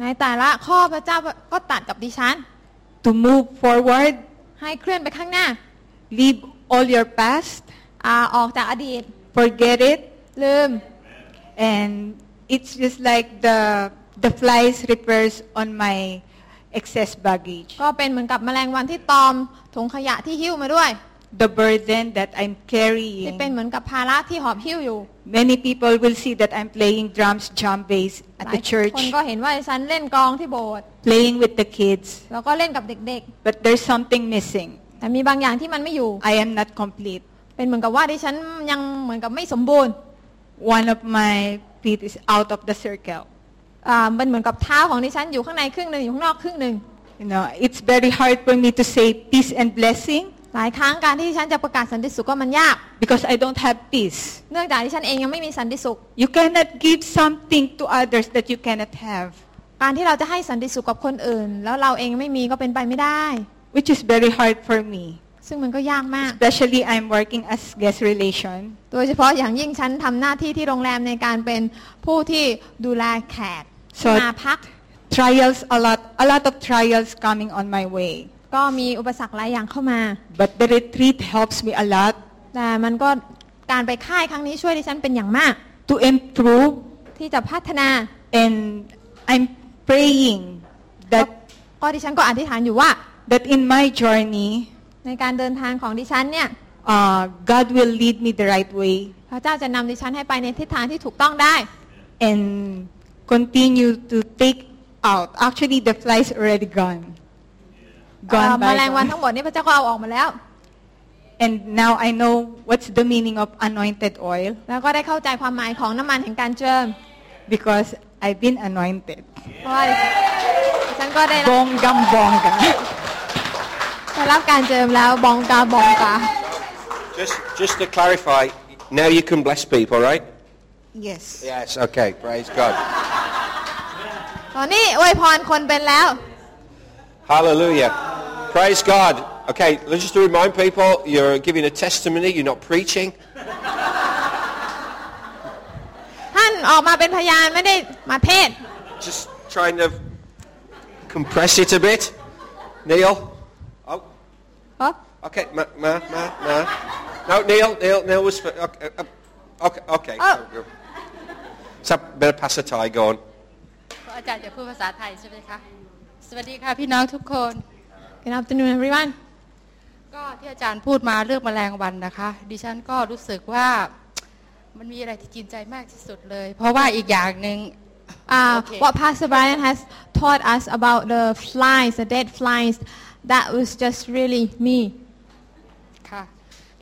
ในแต่ละข้อพระเจ้าก็ตัดกับดิฉัน
to move forward,
ให้เคลื่อนไปข้างหน้า
leave all your past,
อาออกจากอดีต
forget it,
ลืม
and it's just like the the flies repairs on my excess baggage.
ก็เป็นเหมือนกับแมลงวันที่ตอมถุงขยะที่หิ้วมาด้วย
the burden that I'm
ที่
carrying.
เป็นเหมือนกับภาระที่หอบหิ้วอยู่
Many people will see that I'm playing drums, drum bass
ห
at
ลา
the
ยคน
church,
ก็เห็นว่าดิฉันเล่นกลองที่โบสถ์
playing with the kids,
แล้วก็เล่นกับเด็ก
but there's something missing.
ๆ แต่มีบางอย่างที่มันไม่อยู่
I am not complete.
เป็นเหมือนกับว่าดิฉันยังเหมือนกับไม่สมบูรณ์
One of my feet is out of the circle.
อ่ามันเหมือนกับเท้าของดิฉันอยู่ข้างในครึ่งหนึ่งอยู่ข้างนอกครึ่งหนึ่ง
You know, it's very hard for me to say peace and blessing
หลายครั้งการที่ดิฉันจะประกาศสันติสุขก็มันยาก
because I don't have peace.
เนื่องจากดิฉันเองยังไม่มีสันติสุข
You cannot give something to others that you cannot have,
การที่เราจะให้สันติสุขกับคนอื่น แล้วเราเองไม่มีก็เป็นไปไม่ได้
which is very hard for me.
ซึ่งมันก็ยากมาก
Especially I'm working as guest relation.
โดยเฉพาะอย่างยิ่งฉันทำหน้าที่ที่โรงแรมในการเป็นผู้ที่ดูแลแขก
สวัสดี
มาพัก
Trials, a lot, a lot of trials coming on my way.
ก็มีอุปสรรคหลายอย่างเข้ามา
But the retreat helps me a lot
แต่มันก็การไปค่ายครั้งนี้ช่วยดิฉันเป็นอย่างมาก
to improve
ที่จะพัฒนา
and I'm praying
ก็
that,
ก็ดิฉันก็อธิษฐานอยู่ว่า
that in my journey,
ในการเดินทางของดิฉันเนี่ย
uh, God will lead me the right way
พระเจ้าจะนำดิฉันให้ไปในทิศทางที่ถูกต้องได้
and continue to take out. Actually, the flies already gone.
เอ่อ
Gone
แม
by
ลงวัน
gone.
ทั้งหมดนี่พระเจ้าก็เอาออกมาแล้ว
And now I know what's the meaning of anointed oil
แล้วก็ได้เข้าใจความหมายของน้ำมันแห่งการเจิม
because I've been anointed.
เพราะว่าดิฉันก็ได้รับ
Bonggang bongga.
ได้รับการเจิมแล้วบองกาบองกา
Just, just to clarify, now you can bless people, right?
Yes.
Yes. Okay. Praise God.
ตอนนี้อวยพรคนเป็นแล้ว
Hallelujah. Praise God. Okay. let's Just to remind people, you're giving a testimony. You're not preaching.
ท่านออกมาเป็นพยานไม่ได้มาเทศน์
Just trying to compress it a bit. Neil. Oh.
เหรอ
Okay. Ma. Ma. Ma. Ma. No. Neil. Neil. Neil was. For, okay. uh, Okay. Okay.
Oh.
So better pass the tie. Go on.
อาจารย์จะพูดภาษาไทยใช่ไหมคะ สวัสดีค่ะพี่น้องทุกคน
Good afternoon everyone
ก็ที่อาจารย์พูดมาเรื่องแมลงวันนะคะ ดิฉันก็รู้สึกว่ามันมีอะไรที่กินใจมากที่สุดเลย เพราะว่าอีกอย่างหนึ่ง
uh,
Okay.
What Pastor Brian has taught us about the flies the dead flies that was just really me
ค่ะ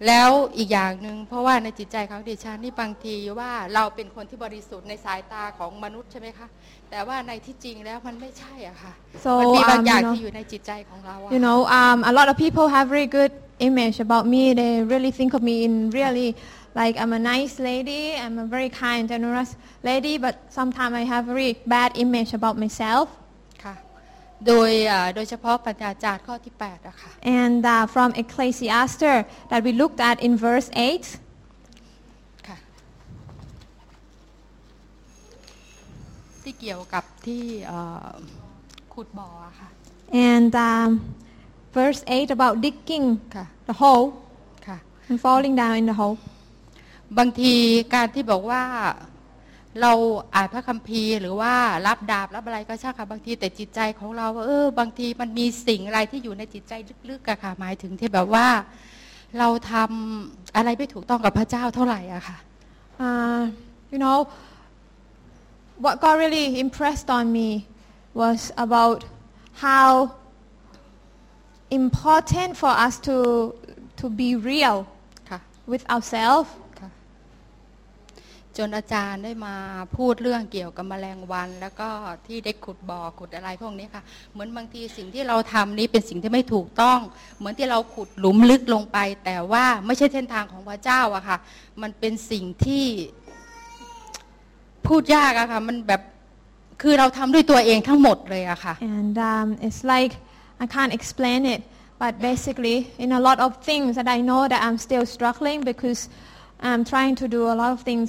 แล้วอีกอย่างหนึ่งเพราะว่าในจิตใจของดิฉันนี่บางทีว่าเราเป็นคนที่บริสุทธิ์ในสายตาของมนุษย์ใช่ไหมคะ แต่ว่าในที่จริงแล้วมันไม่ใช่อะค่ะ
So,
มัมีบางอย่าง
um, you know-
ที่อยู่ในจิตใจของเราอะ
You know, um, a lot of people have very good image about me. They really think of me in really like I'm a nice lady. I'm a very kind, generous lady. But sometimes I have very bad image about myself.
ค่ะ โดยอ่าโดยเฉพาะปัญญาจารย์ข้อที่8อะค่ะ
And uh, from Ecclesiastes that we looked at in verse 8,
ค่ะ ที่เกี่ยวกับที่เอ่อขุดบ่ออะค่ะ
and um, verse 8 about digging
ค่ะ
the hole
ค่ะ
and falling down in the hole.
บางทีการที่บอกว่าเราอ่านพระคัมภีร์ หรือว่ารับดาบรับอะไรก็ช่างค่ะบางทีแต่จิตใจของเราว่าเออบางทีมันมีสิ่งอะไรที่อยู่ในจิตใจลึกๆอะค่ะ หมายถึงที่แบบว่า เราทำอะไรไม่ถูกต้องกับพระเจ้าเท่าไหร่อะค่ะ
Uh, you know, what God really impressed on me was about how important for us to, to be real
ค่ะ
with ourselves.
ค่ะจนอาจารย์ได้มาพูดเรื่องเกี่ยวกับแมลงวัน แล้วก็ที่ได้ขุดบ่อขุดอะไรพวกนี้ค่ะ เหมือนบางทีสิ่งที่เราทำนี้เป็นสิ่งที่ไม่ถูกต้อง เหมือนที่เราขุดหลุมลึกลงไป แต่ว่าไม่ใช่เส้นทางของพระเจ้าอะค่ะ มันเป็นสิ่งที่พูดยากอะค่ะ มันแบบคือเราทำด้วยตัวเองทั้งหมดเลยอะค่ะ
And um, it's like, I can't explain it, but basically in a lot of things that I know that I'm still struggling because I'm trying to do a lot of things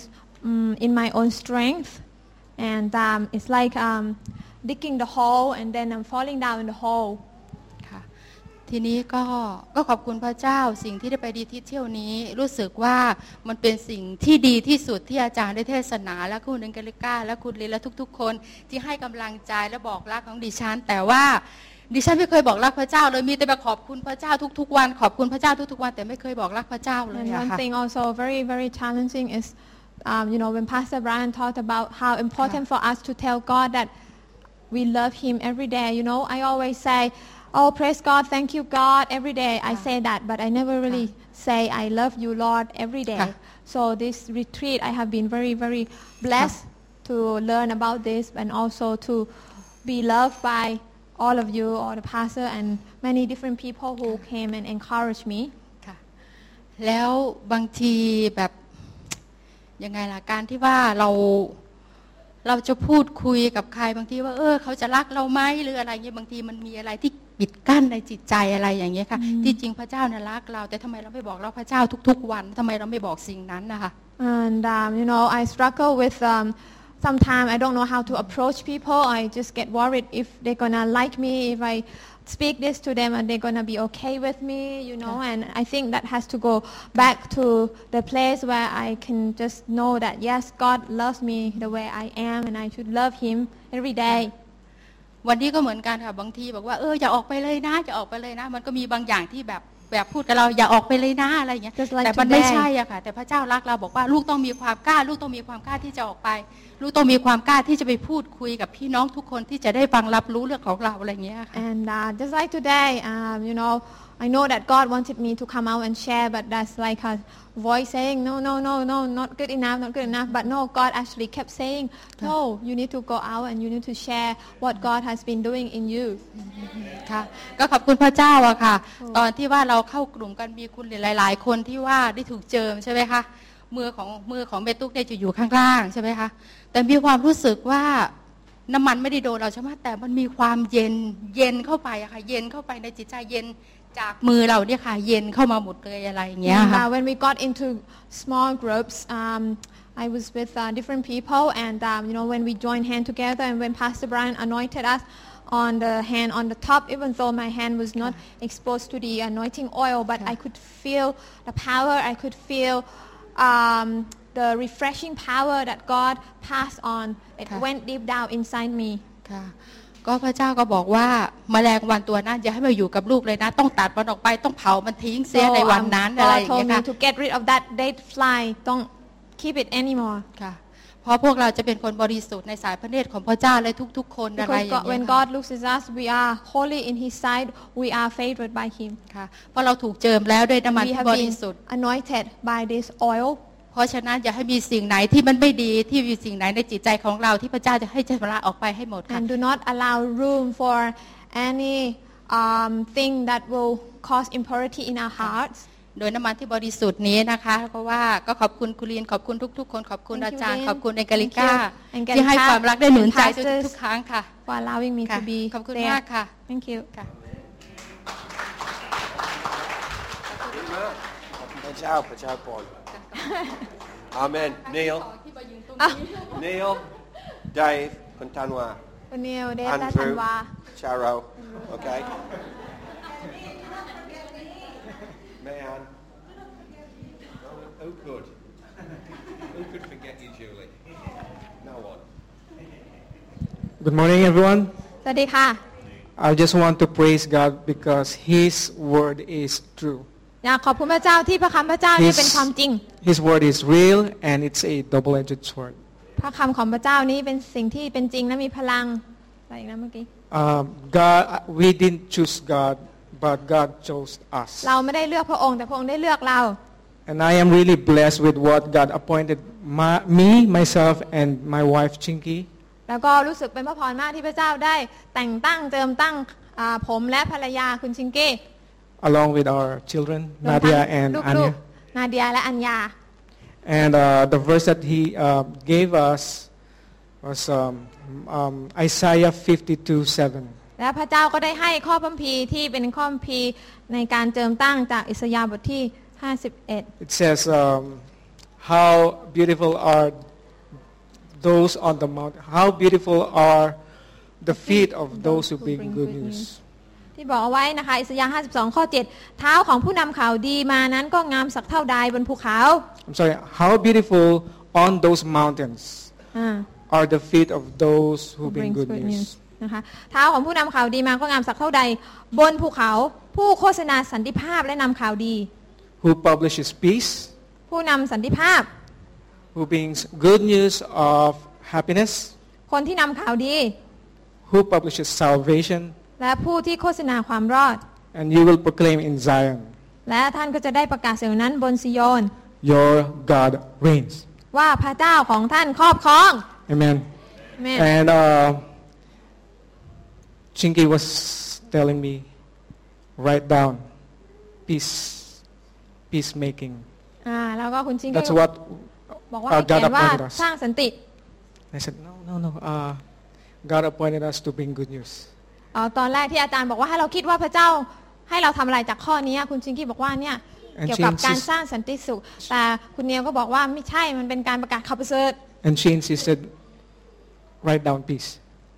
um, in my own strength. And um, it's like um, digging the hole and then I'm falling down in the hole.
ค่ะทีนี้ก็ก็ขอบคุณพระเจ้าสิ่งที่ได้ไปดีที่เที่ยวนี้ รู้สึกว่ามันเป็นสิ่งที่ดีที่สุดที่อาจารย์ได้เทศนา และคุณเอนเกลิก้า และคุณลินและทุกๆ คนที่ให้กำลังใจและบอกรักของดิฉัน แต่ว่า ดิฉันไม่เคยบอกรักพระเจ้าเลยมีแต่ไปขอบคุณพระเจ้าทุกๆ วันขอบคุณพระเจ้าทุกๆวันแต่ไม่เคยบอกรักพระเจ้าเลย
And
อะ
one
ค่ะ
thing also very, very challenging is, um, you know, when Pastor Brian talked about how important for us to tell God that we love Him every day. You know, I always say, "Oh, praise God, thank you, God," every day. I say that, but I never really say, "I love you, Lord," every day.
Yeah.
So this retreat, I have been very, very blessed to learn about this and also to be loved by all of you, all the pastor and many different people who came and encouraged me.
ค่ะแล้วบางทีแบบ ยังไงล่ะการที่ว่าเราเราจะพูดคุยกับใครบางทีว่า เออ เขาจะรักเราไหมหรืออะไรเงี้ยบางทีมันมีอะไรที่ปิดกั้นในจิตใจอะไรอย่างเงี้ยค่ะที่จริงพระเจ้าน่ะรักเรา แต่ทำไมเราไม่บอกเราพระเจ้าทุก ๆ วันทำไมเราไม่บอกสิ่งนั้นนะคะ
And um, you know, I struggle with um, sometimes I don't know how to approach people. I just get worried if they're gonna like me, if I speak this to them, and they're gonna be okay with me, you know. And I think that has to go back to the place where I can just know that yes, God loves me the way I am, and I should love Him every day.
วันนี้ก็เหมือนกันค่ะบางทีบอกว่าเอออย่าออกไปเลยนะอย่าออกไปเลยนะ มันก็มีบางอย่างที่แบบแบบพูดกับเราอย่าออกไปเลยนะอะไรอย่างเงี้ย
Just like
แต่มันไม่
today
ใช่อะค่ะ แต่พระเจ้ารักเราบอกว่าลูกต้องมีความกล้า ลูกต้องมีความกล้าที่จะออกไป ลูกต้องมีความกล้าที่จะไปพูดคุยกับพี่น้องทุกคนที่จะได้ฟังรับรู้เรื่องของเราอะไรอย่างเงี้ยค่ะ
And uh, just like today, um, you know, I know that God wanted me to come out and share, but that's like a voice saying, no, no, no, no, not good enough, not good enough. But no, God actually kept saying, no, you need to go out and you need to share what God has been doing in you.
ค่ะก็ขอบคุณพระเจ้าอะค่ะ ตอนที่ว่าเราเข้ากลุ่มกันมีคุณหลาย ๆ คนที่ว่าได้ถูกเจิมใช่ไหมคะมือของมือของเมตุกเนี่ยจะอยู่ข้างล่างใช่ไหมคะแต่มีความรู้สึกว่าน้ำมันไม่ได้โดนเราใช่ไหมแต่มันมีความเย็นเย็นเข้าไปอะค่ะ เย็นเข้าไปในจิตใจเย็นจากมือเราเนี่ยค่ะ เย็นเข้ามาหมดเลยอะไรอย่างเงี้ย
And,
ค่ะ
uh, when we got into small groups, um, I was with uh, different people, and um, you know, when we joined hand together, and when Pastor Brian anointed us on the hand on the top, even though my hand was not exposed to the anointing oil, but I could feel the power. I could feel um, the refreshing power that God passed on. It
Yeah.
went deep down inside me.
ค่ะก็พระเจ้าก็บอกว่าแมลงวันตัวนั้นอย่าให้มาอยู่กับลูกเลยนะ ต้องตัดมันออกไปต้องเผามันทิ้งเสียในวัน
um,
นั้นอะไรอ
God
ย่างเงี้ย
told me
ค่ะ
to get rid of that dead fly. Don't keep it anymore.
ค่ะเพราะพวกเราจะเป็นคนบริสุทธิ์ในสายพระเนตรของพระเจ้าและทุก ๆ คนอะไร
Because
อย่าง
God,
เงี้ย
when
ค่ะ
God looks at us, we are holy in His sight. We are favored by Him.
ค่ะเพราะเราถูกเจิมแล้วด้วยน้ำมัน
We
ที่
have
บริ
been
สุทธิ์
anointed by this oil.
เพราะฉะนั้นอย่าให้มีสิ่งไหนที่มันไม่ดีที่มีสิ่งไหนในจิตใจของเราที่พระเจ้าจะให้ชำระออกไปให้หมดค่ะ
And do not allow room for any um, thing that will cause impurity in our hearts.
โดยน้ำมันที่บริสุทธิ์นี้นะคะเพราะว่าก็ขอบคุณคุณลีนขอบคุณทุก ๆ คนขอบคุณ
Thank
อา
you,
จารย์
Lin.
ขอบคุณเอกลิก้า
Thank you, Angelica
ที่ให้ความรักได้หนุนใจ
and pastors
ทุกๆครั้งค่ะ
For allowing me to
Okay.
be
ขอบคุณ
there.
มากค่ะ
Thank you.
ค่ะ
Good job, good job, boy. Amen. Neil,
ที่มายืนตรง
Neil, Dave, Kuntanwa,
Neil, Data
Andrew,
Tanwa.
Charo, okay? Man. Who could? Who could forget you, Julie? No one.
Good morning, everyone.
สวัสดีค่ะ
I just want to praise God because His word is true.
อยากขอบคุณพระเจ้าที่พระคำพระเจ้านี่
His,
เป็นความจริง
His word is real and it's a double-edged sword.
พระคำของพระเจ้านี้เป็นสิ่งที่เป็นจริงและมีพลังอะไรอีกนะเมื่อกี้
Um, God, we didn't choose God, but God chose us.
เราไม่ได้เลือกพระองค์แต่พระองค์ได้เลือกเรา
And I am really blessed with what God appointed my, me, myself, and my wife Chinky.
แล้วก็รู้สึกเป็นพระพรมากที่พระเจ้าได้แต่งตั้งเจิมตั้งอ่าผมและภรรยาคุณชิงเก้
along with our children
รวมทั้ง
Nadia and
ลูก
Anya.
ๆนาเดียและอัญญา
And uh, the verse that he uh, gave us was um, um, Isaiah 52, 7.
และพระเจ้าก็ได้ให้ข้อพัมพีร์ที่เป็นข้อพัมพีร์ในการเจิมตั้งจากอิสยาห์บทที่ 51
It says, um, how beautiful are those on the mount, how beautiful are the feet of those who bring good news.
ที่บอกเอาไว้นะคะ อิสยาห์52 ข้อ 7 เท้าของผู้นำข่าวดีมานั้นก็งามสักเท่าใดบนภูเขา
I'm sorry, how beautiful on those mountains
อ่า
are the feet of those who
Who
bring
brings
good
good
news.
นะคะเท้าของผู้นำข่าวดีมาก็งามสักเท่าใด บนภูเขาผู้โฆษณาสันติภาพและนำข่าวดี
who publishes peace,
ผู้นำสันติภาพ
who brings good news of happiness,
คนที่นำข่าวดี
who publishes salvation,
และผู้ที่โฆษณาความรอด
and you will proclaim in Zion,
และท่านก็จะได้ประกาศเสียงนั้นบนซิโยน
your God reigns.
ว่าพระเจ้าของท่านครอบครอง
Amen.
แม่
And uh, Chinky was telling me, write down peace, peacemaking.
อ่าแล้วก็คุณชิงก็
That's what
บอกว่า
เอา
ให้เขียนว่า
God appointed us
สร้างสันติ
I said. No, no, no. Uh, God appointed us to bring good news.
อ๋อตอนแรกที่อาจารย์บอกว่าให้เราคิดว่าพระเจ้าให้เราทำอะไรจากข้อนี้คุณชิงกี้บอกว่าเนี่ย
And
เกี่ยวกับ
she insists-
การสร้างสันติสุข แต่คุณเนียวก็บอกว่าไม่ใช่มันเป็นการประกาศข่าวประเสริฐ
And she insisted, write down peace.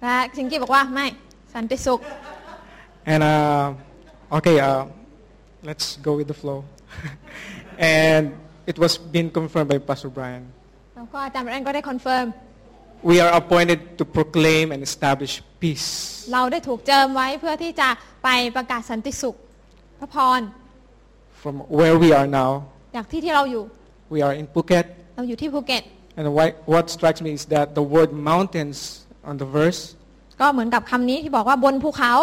และชิงกี้บอกว่าไม่สันติสุข
And uh, okay, uh, let's go with the flow. and it was being confirmed by Pastor Brian.
แล้วก็อาจารย์แบรนด์ก็ได้คอนเฟิร์ม
We are appointed to proclaim and establish peace
เราได้ถูกเจิมไว้เพื่อที่จะไปประกาศสันติสุข พระพร
from where we are now.
จากที่ที่เราอยู่
We are in Phuket,
เราอยู่ที่ภูเก็ต
and why, what strikes me is that the word mountains on the verse
ก็เหมือนกับคำนี้ที่บอกว่าบนภูเขา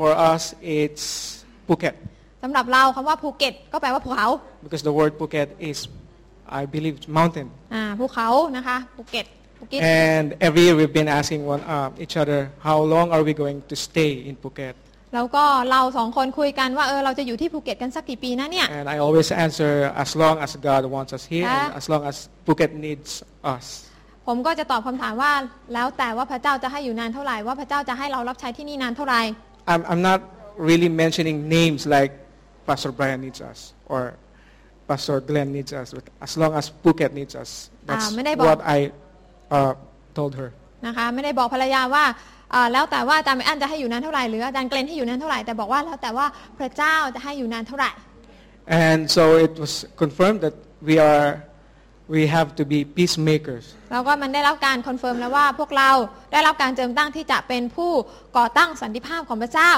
for us it's Phuket
สำหรับเราคำว่าภูเก็ต ก็แปลว่าภูเขา
because the word Phuket is, I believe, mountain.
อ่าภูเขานะคะภูเก็ตภูเก็ต
And every year we've been asking one, uh, each other, how long are we going to stay in Phuket?
แล้วก็เราสองคนคุยกันว่าเออเราจะอยู่ที่ภูเก็ตกันสักกี่ปีนะเนี่ย
And I always answer, as long as God wants us here, and
Ah.
as long as Phuket needs us.
ผมก็จะตอบคำถามว่า แล้วแต่ว่าพระเจ้าจะให้อยู่นานเท่าไหร่ว่าพระเจ้าจะให้เรารับใช้ที่นี่นานเท่าไหร่
I'm, I'm not really mentioning names like Pastor Brian needs us or Pastor Glenn needs us, but as long as Phuket needs us. That's
Ah, manay
what
ba-
I uh, told her.
นะคะไม่ได้บอกภรรยาว่าเอ่อแล้วแต่ว่าอาจารย์ไม่อันจะให้อยู่นานเท่าไหร่หรืออาจารย์เกรนให้อยู่นานเท่าไหร่แต่บอกว่าแล้วแต่ว่าพระเจ้าจะให้อยู่นานเท่าไหร่
And so it was confirmed that we are, we have to be peacemakers.
แล้วก็มันได้รับการคอนเฟิร์มแล้วว่าพวกเราได้รับการเจิมตั้งที่จะเป็นผู้ก่อตั้งสันติภาพของพระเจ้า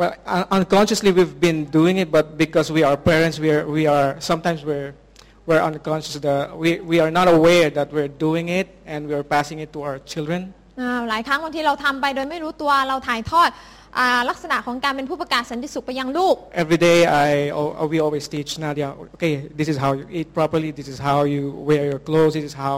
Well, un- unconsciously we've been doing it, but because we are parents, we are, we are sometimes we're, we're unconscious. The, we, we are not aware that we're doing it, and we are passing it to our children.
อ่าหลายครั้งบางทีเราทำไปโดยไม่รู้ตัวเราถ่ายทอดอาลักษณะของการเป็นผู้ประกาศสันติสุขไปยังลูก
Every day, I oh, we always teach Nadia. Okay, this is how you eat properly. This is how you wear your clothes. This is how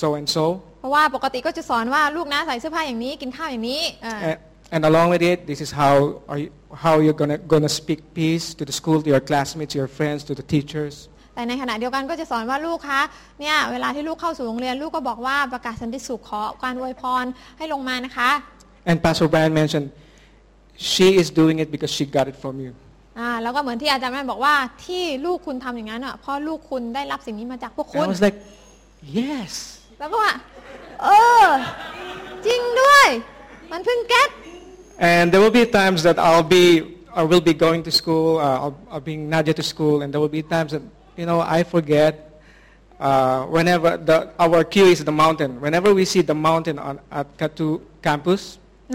so and so.
เพราะว่าปกติก็จะสอนว่าลูกนะใส่เสื้อผ้าอย่างนี้กินข้าวอย่างนี้อ่า
And, and along with it, this is how are you, how you're gonna gonna speak peace to the school, to your classmates, to your friends, to the teachers.
แต่ในขณะเดียวกันก็จะสอนว่าลูกคะเนี่ยเวลาที่ลูกเข้าสู่โรงเรียนลูกก็บอกว่าประกาศสันติสุขขอการอวยพรให้ลงมานะคะ
And Pastor Brian mentioned she is doing it because she got it from you.
อ่าแล้วก็เหมือนที่อาจารย์แม่บอกว่าที่ลูกคุณทำอย่างนั้นอ่ะเพราะลูกคุณได้รับสิ่งนี้มาจากพวกคุ
And I
ณ
was like, yes.
แล้วก็ว่าเออจริงด้วย มันเพิ่งเก็ต
And there will be times that I'll be, I will be going to school, uh, I'll, I'll bring Nadia to school, and there will be times that, you know, I forget. Uh, whenever the, our cue is the mountain. Whenever we see the mountain on, at Katu campus,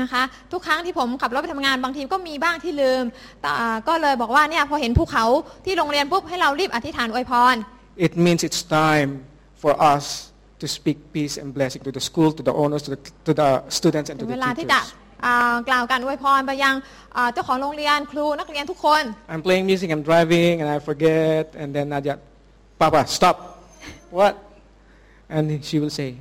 นะคะทุกครั้งที่ผมขับรถไปทำงานบางทีก็มีบ้างที่ลืมแต่อ่าก็เลยบอกว่าเนี่ยพอเห็นภูเขาที่โรงเรียนปุ๊บให้เรารีบอธิษฐานอวยพร
it means it's time for us to speak peace and blessing to the school, to the owners, to the, to the students, and
ถึ
to
งเวลา
the
ที่จะ
teachers.
อ่ากล่าวการอวยพรไปยังอ่าเจ้าของโรงเรียนครูนักเรียนทุกคน
I'm playing music, I'm driving, and I forget, and then Nadia, Papa, stop. What? And she will say,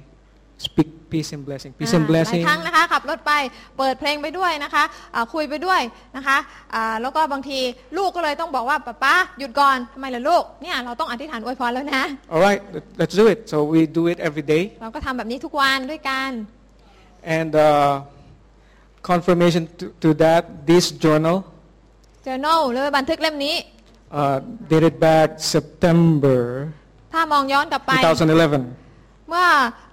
speak peace and blessing, peace
อ่า
and
หลาย
blessing.
ครั้งนะคะขับรถไปเปิดเพลงไปด้วยนะคะอ่าคุยไปด้วยนะคะอ่าแล้วก็บางทีลูกก็เลยต้องบอกว่าป๊าป๊าหยุดก่อนทำไมล่ะลูกเนี่ยเราต้องอธิษฐานอวยพรแล้วนะ
All right, let- let's do it. So we do it every day.
เราก็ทำแบบนี้ทุกวันด้วยกัน
And uh, confirmation to, to that, this journal,
journal หรือบันทึกเล่มนี้
uh, dated back September
ถ้ามองย้อนกลับไป
2011,
เมื่อ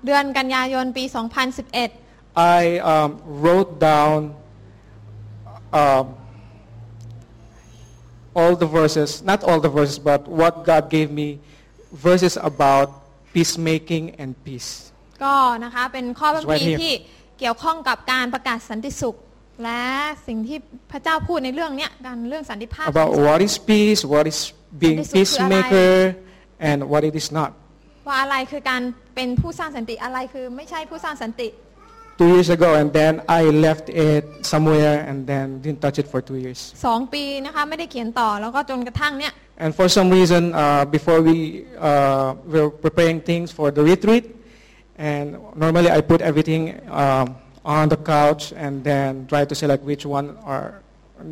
เดือนกันยายนปี 2011
I um, wrote down um, all the verses, not all the verses, but what God gave me, verses about peacemaking and peace.
ก็นะคะเป็นข้อพระคัมภีร์
It's right here.
ที่ เกี่ยวข้องกับการประกาศสันติสุข และสิ่งที่พระเจ้าพูดในเรื่องเนี้ยการเรื่องสันติภาพ
about what is peace, what is being
This is who am I.
peacemaker, and what it is not.
ว่าอะไรคือการเป็นผู้สร้างสันติอะไรคือไม่ใช่ผู้สร้างสันติ
Two years ago, and then I left it somewhere and then didn't touch it for two years.
สองปีนะคะไม่ได้เขียนต่อแล้วก็จนกระทั่งเนี้ย
And for some reason, uh, before we uh, were preparing things for the retreat, and normally I put everything um, on the couch and then try to select which one are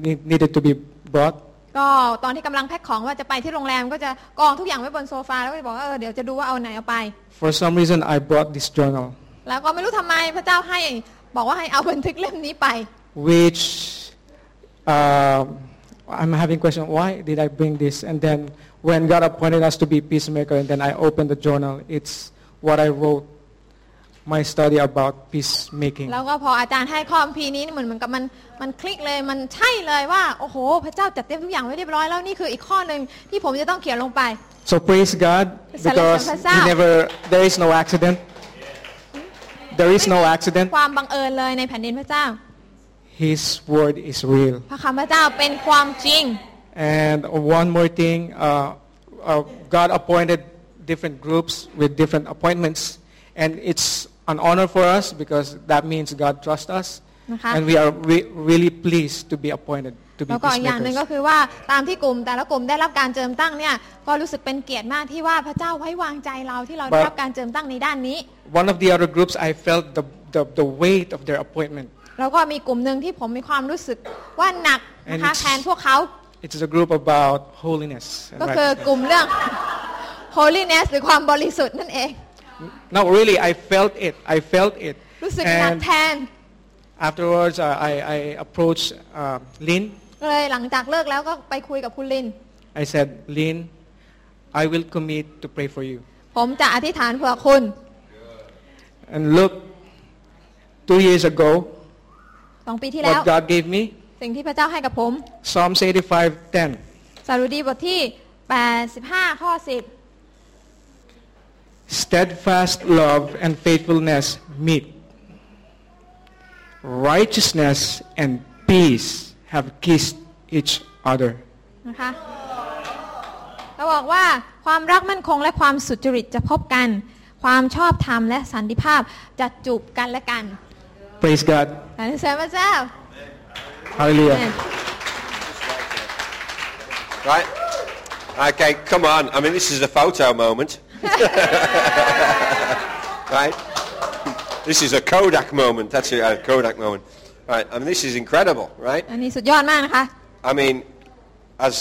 need, needed to be brought.
ก็ตอนที่กำลังแพ็คของว่าจะไปที่โรงแรมก็จะกองทุกอย่างไว้บนโซฟาแล้วก็จะบอกว่าเออเดี๋ยวจะดูว่าเอาไหนเอาไป
For some reason, I brought this journal,
แล้วก็ไม่รู้ทำไมพระเจ้าให้ บอกว่าให้เอาบันทึกเล่มนี้ไป
which um I'm having question. Why did I bring this? And then when God appointed us to be peacemaker, and then I opened the journal. It's what I wrote, my study about peacemaking.
แล้วก็พออาจารย์ให้ข้อคัมภีร์นี้เหมือนเหมือนกับมันมันคลิกเลยมันใช่เลยว่าโอ้โห พระเจ้าจัดเตรียมทุกอย่างไว้เรียบร้อยแล้วนี่คืออีกข้อหนึ่งที่ผมจะต้องเขียนลงไป
So praise God
Sa
because
Luzon,
he
Pasao.
never there is no accident. There is no accident.
ความบังเอิญเลยในแผ่นดินพระเจ้า
His word is real.
พระคำพระเจ้าเป็นความจริง
And one more thing, uh, uh, God appointed different groups with different appointments, and it's an honor for us because that means God trusts us,
Naka.
and we are re- really pleased to be appointed to
แล้
be
วก็อีกอย่างหนึ่งก็
peacemakers.
คือว่าตามที่กลุ่มแต่ละกลุ่มได้รับการเจิมตั้งเนี่ยก็รู้สึกเป็นเกียรติมากที่ว่าพระเจ้าไว้วางใจเราที่เราได้รับการเจิมตั้งในด้านนี้
One of the other groups, I felt the, the, the weight of their appointment.
แล้วก็มีกลุ่มหนึ่งที่ผมมีความรู้สึกว่าหนักนะ
And
คะ
it's-
แทนพวกเขา
It's a group about holiness. and
ก็คือกลุ่มเรื่อง holiness หรือความบริสุทธิ์นั่นเอง
No, really, I felt it. I felt it.
รู้สึกหนัก
And
แทน
afterwards, uh, I, I approached uh, Lynn.
ก็เลยหลังจากเลิกแล้วก็ไปคุยกับคุณลิน
I said, Lynn, I will commit to pray for you.
ผมจะอธิษฐานเผื่อคุณ
And look, two years ago,
สองปีที่แล้ว
what God gave me,
สิ่งที่พระเจ้าให้กับผม
Psalms 85:10.
สารุดีบทที่ 85 ข้อ 10
Steadfast love and faithfulness meet. Righteousness and peace have kissed each other.
นะคะเขาบอกว่าความรักมั่นคงและความสุจริตจะพบกัน ความชอบธรรมและสันติภาพจะจูบกันและกัน
Praise God.
สรรเสริญพระเจ้า
Hallelujah.
Right? Okay, come on. I mean, this is a photo moment. right? This is a Kodak moment. That's a, a Kodak moment. Right? I mean, this is incredible, right?
อันนี้สุดยอดมากนะคะ
I mean, as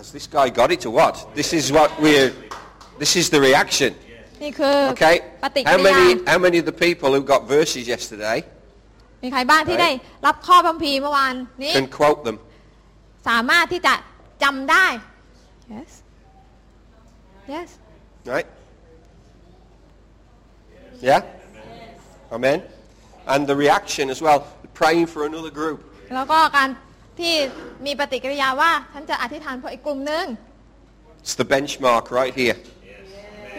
as this guy got it or what? This is what we're. This is the reaction.
นี่คือ
Okay.
ปฏิกิ
How
ริยา
many? How many of the people who got verses yesterday
มีใครบ้างที่ได้รับข้อพัมพีร์เมื่อวานนี้
can quote them?
สามารถที่จะจำได้ yes yes
Right? Yeah? Amen? And the reaction as well, praying for another group.
แล้วก็การที่มีปฏิกิริยาว่าฉันจะอธิษฐานเพื่ออีกกลุ่มหนึง
It's the benchmark right here.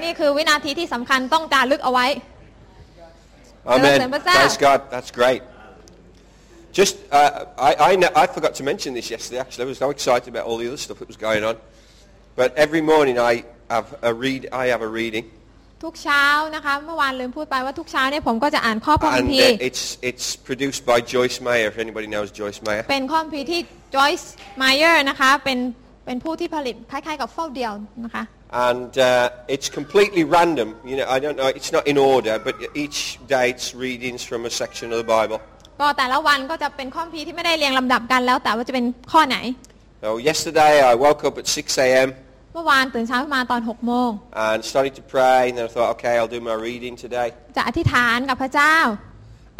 นี่คือวินาทีที่สำคัญต้องจารึกเอาไว้
Amen.
Amen. What's that?
Praise God. That's great. Just, uh, I, I, know, I forgot to mention this yesterday, actually. I was so excited about all the other stuff that was going on. But every morning I have a, read, I have a reading.
ทุกเช้านะคะ เมื่อวานลืมพูดไปว่าทุกเช้าเนี่ยผมก็จะอ่านข้อพระคัม
And uh,
ภีร์
it's, it's produced by Joyce Mayer, if anybody knows Joyce Mayer.
เป็นข้อพระคัมภีร์ที่ Joyce Meyer นะคะเป็นเป็นผู้ที่ผลิตคล้ายๆกับเฝ้าเดียวนะคะ
and uh, it's completely random. You know, I don't know. It's not in order, but each day it's readings from a section of the Bible.
ก็แต่ละวันก็จะเป็นข้อพระคัมภีร์ที่ไม่ได้เรียงลำดับกันแล้ว แต่ว่าจะเป็นข้อไหน
So yesterday I woke up at 6 a.m.
เมื่อวานตื่นเช้าขึ้นมาตอน6โมง
and started to pray, and then I thought, okay, I'll do my reading today.
จะอธิษฐานกับพระเจ้า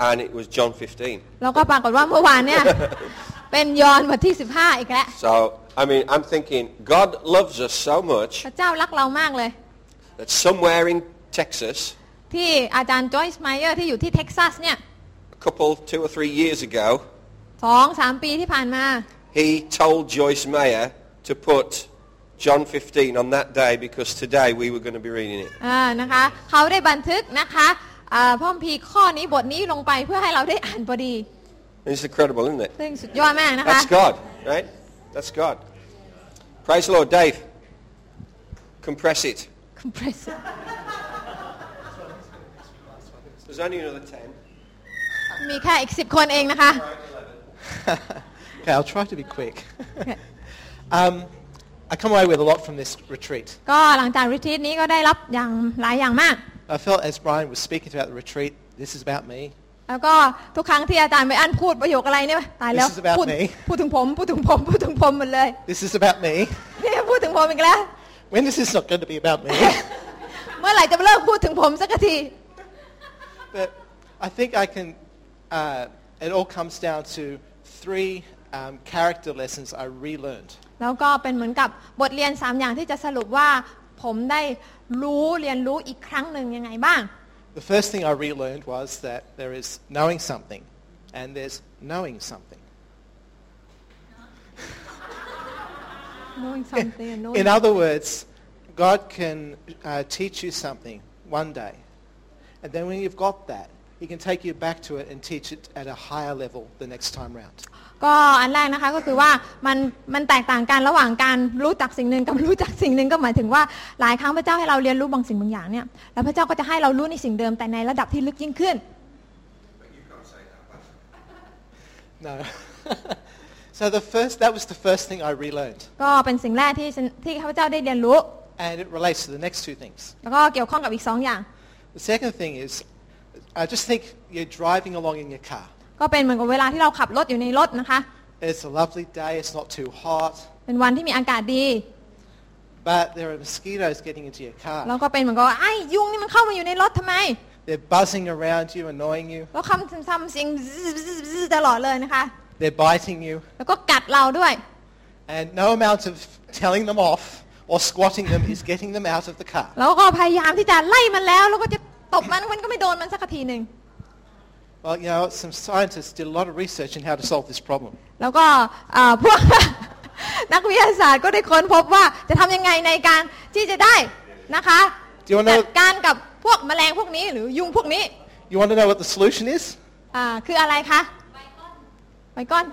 And it was John 15.
แล้วก็ปรากฏว่าเมื่อวานเนี่ย เป็นยอห์นบทที่ 15 อีกแล้ว
So I mean, I'm thinking God loves us so much
พระเจ้ารักเรามากเลย
that somewhere in Texas,
ที่อาจารย์จอยส์ไมเออร์ที่อยู่ที่เท็กซัสเนี่ย
a couple two or three years ago,
สองสามปีที่ผ่านมา
he told Joyce Mayer to put John 15 on that day because today we were going to be reading it.
อ่านะคะเขาได้บันทึกนะคะ อ่าพระคัมภีร์ข้อนี้บทนี้ลงไปเพื่อให้เราได้อ่านพอดี
It's incredible, isn't it?
ซึ่งสุดยอดมากนะคะ
That's God, right? That's God. Praise the Lord, Dave. Compress it.
compress
There's only another 10.
มีแค่อีก 10 คนเองนะคะ
Okay, I'll try to be quick. um, I come away with a lot from this retreat.
ก็หลังจากรีทรีตนี้ก็ได้รับอย่างหลายอย่างมาก
I felt as Brian was speaking about the retreat, this is about me.
แล้วก็ทุกครั้งที่อาจารย์ไปอันพูดประโยคอะไรเนี่ยตายแล้ว
This is about
พูด
me.
พูดถึงผมพูดถึงผมพูดถึงผมหมดเลย
This is about me.
เนี่ยพูดถึงผมอีกแล้ว
When is this not going to be about me?
เมื่อไหร่จะเลิกพูดถึงผมสักที
but I think I can, uh, it all comes down to three um, character lessons I relearned.
แล้วก็เป็นเหมือนกับบทเรียน 3 อย่างที่จะสรุปว่าผมได้รู้เรียนรู้อีกครั้งหนึ่งยังไงบ้าง
The first thing I relearned was that there is knowing something and there's knowing something.
knowing something and knowing
In other words, God can uh, teach you something one day. And then when you've got that, he can take you back to it and teach it at a higher level the next time round.
ก็อันแรกนะคะก็คือว่ามันมันแตกต่างกันระหว่างการรู้จักสิ่งหนึ่งกับรู้จักสิ่งหนึ่งก็หมายถึงว่าหลายครั้งพระเจ้าให้เราเรียนรู้บางสิ่งบางอย่างเนี่ยแล้วพระเจ้าก็จะให้เรารู้ในสิ่งเดิมแต่ในระดับที่ลึกยิ่งขึ้น
No. so the first, that was the first thing I relearned.
ก็เป็นสิ่งแรกที่ฉันที่ข้าพเจ้าได้เรียนรู้
And it relates to the next two things.
แล้วก็เกี่ยวข้องกับอีกสองอย่าง
The second thing is, uh, just think you're driving along in your car.
ก็เป็นเหมือนกับเวลาที่เราขับรถอยู่ในรถนะคะ
It's a lovely day, it's not too hot,
เป็นวันที่มีอากาศดี
but there are mosquitoes getting into your car.
แล้วก็เป็นเหมือนกับว่าไอ้ยุงนี่มันเข้ามาอยู่ในรถทำไม
They're buzzing around you, annoying you.
แล้วคำทำเสียงซิ่ๆๆๆตลอดเลยนะคะ
They're biting you.
แล้วก็กัดเราด้วย
And no amount of telling them off or squatting them is getting them out of the car.
แล้วก็พยายามที่จะไล่มันแล้ว แล้วก็จะตบมันมันก็ไม่โดนมันสักทีหนึ่ง
Well, you know, some scientists did a lot of research in how to solve this problem.
แล้วก็เอ่อพวก นักวิทยาศาสตร์ก็ได้ค้นพบว่าจะทำยังไงในการที่จะได้นะคะ
เดี๋ยวนะ
จัดการกับพวกแมลงพวกนี้หรือยุงพวกนี้
You want to know what the solution is?
อ่าคืออะไรคะไบคอน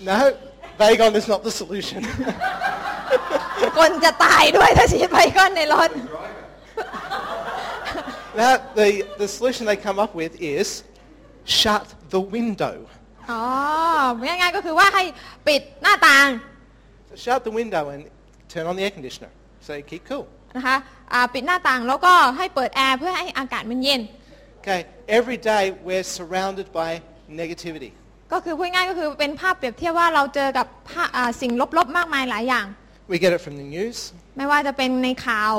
No, Vagon is not the solution.
คนจะตายด้วยถ้าฉีดไบคอนในรถ
now, the, the solution they come up with is shut the window.
อ๋อง่ายๆก็คือว่าให้ปิดหน้าต่าง
So shut the window and turn on the air conditioner. So you keep cool.
นะคะอ่าปิดหน้าต่างแล้วก็ให้เปิดแอร์เพื่อให้อากาศมันเย็น
Okay, every day we're surrounded by negativity.
ก็คือพูดง่ายๆก็คือเป็นภาพเปรียบเทียบว่าเราเจอกับภาอ่าสิ่งลบๆมากมายหลายอย่าง
We get it from the news.
ไม่ว่าจะเป็นในข่าว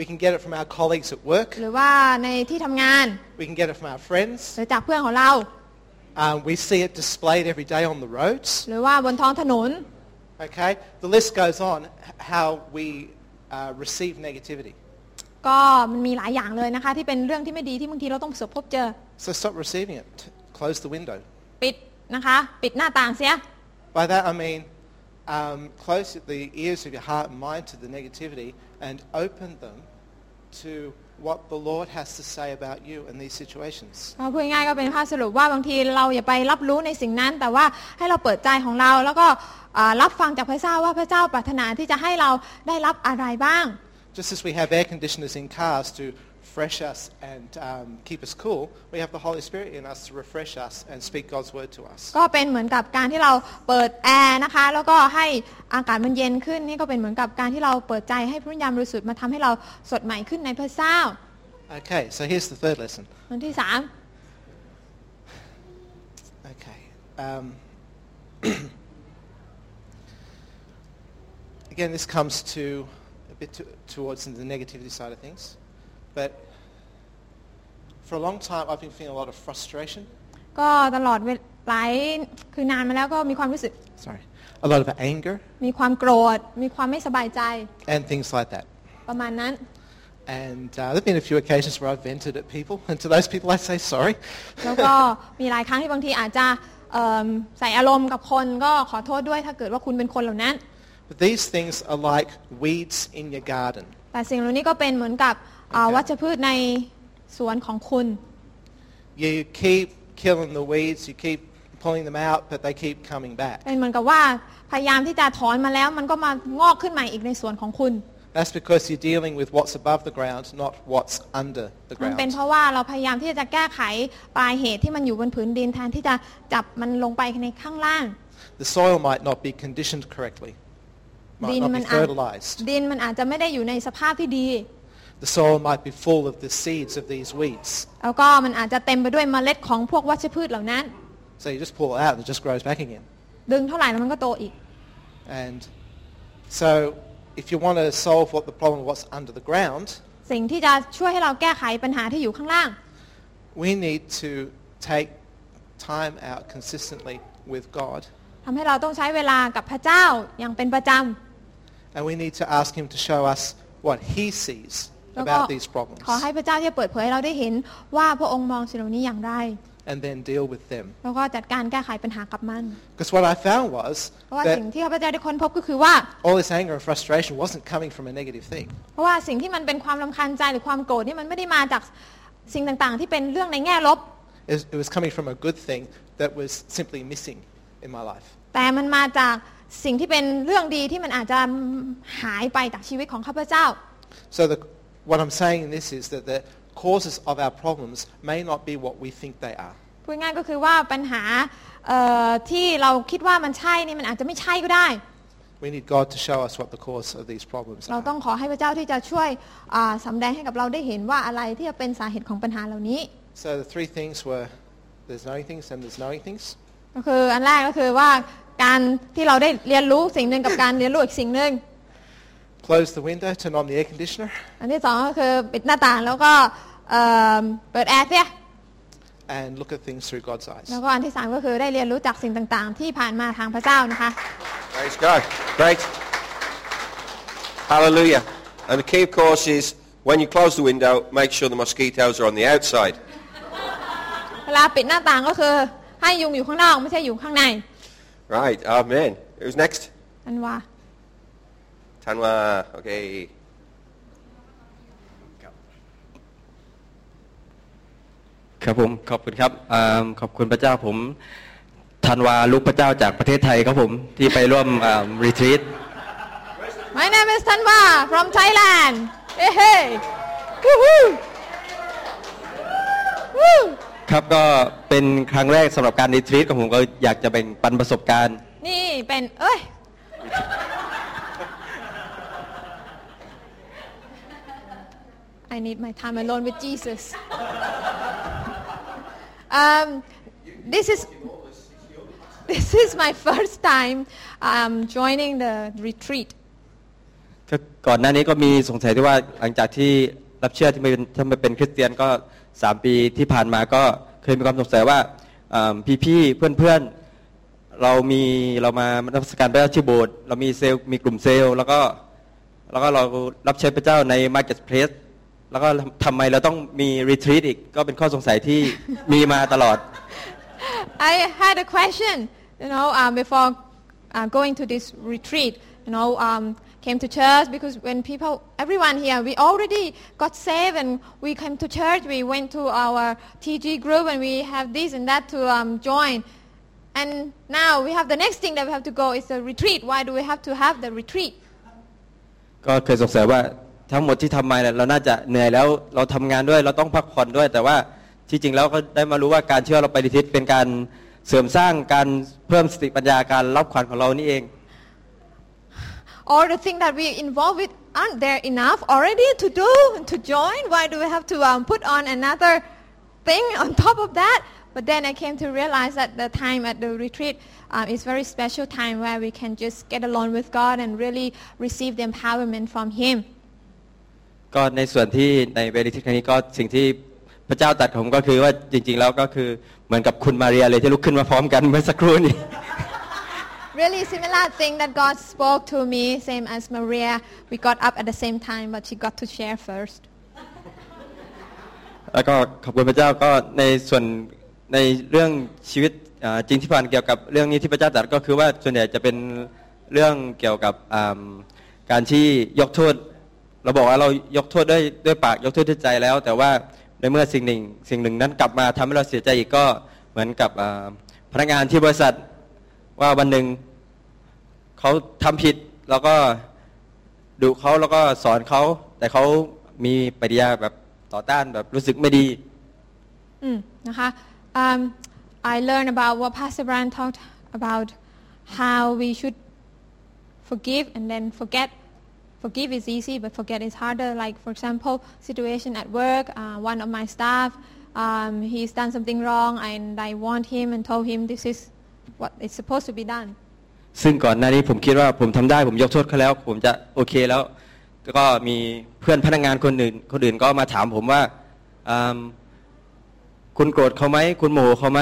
We can get it from our colleagues at work.
หรือว่าในที่ทำงาน
We can get it from our friends.
หรือจากเพื่อนของเรา
Um, we see it displayed every day on the roads.
หรือว่าบนท้องถนน
Okay, the list goes on h- how we uh, receive negativity.
ก็มันมีหลายอย่างเลยนะคะ ที่เป็นเรื่องที่ไม่ดีที่บางทีเราต้องประสบพบเจอ
So stop receiving it. T- Close the window.
ปิดนะคะ ปิดหน้าต่างเสีย
By that I mean um, close the ears of your heart and mind to the negativity and open them to what the Lord has to say about you in these situations.
ก็พูดง่ายๆก็เป็นภาพสรุปว่าบางทีเราอย่าไปรับรู้ในสิ่งนั้น แต่ว่าให้เราเปิดใจของเรา แล้วก็อ่ารับฟังจากพระเจ้าว่าพระเจ้าปรารถนาที่จะให้เราได้รับอะไรบ้าง
Just as we have air conditioners in cars to fresh us and um, keep us cool, we have the Holy Spirit in us to refresh us and speak God's word to us.
ก็เป็นเหมือนกับการที่เราเปิดแอร์นะคะ แล้วก็ให้อากาศมันเย็นขึ้นนี่ก็เป็นเหมือนกับการที่เราเปิดใจให้พระวิญญาณบริสุทธิ์มาทำให้เราสดใหม่ขึ้นในพระเจ้า
Okay, so here's the third lesson.
วันที่สาม
Okay. Um, again, this comes to a bit to, towards the negativity side of things, but for a long time I've been feeling a lot of frustration.
ก็ตลอดเวลาหลายคือนานมาแล้วก็มีความรู้สึก
Sorry, a lot of anger
มีความโกรธ มีความไม่สบายใจ
and things like that.
ประมาณนั้น
And uh, there've been a few occasions where I've vented at people, and to those people I say sorry.
แล้วก็มีหลายครั้งที่บางทีอาจจะ เอิ่มใส่อารมณ์กับคนก็ขอโทษด้วยถ้าเกิดว่าคุณเป็นคนเหล่านั้น
But these things are like weeds in your garden.
แต่สิ่งเหล่านี้ก็เป็นเหมือนกับเอ่อ
ครับ
วัชพืชในสวนของคุณ
You keep killing the weeds, you keep pulling them out, but they keep coming back.
เป็นเหมือนกับว่าพยายามที่จะถอนมาแล้ว มันก็มางอกขึ้นใหม่อีกในสวนของคุณ
That's because you're dealing with what's above the ground, not what's under the
มันเป็น
ground.
เพราะว่าเราพยายามที่จะแก้ไขปลายเหตุที่มันอยู่บนผืนดินแทนที่จะจับมันลงไปในข้างล่าง
The soil might not be conditioned correctly, might
ดิน
not be
มัอาจ
fertilized.
ดินมันอาจจะไม่ได้อยู่ในสภาพที่ดี
The soil might be full of the seeds of these weeds.
แล้วก็มันอาจจะเต็มไปด้วยเมล็ดของพวกวัชพืชเหล่านั้น
So you just pull it out and it just grows back again.
ดึงเท่าไหร่แล้วมันก็โตอีก
And so if you want to solve what the problem what's under the ground,
สิ่งที่จะช่วยให้เราแก้ไขปัญหาที่อยู่ข้างล่าง
we need to take time out consistently with God
ทำให้เราต้องใช้เวลากับพระเจ้าอย่างเป็นประจำ
and we need to ask him to show us what he sees
แล้วก็
about these problems
ขอให้พระเจ้าที่เปิดเผยให้เราได้เห็นว่าพระองค์มองสิ่งเหล่านี้อย่างไร
and then deal with them.
แล้วก็จัดการแก้ไขปัญหากับมัน
Because what I found was
เพราะว่าสิ่ง
that
ที่ข้าพเจ้าได้ค้นพบก็คือว่า
all this anger and frustration wasn't coming from a negative thing.
เพราะว่าสิ่งที่มันเป็นความรำคาญใจหรือความโกรธนี่มันไม่ได้มาจากสิ่งต่างๆ ที่เป็นเรื่องในแง่ลบ
It was- it was coming from a good thing that was simply missing in my life.
แต่มันมาจากสิ่งที่เป็นเรื่องดีที่มันอาจจะหายไปจากชีวิตของข้าพเจ้า
So the, what I'm saying in this is that the causes of our problems may not be what we think they are.
พูดง่ายก็คือว่าปัญหาเอ่อที่เราคิดว่ามันใช่นี่มันอาจจะไม่ใช่ก็ได้
We need God to show us what the cause of these problems
เรา
are.
ต้องขอให้พระเจ้าที่จะช่วยอ่าสำแดงให้กับเราได้เห็นว่าอะไรที่จะเป็นสาเหตุของปัญหาเหล่านี้
So the three things were there's knowing things and there's knowing things.
ก็คืออันแรกก็คือว่าการที่เราได้เรียนรู้สิ่งหนึ่งกับการเรียนรู้อีกสิ่งหนึ่ง
Close the window, turn on the air conditioner,
อันที่สองก็คือปิดหน้าต่างแล้วก็เอ่อเปิดแอร์เสีย
and look at things through God's eyes.
แล้วก็อันที่สามก็คือได้เรียนรู้จากสิ่งต่างๆ ที่ผ่านมาทางพระเจ้านะคะ
Praise God. Great. Hallelujah. And the key, of course, is when you close the window, make sure the mosquitoes are on the outside.
เวลาปิดหน้าต่างก็คือให้ยุงอยู่ข้างนอกไม่ใช่อยู่ข้างใน
Right. Amen. Who's next?
อันว่า
Tanwa. Okay.
ครับผมขอบคุณครับเอิ่มขอบคุณพระเจ้าผมธันวาลูกพระเจ้าจากประเทศไทยครับผมที่ไปร่วมรีทรีต
My name is Tanwa from Thailand เฮ้เฮ้วู้ฮู้วู้
ครับก็เป็นครั้งแรกสำหรับการรีทรีตของผมก็อยากจะแบ่งปันประสบการณ์
นี่เป็นเอ้ย I need my time alone with Jesus um, this is this is my first time um, joining the retreat
ก็ก่อนหน้านี้ก็มีสงสัยที่ว่าหลังจากที่รับเชื่อที่มาเป็นถ้ามาเป็นคริสเตียนก็ 3 ปีที่ผ่านมาก็เคยมีความสงสัยว่าพี่อพี่ๆเพื่อนๆ เรามีเรามานมัสการพระเจ้าที่โบสถ์เรามีเซลล์มีกลุ่มเซลล์ แล้วก็แล้วก็เรารับใช้พระเจ้าใน Marketplace แล้วก็ทำไมเราต้องมีรีทรีตอีกก็เป็นข้อสงสัยที่ มีมาตลอด
I had a question, you know, um, before uh, going to this retreat, you know, um, came to church because when people, everyone here, we already got saved and we came to church, we went to our TG group and we have this and that to um, join. And now we have the next thing that we have to go is the retreat. Why do we have to have the retreat?
ก็เคยสงสัยว่าทั้งหมดที่ทำมาเนี่ยเราน่าจะเหนื่อยแล้วเราทำงานด้วยเราต้องพักผ่อนด้วย แต่ว่าที่จริงแล้วก็ได้มารู้ว่าการเชื่อเราไปดิทิศเป็นการเสริมสร้างการเพิ่มสติปัญญาการรับขวัญของเรานี่เอง
All the things that we involved with aren't there enough already to do and to join? Why do we have to um, put on another thing on top of that? But then I came to realize that the time at the retreat um, is very special time where we can just get along with God and really receive the empowerment from Him.
ก็ในส่วนที่ในเวทีครั้งนี้ก็สิ่งที่พระเจ้าตัดผมก็คือว่าจริง ๆ แล้วก็คือเหมือนกับคุณมาเรียเลยที่ลุกขึ้นมาพร้อมกันเมื่อสักครู่นี้
Really similar thing that God spoke to me, same as Maria. We got up at the same time, but she got to share first.
แล้วก็ขอบคุณพระเจ้าก็ในส่วนในเรื่องชีวิต เอ่อจริงที่ผ่านเกี่ยวกับเรื่องนี้ที่พระเจ้าตรัสก็คือว่าส่วนใหญ่จะเป็นเรื่องเกี่ยวกับอ่าการที่ยกโทษ เราบอกว่าเรายกโทษด้วยด้วยปากยกโทษด้วยใจแล้ว แต่ว่าในเมื่อสิ่งหนึ่งสิ่งหนึ่งนั้นกลับมาทำให้เราเสียใจอีกก็เหมือนกับอ่าพนักงานที่บริษัทว่าวันหนึ่งเขาทำผิดแล้วก็ดุเขาแล้วก็สอนเขาแต่เขามีปฏิกิริยาแบบต่อต้านแบบรู้สึกไม่ดี
Mm, uh-huh. um, I learned about what Pastor Brian talked about how we should forgive and then forget. Forgive is easy, but forget is harder. Like for example, situation at work. Uh, one of my staff, um, he's done something wrong, and I warned him and told him this is what is supposed to be done.
ซึ่งก่อนหน้านี้ผมคิดว่าผมทำได้ผมยกโทษเขาแล้ว ผมจะโอเคแล้วก็มีเพื่อนพนักงานคนอื่น คนอื่นก็มาถามผมว่าอืมคุณโกรธเขาไหมคุณโมโหเขาไหม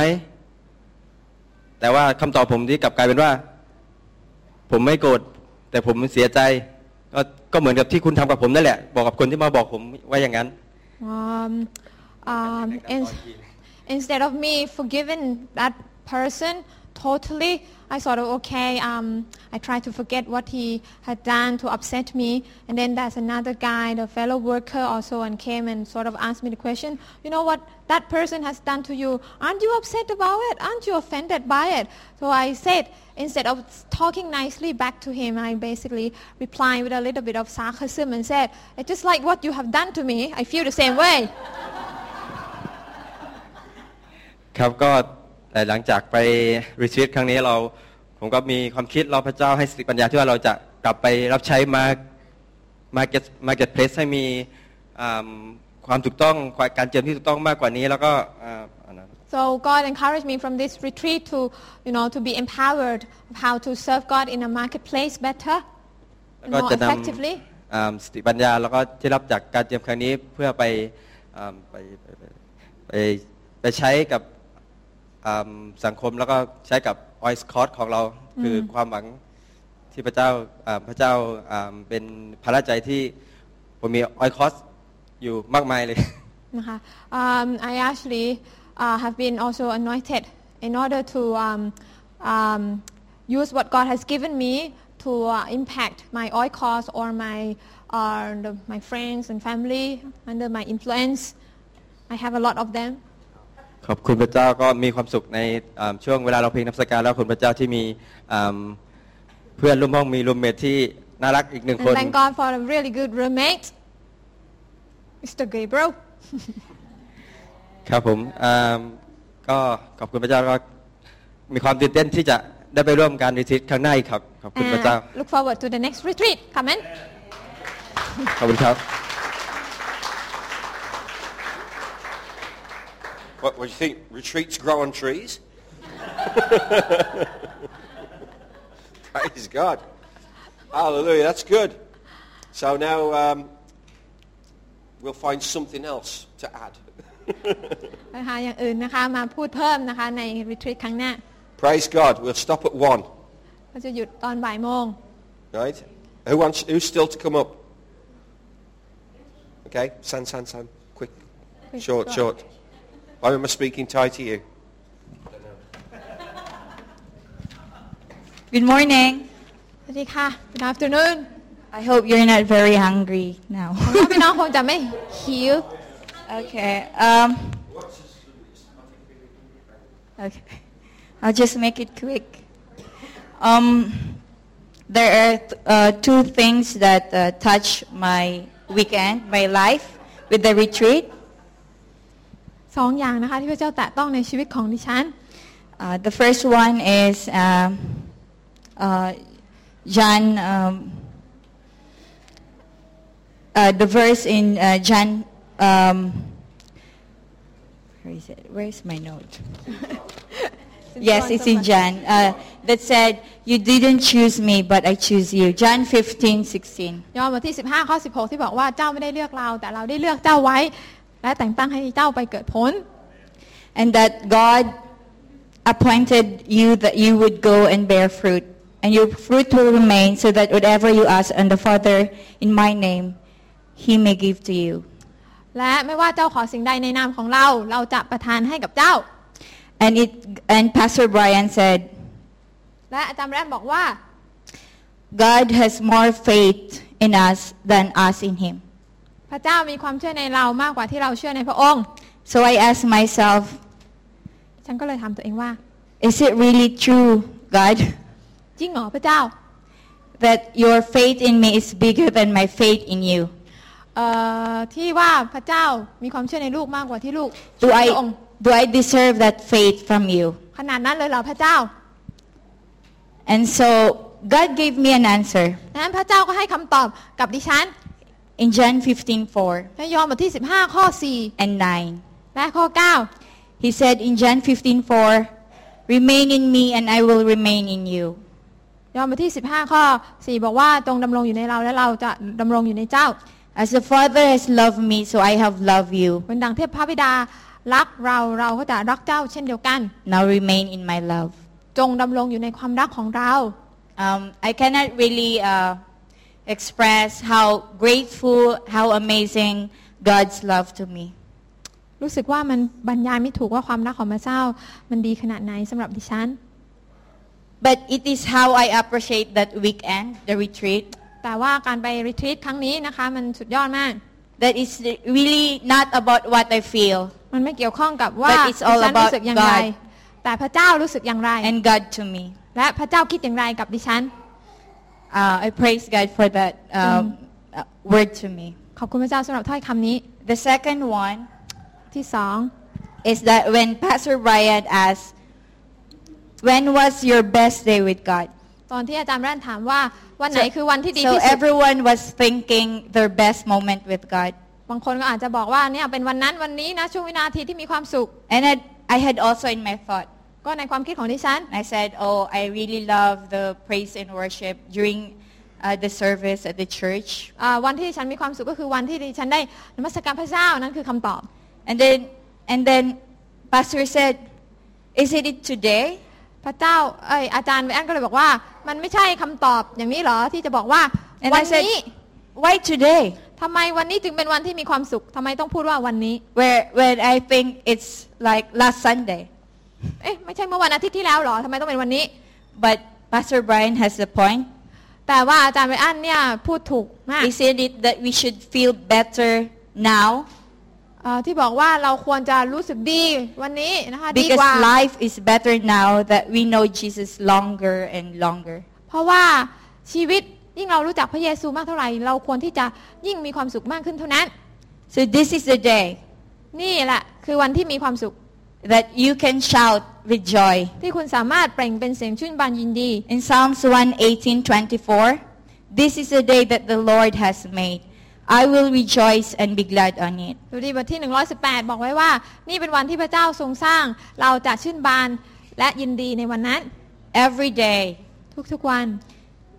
แต่ว่าคำตอบผมที่กลับกลายเป็นว่า ผมไม่โกรธแต่ผมเสียใจ ก็ก็เหมือนกับที่คุณทำกับผมนั่นแหละ บอกกับคนที่มาบอกผมว่าอย่างนั้น
Um, um, in, instead of me forgiving that person totally, I thought, okay, um, I try to forget what he had done to upset me. And then there's another guy, the fellow worker also, and came and sort of asked me the question, you know what that person has done to you? Aren't you upset about it? Aren't you offended by it? So I said, instead of talking nicely back to him, I basically replied with a little bit of sarcasm and said, it's just like what you have done to me. I feel the same way.
ครับก็แต่หลังจากไปรีทรีตครั้งนี้เราผมก็มีความคิดเราพระเจ้าให้สติปัญญาที่ว่าเราจะกลับไปรับใช้มามาเก็ตมาเก็ตเพลสให้มีอ่าความถูกต้องการเจิมที่ถูกต้องมากกว่านี้ แล้วก็อ่าอันนั้น
So God encouraged me from this retreat to, you know, to be empowered of how to serve God in a marketplace better
แล้ว
and
ก็
more
จะน
effectively.
ำอ่าสติปัญญาแล้วก็ที่รับจากการเจิมครั้งนี้เพื่อไปอ่าไปไปไปไปไปใช้กับอ่าสังคมแล้วก็ใช้กับออยสคอตของเราคืออ
ม
ความหวังที่พระเจ้าอ่าพระเจ้าอ่าเป็นพระราชใจที่ผมมีออยคอสอยู่มากมายเลย
นะคะ Um, I actually uh, have been also anointed in order to um, um, use what God has given me to uh, impact my oil cause or my, uh, the, my friends and family under my influence. I have a lot of them.
ขอบคุณพระเจ้าก็มีความสุขในอ่าช่วงเวลาเราเพลงนมัสการแล้วคุณพระเจ้าที่มีอ่าเพื่อนร่วมห้องมีรูมเมทที่น่ารักอีกหนึ่ง
And
คน
thank God for a really good roommate, Mr. Gabriel.
ครับผมอ่าก็ขอบคุณพระเจ้าก็มีความตื่นเต้นที่จะได้ไปร่วมการรีทรีตครั้งหน้าอีกครับ ขอบคุณพระเจ้า
And look forward to the next retreat. Come in.
ขอบคุณครับ
What, what do you think? Retreats grow on trees? Praise God. Hallelujah. That's good. So now um, we'll find something else to add.
นะคะอย่างอื่นนะคะมาพูดเพิ่มนะคะในรีทรีตครั้งหน้า
Praise God. We'll stop at one.
ก็จะหยุดตอนบ่ายโมง
Right? Who wants? Who's still to come up? Okay. San, San, San. Quick.
Quick,
Short,
go.
short. Why am I speaking Thai to you?
Good morning.
สวัสดีค่ะ Good afternoon
I hope you're not very hungry now.
หวังว่าพี่น้องคงจะไม่หิว
okay. Um, okay. I'll just make it quick. Um, there are th- uh, two things that uh, touch my weekend, my life, with the retreat.
สองอย่างนะคะที่พระเจ้าแตะต้องในชีวิตของดิฉัน
Uh, the first one is um, uh, John. Um, uh, the verse in uh, John. Um, where is it? Where's my note? yes, it's in John. Uh, that said, "You didn't choose me, but I choose you." John 15, 16.
ยอห์นบทที่ 15 ข้อ 16 ที่บอกว่าเจ้าไม่ได้เลือกเรา แต่เราได้เลือกเจ้าไว้ และแต่งตั้งให้เจ้าไปเกิดผล
and that God appointed you that you would go and bear fruit, and your fruit will remain, so that whatever you ask and the Father in my name, He may give to you.
และไม่ว่าเจ้าขอสิ่งใดในนามของเรา เราจะประทานให้กับเจ้า
And it and Pastor Brian said,
และอาจารย์แรมบอกว่า
God has more faith in us than us in Him.
พระเจ้ามีความเชื่อในเรามากกว่าที่เราเชื่อในพระองค์
So I asked myself,
ฉันก็เลยถามตัวเองว่า
is it really true, God,
จริงเหรอพระเจ้า
that your faith in me is bigger than my faith in you?
เอ่อที่ว่าพระเจ้ามีความเชื่อในลูกมากกว่าที่ลูกเชื่
Do
อในพระองค์
I do I deserve that faith from you?
ขนาดนั้นเลยเหรอพระเจ้า
And so God gave me an answer
ดังนั้นพระเจ้าก็ให้คำตอบกับดิฉัน
in John 15:4
ในยอห์นบทที่ 15 ข้อ
and 9.
4 และข้อ 9
He said in John 15:4, "Remain in me and I will remain in you."
ยอห์นบทที่ 15 ข้อ 4 บอกว่าจงดำรงอยู่ในเราและเราจะดำรงอยู่ในเจ้า
As the Father has loved me, so I have loved you.
เป็นดังเทพพระบิดารักเราเราก็จะรักเจ้าเช่นเดียวกัน
Now remain in my love.
จงดำรงอยู่ในความรักของเรา
Um, I cannot really uh, express how grateful, how amazing God's love to me.
รู้สึกว่ามันบรรยายไม่ถูกว่าความรักของพระเจ้า มันดีขนาดไหนสำหรับดิฉัน
But it is how I appreciate that weekend, the retreat.
แต่ว่าการไปรีทรีตครั้งนี้นะคะ มันสุดยอดมาก
That is really not about what I feel
มันไม่เกี่ยวข้องกับว่า
But
ดิ
it's all
ฉันรู้สึกอย่างไร
about God
แต่พระเจ้ารู้สึกอย่างไร
and God to me.
และพระเจ้าคิดอย่างไรกับดิฉัน
Uh, I praise God for that
Mm-hmm.
um, uh, word to me.
ขอบคุณพระเจ้าสำหรับถ้อยคำนี้
The second one
ที่สอง
is that when Pastor Brian asked, when was your best day with God?
ตอนที่อาจารย์แรนถามว่าวันไหนคือวันที่ดี
so
ที่สุด
everyone was thinking their best moment with God.
บางคนก็อาจจะบอกว่าเนี่ยเป็นวันนั้นวันนี้นะช่วงวินาทีที่มีความสุข
And I, I had also in my thought,
ก็ในความคิดของดิฉัน
I said, oh, I really love the praise and worship during uh, the service at the church.
อ่าวันที่ดิฉันมีความสุขก็คือวันที่ดิฉันได้นมัสการพระเจ้านั่นคือคำตอบ
And then, and then Pastor said, is it it today?
พระเจ้าเอยอาจารย์แอนก็เลยบอกว่า มันไม่ใช่คำตอบอย่างนี้เหรอที่จะบอกว่า
And
วั
I
น
said,
นี้
why today?
ทำไมวันนี้จึงเป็นวันที่มีความสุขทำไมต้องพูดว่าวันนี้
Where, when I think it's like last Sunday.
เอ๊ะไม่ใช่เมื่อวันอาทิตย์ที่แล้วเหรอทำไมต้องเป็นวันนี้
But Pastor Brian has the point.
แต่ว่าอาจารย์แอนเนี่ยพูดถูกมาก
Isn't it that we should feel better now?
เอ่อที่บอกว่าเราควรจะรู้สึกดีวันนี้นะคะดี
Because
กว่า
life is better now that we know Jesus longer and longer.
เพราะว่าชีวิตยิ่งเรารู้จักพระเยซูมากเท่าไหร่ เราควรที่จะยิ่งมีความสุขมากขึ้นเท่านั้น
So this is the day
นี่แหละคือวันที่มีความสุข
that you can shout with joy.
ที่คุณสามารถเปล่งเป็นเสียงชื่นบานยินดี
In Psalms 118:24, this is the day that the Lord has made. I will rejoice and be glad on it.
ดูดีบทที่ 118 บอกไว้ว่า นี่เป็นวันที่พระเจ้าทรงสร้าง เราจะชื่นบานและยินดีในวันนั้น
Every day
ทุกๆวัน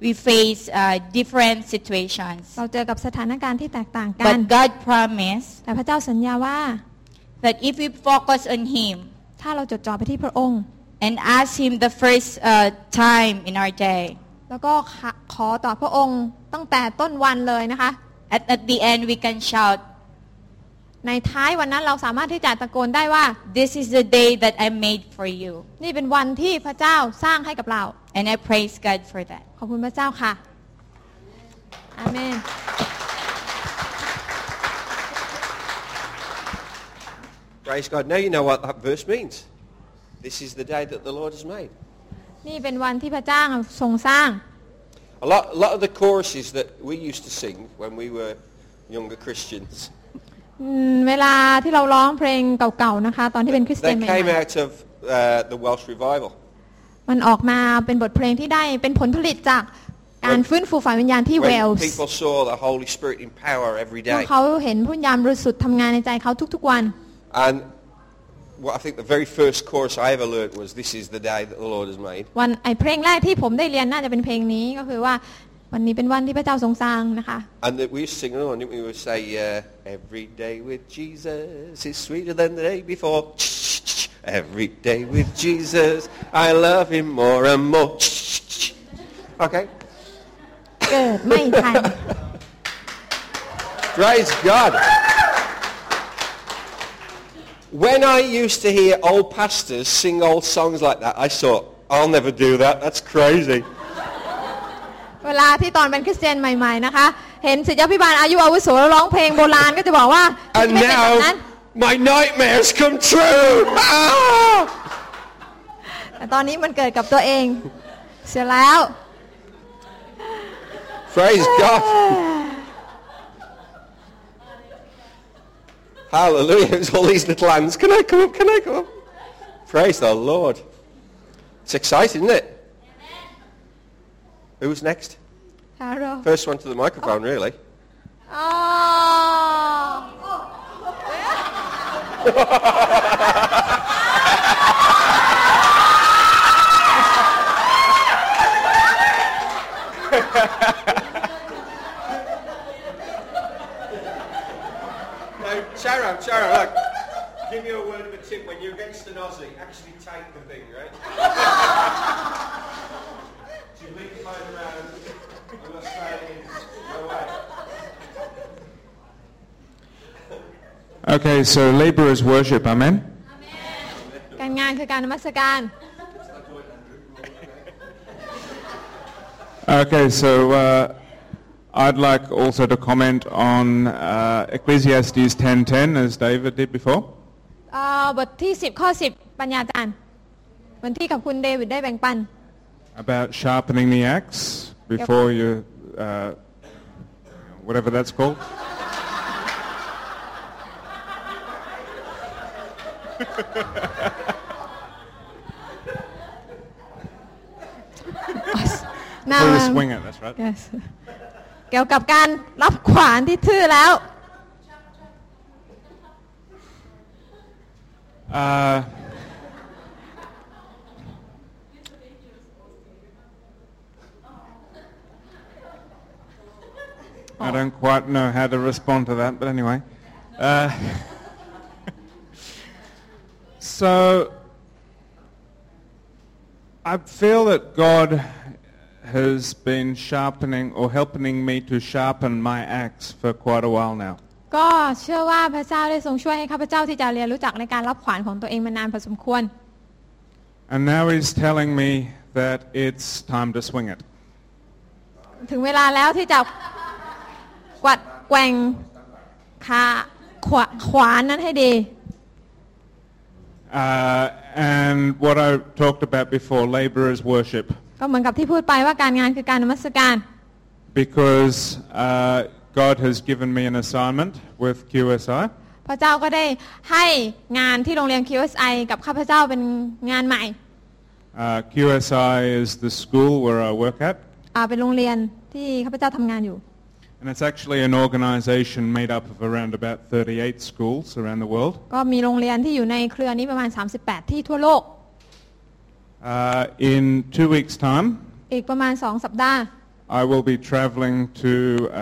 we face uh, different situations,
เราเจอกับสถานการณ์ที่แตกต่างกัน
but God promised
แต่พระเจ้าสัญญาว่า
that if we focus on Him
ถ้าเราจดจ่อไปที่พระองค์
and ask Him the first uh, time in our day,
แล้วก็ขะขอต่อพระองค์ตั้งแต่ต้นวันเลยนะคะ
at, at the end we can shout,
ในท้ายวันนั้นเราสามารถที่จะตะโกนได้ว่า
This is the day that I made for you.
นี่เป็นวันที่พระเจ้าสร้างให้กับเรา
And I praise God for that.
ขอบคุณพระเจ้าค่ะ อาเมน
Praise God. Now you know what that verse means. This is the day that the Lord has made.
นี่เป็นวันที่พระเจ้าทรงสร้าง
A lot, a lot of the choruses that we used to sing when we were younger Christians,
อืมเวลาที่เราร้องเพลงเก่าๆนะคะ ตอนที่เป็นคริสเตีย
they
นใหม่
came out of uh, the Welsh revival.
ๆมันออกมาเป็นบทเพลงที่ได้เป็นผลผลิตจากการฟื้นฟูฝ่ายวิญญาณที่เว
When
ลส์
people saw the Holy Spirit in power every
พวก
day.
เขาเห็นพุ่ยามบริสุทธิ์ทำงานในใจเขาทุกๆวัน
And what I think the very first chorus I ever learnt was, this is the day that the Lord has made.
วันไอเพลงแรกที่ผมได้เรียนน่าจะเป็นเพลงนี้ก็คือว่า วันนี้เป็นวันที่พระเจ้าทรงสร้างนะคะ
And that we used to sing along, didn't we? We would say, uh, every day with Jesus is sweeter than the day before. Every day with Jesus, I love him more and more. Okay?
เกิดไม่ทัน
Praise God. When I used to hear old pastors sing old songs like that, I thought, I'll never do that. That's crazy.
เวลาที่ตอนเป็นคริสเตียนใหม่ๆนะคะ เห็นศิษยาพิบาลอายุอาวุโสร้องเพลงโบราณก็จะบอกว่า
And
ไม่เป็นแบบนั้น
now my nightmares come true. Ah!
แต่ตอนนี้มันเกิดกับตัวเอง เสียแล้ว
Praise God. Hallelujah. It's all these little hands. Can I come up? Can I come up? Praise the Lord. It's exciting, isn't it? Who's next?
ทาโร่
First one to the microphone, really.
อ๋อ
No, Sharon, Sharon, look. Give you a word of a tip. When you're against an Aussie, actually take the thing, right? Do you link my around? I'm not saying no way.
Okay, so labor is worship, amen?
การงานคือการนมัสการ
Okay, so uh, I'd like also to comment on uh, Ecclesiastes 10.10, as David did before.
เอ่อบทที่ 10 ข้อ 10 ปัญญาจารย์เหมือนที่กับคุณเดวิดได้แบ่ง ปัน
about sharpening the axe before you, uh, whatever that's called.
หน้า
Before you swing it, that's right.
Yes เกี่ยวกับการรับขวานที่ทื่อแล้ว
Uh, I don't quite know how to respond to that, but anyway. Uh, so I feel that God has been sharpening or helping me to sharpen my axe for quite a while now.
ก็เชื่อว่าพระเจ้าได้ทรงช่วยให้ข้าพเจ้าที่จะเรียนรู้จักในการรับขวานของตัวเองมานานพอสมควร
And now he's telling me that it's time to swing it.
ถึงเวลาแล้วที่จะกวัดแกว่งขาขวาขวานนั้นให้ดี
Uh, and what I talked about before, labor is worship,
ก็เหมือนกับที่พูดไปว่าการงานคือการนมัสการ
because uh, God has given me an assignment with QSI,
พระเจ้าก็ได้ให้งานที่โรงเรียน QSI กับข้าพเจ้าเป็นงานใหม่
Uh, QSI is the school where I work at,
อ่าเป็นโรงเรียนที่ข้าพเจ้าทำงานอยู่
and it's actually an organisation made up of around about 38 schools around the world.
ก็มีโรงเรียนที่อยู่ในเครือนี้ประมาณ 38 ที่ทั่วโลก
Uh, in two weeks' time,
อีกประมาณ 2 สัปดาห์
I will be travelling to uh,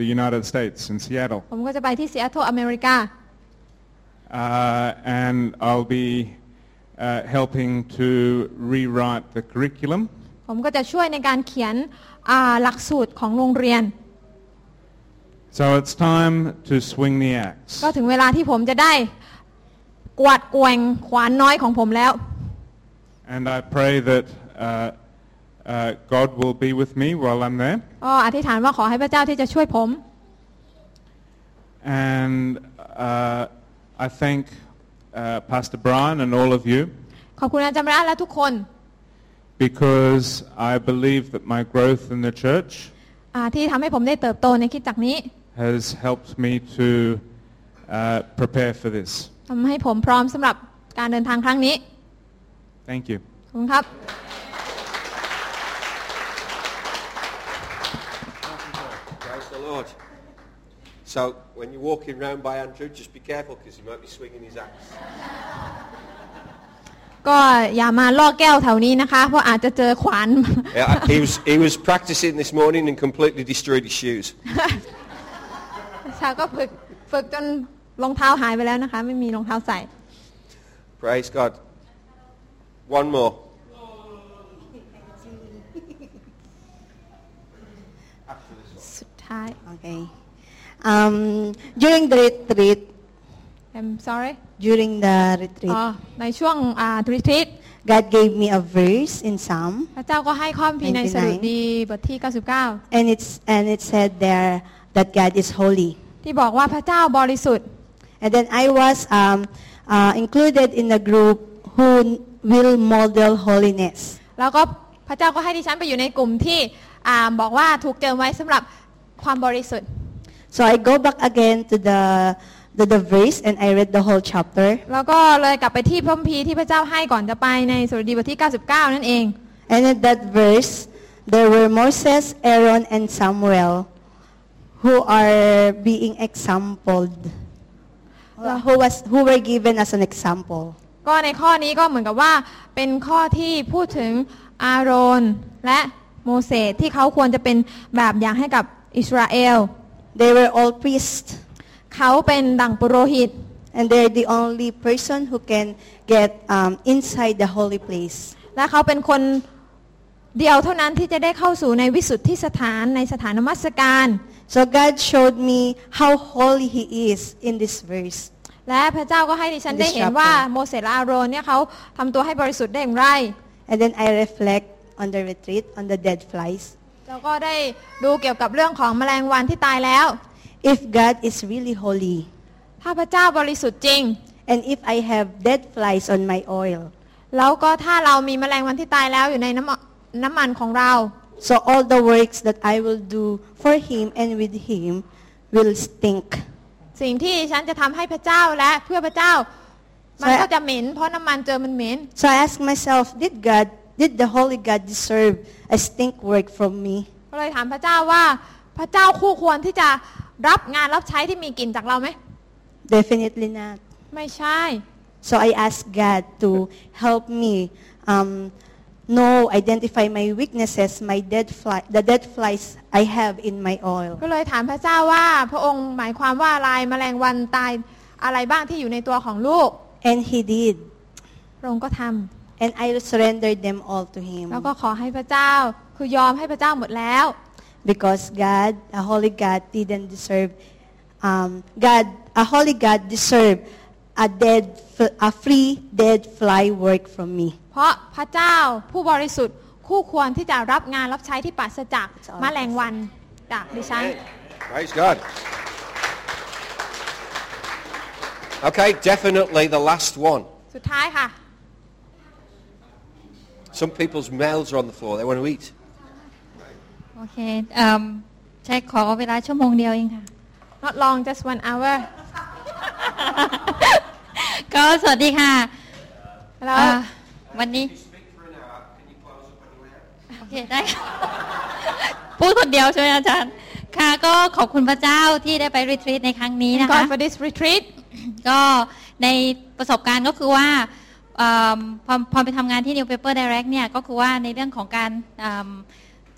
the United States in Seattle,
ผมก็จะไปที่ซีแอตเทิลอเมริกา
uh, and I'll be uh, helping to rewrite the curriculum.
ผมก็จะช่วยในการเขียนอ่าหลักสูตรของโรงเรียน
So it's time to swing the axe.
ก็ถึงเวลาที่ผมจะได้กวาดแกว่งขวานน้อยของผมแล้ว
And I pray that uh, uh, God will be with me while I'm there.
ก็อธิษฐานว่าขอให้พระเจ้าที่จะช่วยผม
And uh, I thank uh, Pastor Brian and all of you
ขอบคุณอาจารย์ประและทุกคน
because I believe that my growth in the church
อ่าที่ทำให้ผมได้เติบโตในคริดจักรนี้
has helped me to uh, prepare for this.
ทำให้ผมพร้อมสำหรับการเดินทางครั้งนี้
Thank you.
ขอบคุณครับ
Praise the Lord. So when you're walking round by Andrew, just be careful because he might be swinging his axe.
ก็อย่ามาล่อแก้วแถวนี้นะคะ เพราะอาจจะเจอขวาน
Yeah, he was he was practicing this morning and completely destroyed his shoes.
ชาวก็ฝึกฝึกจนรองเท้าหายไปแล้วนะคะ ไม่มีรองเท้าใส่
Praise God. One more.
Okay. Um, during the retreat,
I'm sorry
During the retreat,
อ๋อในช่วงอ่าริทิต
God gave me a verse in Psalm,
พระเจ้าก็ให้ข้อมภีร์ในสดุดีบทที่
and it's and it said there that God is holy.
99 ที่บอกว่าพระเจ้าบริสุทธิ์
And then I was um, uh, included in a group who will model holiness.
แล้วก็พระเจ้าก็ให้ดิฉันไปอยู่ในกลุ่มที่อ่าบอกว่าถูกเจิมไว้สำหรับความบริสุทธิ์
So I go back again to the to the verse and I read the whole chapter.
แล้วก็เลยกลับไปที่พระคัมภีร์ที่พระเจ้าให้ก่อนจะไปในสดุดีบทที่ 99 นั่นเอง
And in that verse, there were Moses, Aaron, and Samuel, who are being exampled, who was who were given as an example.
ก็ในข้อนี้ก็เหมือนกับว่าเป็นข้อที่พูดถึงอาโรนและโมเสสที่เขาควรจะเป็นแบบอย่างให้กับอิสราเอล
They were all priests,
เขาเป็นดั่งปุโรหิต
and they're the only person who can get um, inside the holy place.
และเขาเป็นคนเดียวเท่านั้นที่จะได้เข้าสู่ในวิสุทธิสถานในสถานนมัสการ
So God showed me how holy He is in this verse.
และพระเจ้าก็ให้ดิฉันได้เห็นว่าโมเสสและอาโรนเนี่ยเขาทำตัวให้บริสุทธิ์ได้อย่างไร
And then I reflect on the retreat on the dead flies.
แล้วก็ได้ดูเกี่ยวกับเรื่องของแมลงวันที่ตายแล้ว
If God is really holy,
ถ้าพระเจ้าบริสุทธิ์จริง
and if I have dead flies on my oil,
แล้วก็ถ้าเรามีแมลงวันที่ตายแล้วอยู่ในน้ำมน้ำมันของเรา
So all the works that I will do for him and with him will stink.
สิ่งที่ฉันจะทำให้พระเจ้าและเพื่อพระเจ้า มันก็จะเหม็น เพราะน้ำมันเจอมันเหม็น
So I ask myself, did God, did the Holy God deserve a stink work from me?
ก็เลยถามพระเจ้าว่าพระเจ้าคู่ควรที่จะรับงานรับใช้ที่มีกลิ่นจากเราไหม
Definitely not.
ไม่ใช่
So I ask God to help me um, know, identify my weaknesses, my dead fly, the dead flies I have in my oil.
ก็เลยถามพระเจ้าว่า พระองค์หมายความว่าอะไรแมลงวันตายอะไรบ้างที่อยู่ในตัวของลูก
And he did.
พระองค์ก็ทำ
And I surrendered them all to
แล้ว
him.
ก็ขอให้พระเจ้า คือยอมให้พระเจ้าหมดแล้ว
because God, a holy God, didn't deserve. Um, God, a holy God deserved a dead, f- a free dead fly work from me.
เพราะพระเจ้าผู้บริสุทธิ์คู่ควรที่จะรับงานรับใช้ที่ปราศจากแมลงวันจากดิฉัน
Praise God. Okay, definitely the last one.
สุดท้ายค่ะ
Some people's mouths are on the floor. They want to eat.
โอเคเอิ่มใช้ขอเวลาชั่วโมงเดียวเองค่ะ
not long just one hour
ก็สวัสดีค่ะ
แล้ว
อ่าวันนี้ โอเค ได้ค่ะ พูดคนเดียวใช่ไหมอาจารย์ ค่ะก็ขอบคุณพระเจ้าที่ได้ไปรีทรีตในครั้งนี้นะ
Thank
คะ
God for this retreat
ก็ในประสบการณ์ก็คือว่าเอิ่มพอพอไปทำงานที่ New Paper Direct เนี่ยก็คือว่าในเรื่องของการเอิ่ม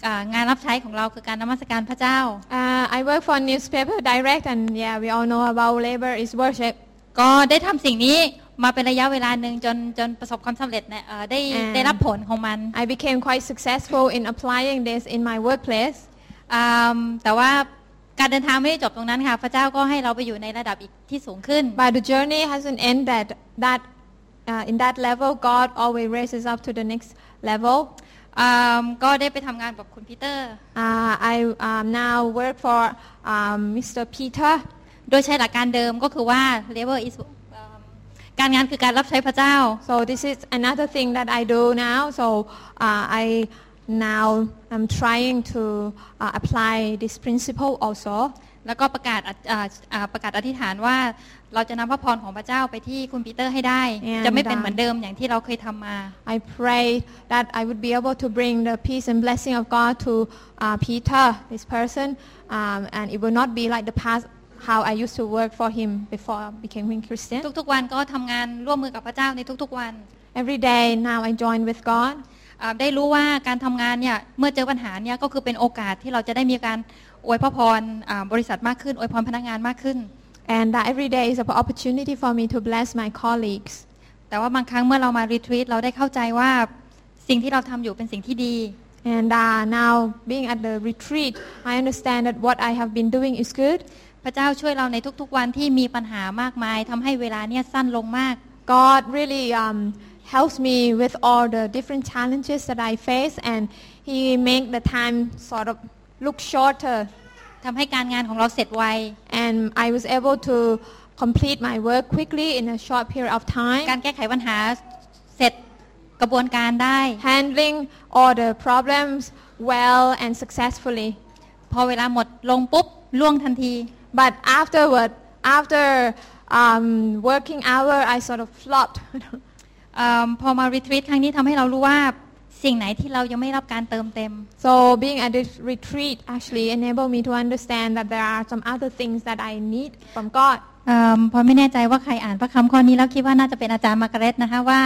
อ่างานรับใช้ของเราคือการนมัสการพระเจ้า
uh, I work for newspaper direct and yeah we all know about labor is worship
ก็ได้ทำสิ่งนี้มาเป็นระยะเวลาหนึ่งจนจนประสบความสำเร็จเนี่ยเอ่อได้
อ่า
ได้รับผลของมัน
I became quite successful in applying this in my workplace
อืมแต่ว่าการเดินทางไม่ได้จบตรงนั้นค่ะ พระเจ้าก็ให้เราไปอยู่ในระดับอีกที่สูงขึ้น
but the journey hasn't ended that that uh, in that level God always raises up to the next level
อืมก็ได้ไปทำงานกับคุณพีเตอร์
Uh, I um, now work for um, Mr. Peter,
โดยใช้หลักการเดิมก็คือว่า labor is อืมการงานคือการรับใช้พระเจ้า
um, so this is another thing that I do now. So uh, I now am trying to uh, apply this principle also,
แล้วก็ประกาศอธิอ่าอ่าประกาศอธิษฐานว่าเราจะนำพระพรของพระเจ้าไปที่คุณปีเตอร์ให้ได้
แอน
จะไม่เป็น
ดา
เหมือนเดิมอย่างที่เราเคยทำมา
I pray that I would be able to bring the peace and blessing of God to uh, Peter, this person, um, and it will not be like the past how I used to work for him before I became Christian.
ทุกๆวันก็ทำงานร่วมมือกับพระเจ้าในทุกๆวัน
Every day now I join with God.
อ่าได้รู้ว่าการทำงานเนี่ยเมื่อเจอปัญหาเนี่ยก็คือเป็นโอกาสที่เราจะได้มีการอวยพระพรอ่าบริษัทมากขึ้นอวยพรพนักงานมากขึ้น
And that every day is an opportunity for me to bless my colleagues.
แต่ว่าบางครั้งเมื่อเรามารีทรีตเราได้เข้าใจว่าสิ่งที่เราทำอยู่เป็นสิ่งที่ดี
And uh, now being at the retreat, I understand that what I have been doing is good.
พระเจ้าช่วยเราในทุกๆวันที่มีปัญหามากมายทำให้เวลาเนี่ยสั้นลงมาก
God really um, helps me with all the different challenges that I face, and He make the time sort of look shorter.
ทำให้การงานของเราเสร็จไว
And I was able to complete my work quickly in a short period of time.
การแก้ไขปัญหาเสร็จกระบวนการได้
Handling all the problems well and successfully.
พอเวลาหมดลงปุ๊บล่วงทันที
But afterward, after um, working hour, I sort of flopped.
เอมพอมารีทรีตครั้งนี้ทำให้เรารู้ว่าสิ่งไหนที่เรายังไม่รับการเติมเต็ม
So being at this retreat actually enabled me to understand that there are some other things that I need from God.
เอมพอไม่แน่ใจว่าใครอ่านพระคำข้อนี้แล้วคิดว่าน่าจะเป็นอาจารย์มาร์กาเร็ตนะคะว่า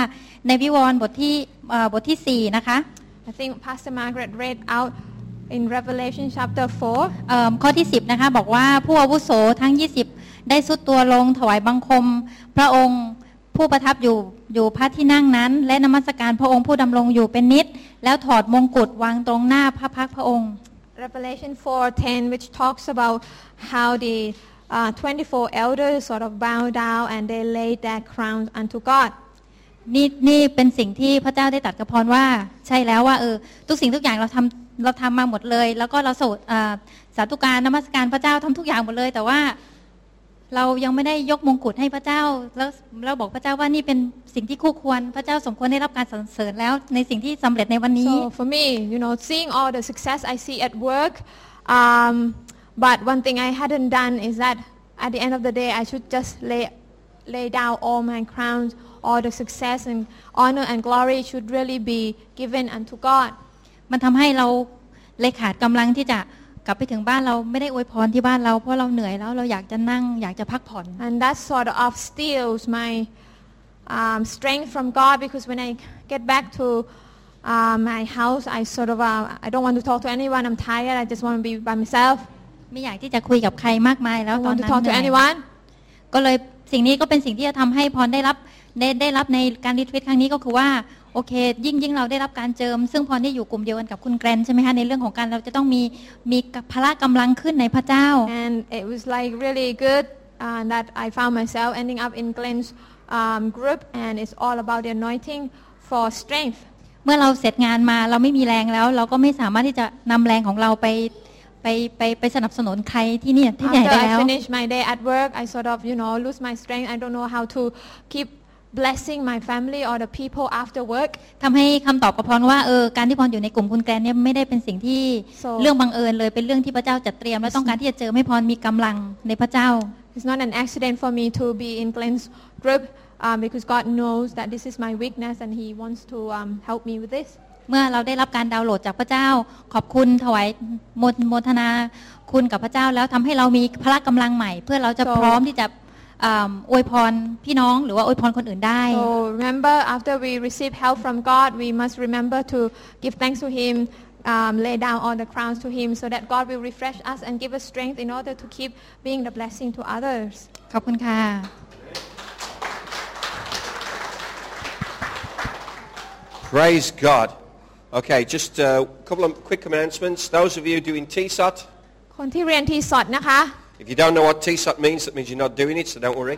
ในวิวรณ์บทที่เอ่อบทที่สี่นะคะ
I think Pastor Margaret read out in Revelation chapter 4.
เอิ่มข้อที่ 10 นะคะ บอกว่าผู้อาวุโสทั้ง 20 ได้สุดตัวลงถวายบังคม พระองค์ผู้ประทับอยู่อยู่พระที่นั่งนั้น และนมัสการพระองค์ผู้ดำรงอยู่เป็นนิด แล้วถอดมงกุฎวางตรงหน้าพระพักตร์พระองค์
Revelation 4:10, which talks about how the uh, 24 elders sort of bow down and they laid their crowns unto God.
นี่นี่เป็นสิ่งที่พระเจ้าได้ตรัดกระพรว่าใช่แล้วว่าเออทุกสิ่งทุกอย่างเราทำเราทำมาหมดเลย แล้วก็เราสวดอ่าสาธุการนมัสการพระเจ้าทำทุกอย่างหมดเลย แต่ว่าเรายังไม่ได้ยกมงกุฎให้พระเจ้า แล้วเราบอกพระเจ้าว่านี่เป็นสิ่งที่คู่ควรพระเจ้าสมควรได้รับการสรรเสริญแล้วในสิ่งที่สำเร็จในวันนี้
So for me, you know, seeing all the success I see at work, um, but one thing I hadn't done is that at the end of the day, I should just lay, lay down all my crowns, all the success and honor and glory should really be given unto God.
มันทำให้เราเลยขาดกำลังที่จะกลับไปถึงบ้านเราไม่ได้อวยพรที่บ้านเราเพราะเราเหนื่อยแล้วเราอยากจะนั่งอยากจะพักผ่อน
And that sort of steals my um, strength from God because when I get back to uh, my house, I sort of, uh, I don't want to talk to anyone. I'm tired. I just want to be by myself.
ไม่อยากที่จะคุยกับใครมากมายแล้ว
I
ตอน
want to
นั้น
talk
เห
to
นื่อย
anyone.
ก็เลยสิ่งนี้ก็เป็นสิ่งที่จะทำให้พรได้รับได้ได้รับในการรีทวิตครั้งนี้ก็คือว่าโอเค ยิ่งยิ่งเราได้รับการเจิม ซึ่งพรที่อยู่กลุ่มเดียวกันกับคุณแกรนใช่ไหมคะในเรื่องของการเราจะต้องมีมีพละกำลังขึ้นในพระเจ้า
And it was like really good uh, that I found myself ending up in Glenn's um, group, and it's all about the anointing for strength.
เมื่อเราเสร็จงานมาเราไม่มีแรงแล้ว เราก็ไม่สามารถที่จะนำแรงของเราไปไปไปไปสนับสนุนใครที่เนี่ยที่ไหน
After
ได้
I
แล้ว
finish my day at work, I sort of, you know, lose my strength. I don't know how to keep blessing my family or the people after work.
ทำให้คำตอบกับพรว่าเออการที่พรอยู่ในกลุ่มคุณแกรนเนี่ยไม่ได้เป็นสิ่งที่
So
เรื่องบังเอิญเลยเป็นเรื่องที่พระเจ้าจัดเตรียม และต้องการที่จะเจอให้พรมีกำลังในพระเจ้า
It's not an accident for me to be in Glenn's group um, because God knows that this is my weakness, and He wants to um, help me with this.
เมื่อเราได้รับการดาวน์โหลดจากพระเจ้า ขอบคุณถวายโมทโมทนาคุณกับพระเจ้า แล้วทำให้เรามีพละกำลังใหม่ เพื่อเราจะ
So-
พร้อมที่จะเอิ่มอวยพรพี่น้องหรือว่าอวยพรคนอื่นได้
So remember, after we receive help from God, we must remember to give thanks to Him, um, lay down all the crowns to Him, so that God will refresh us and give us strength in order to keep being the blessing to others.
ขอบคุณค่ะ
Praise God. Okay, just a couple of quick announcements. Those of you doing TSOT,
คนที่เรียนทีสอดนะคะ
if you don't know what TSOT means, that means you're not doing it, so don't worry.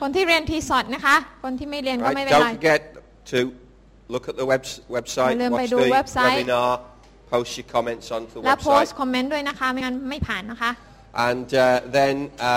คนที่เรียนทีสอดนะคะ คนที่ไม่เรียนก็
Right,
ไม่เป็น
Don't
ไร
forget to look at the webs-
อย่า
website,
ลืมไป
watch
ดู
the
เว็บไซต์
webinar, post your comments onto the
และโพส
website.
ต์คอมเมนต์ด้วยนะคะ ไม่งั้นไม่ผ่านนะคะ
And uh, then uh,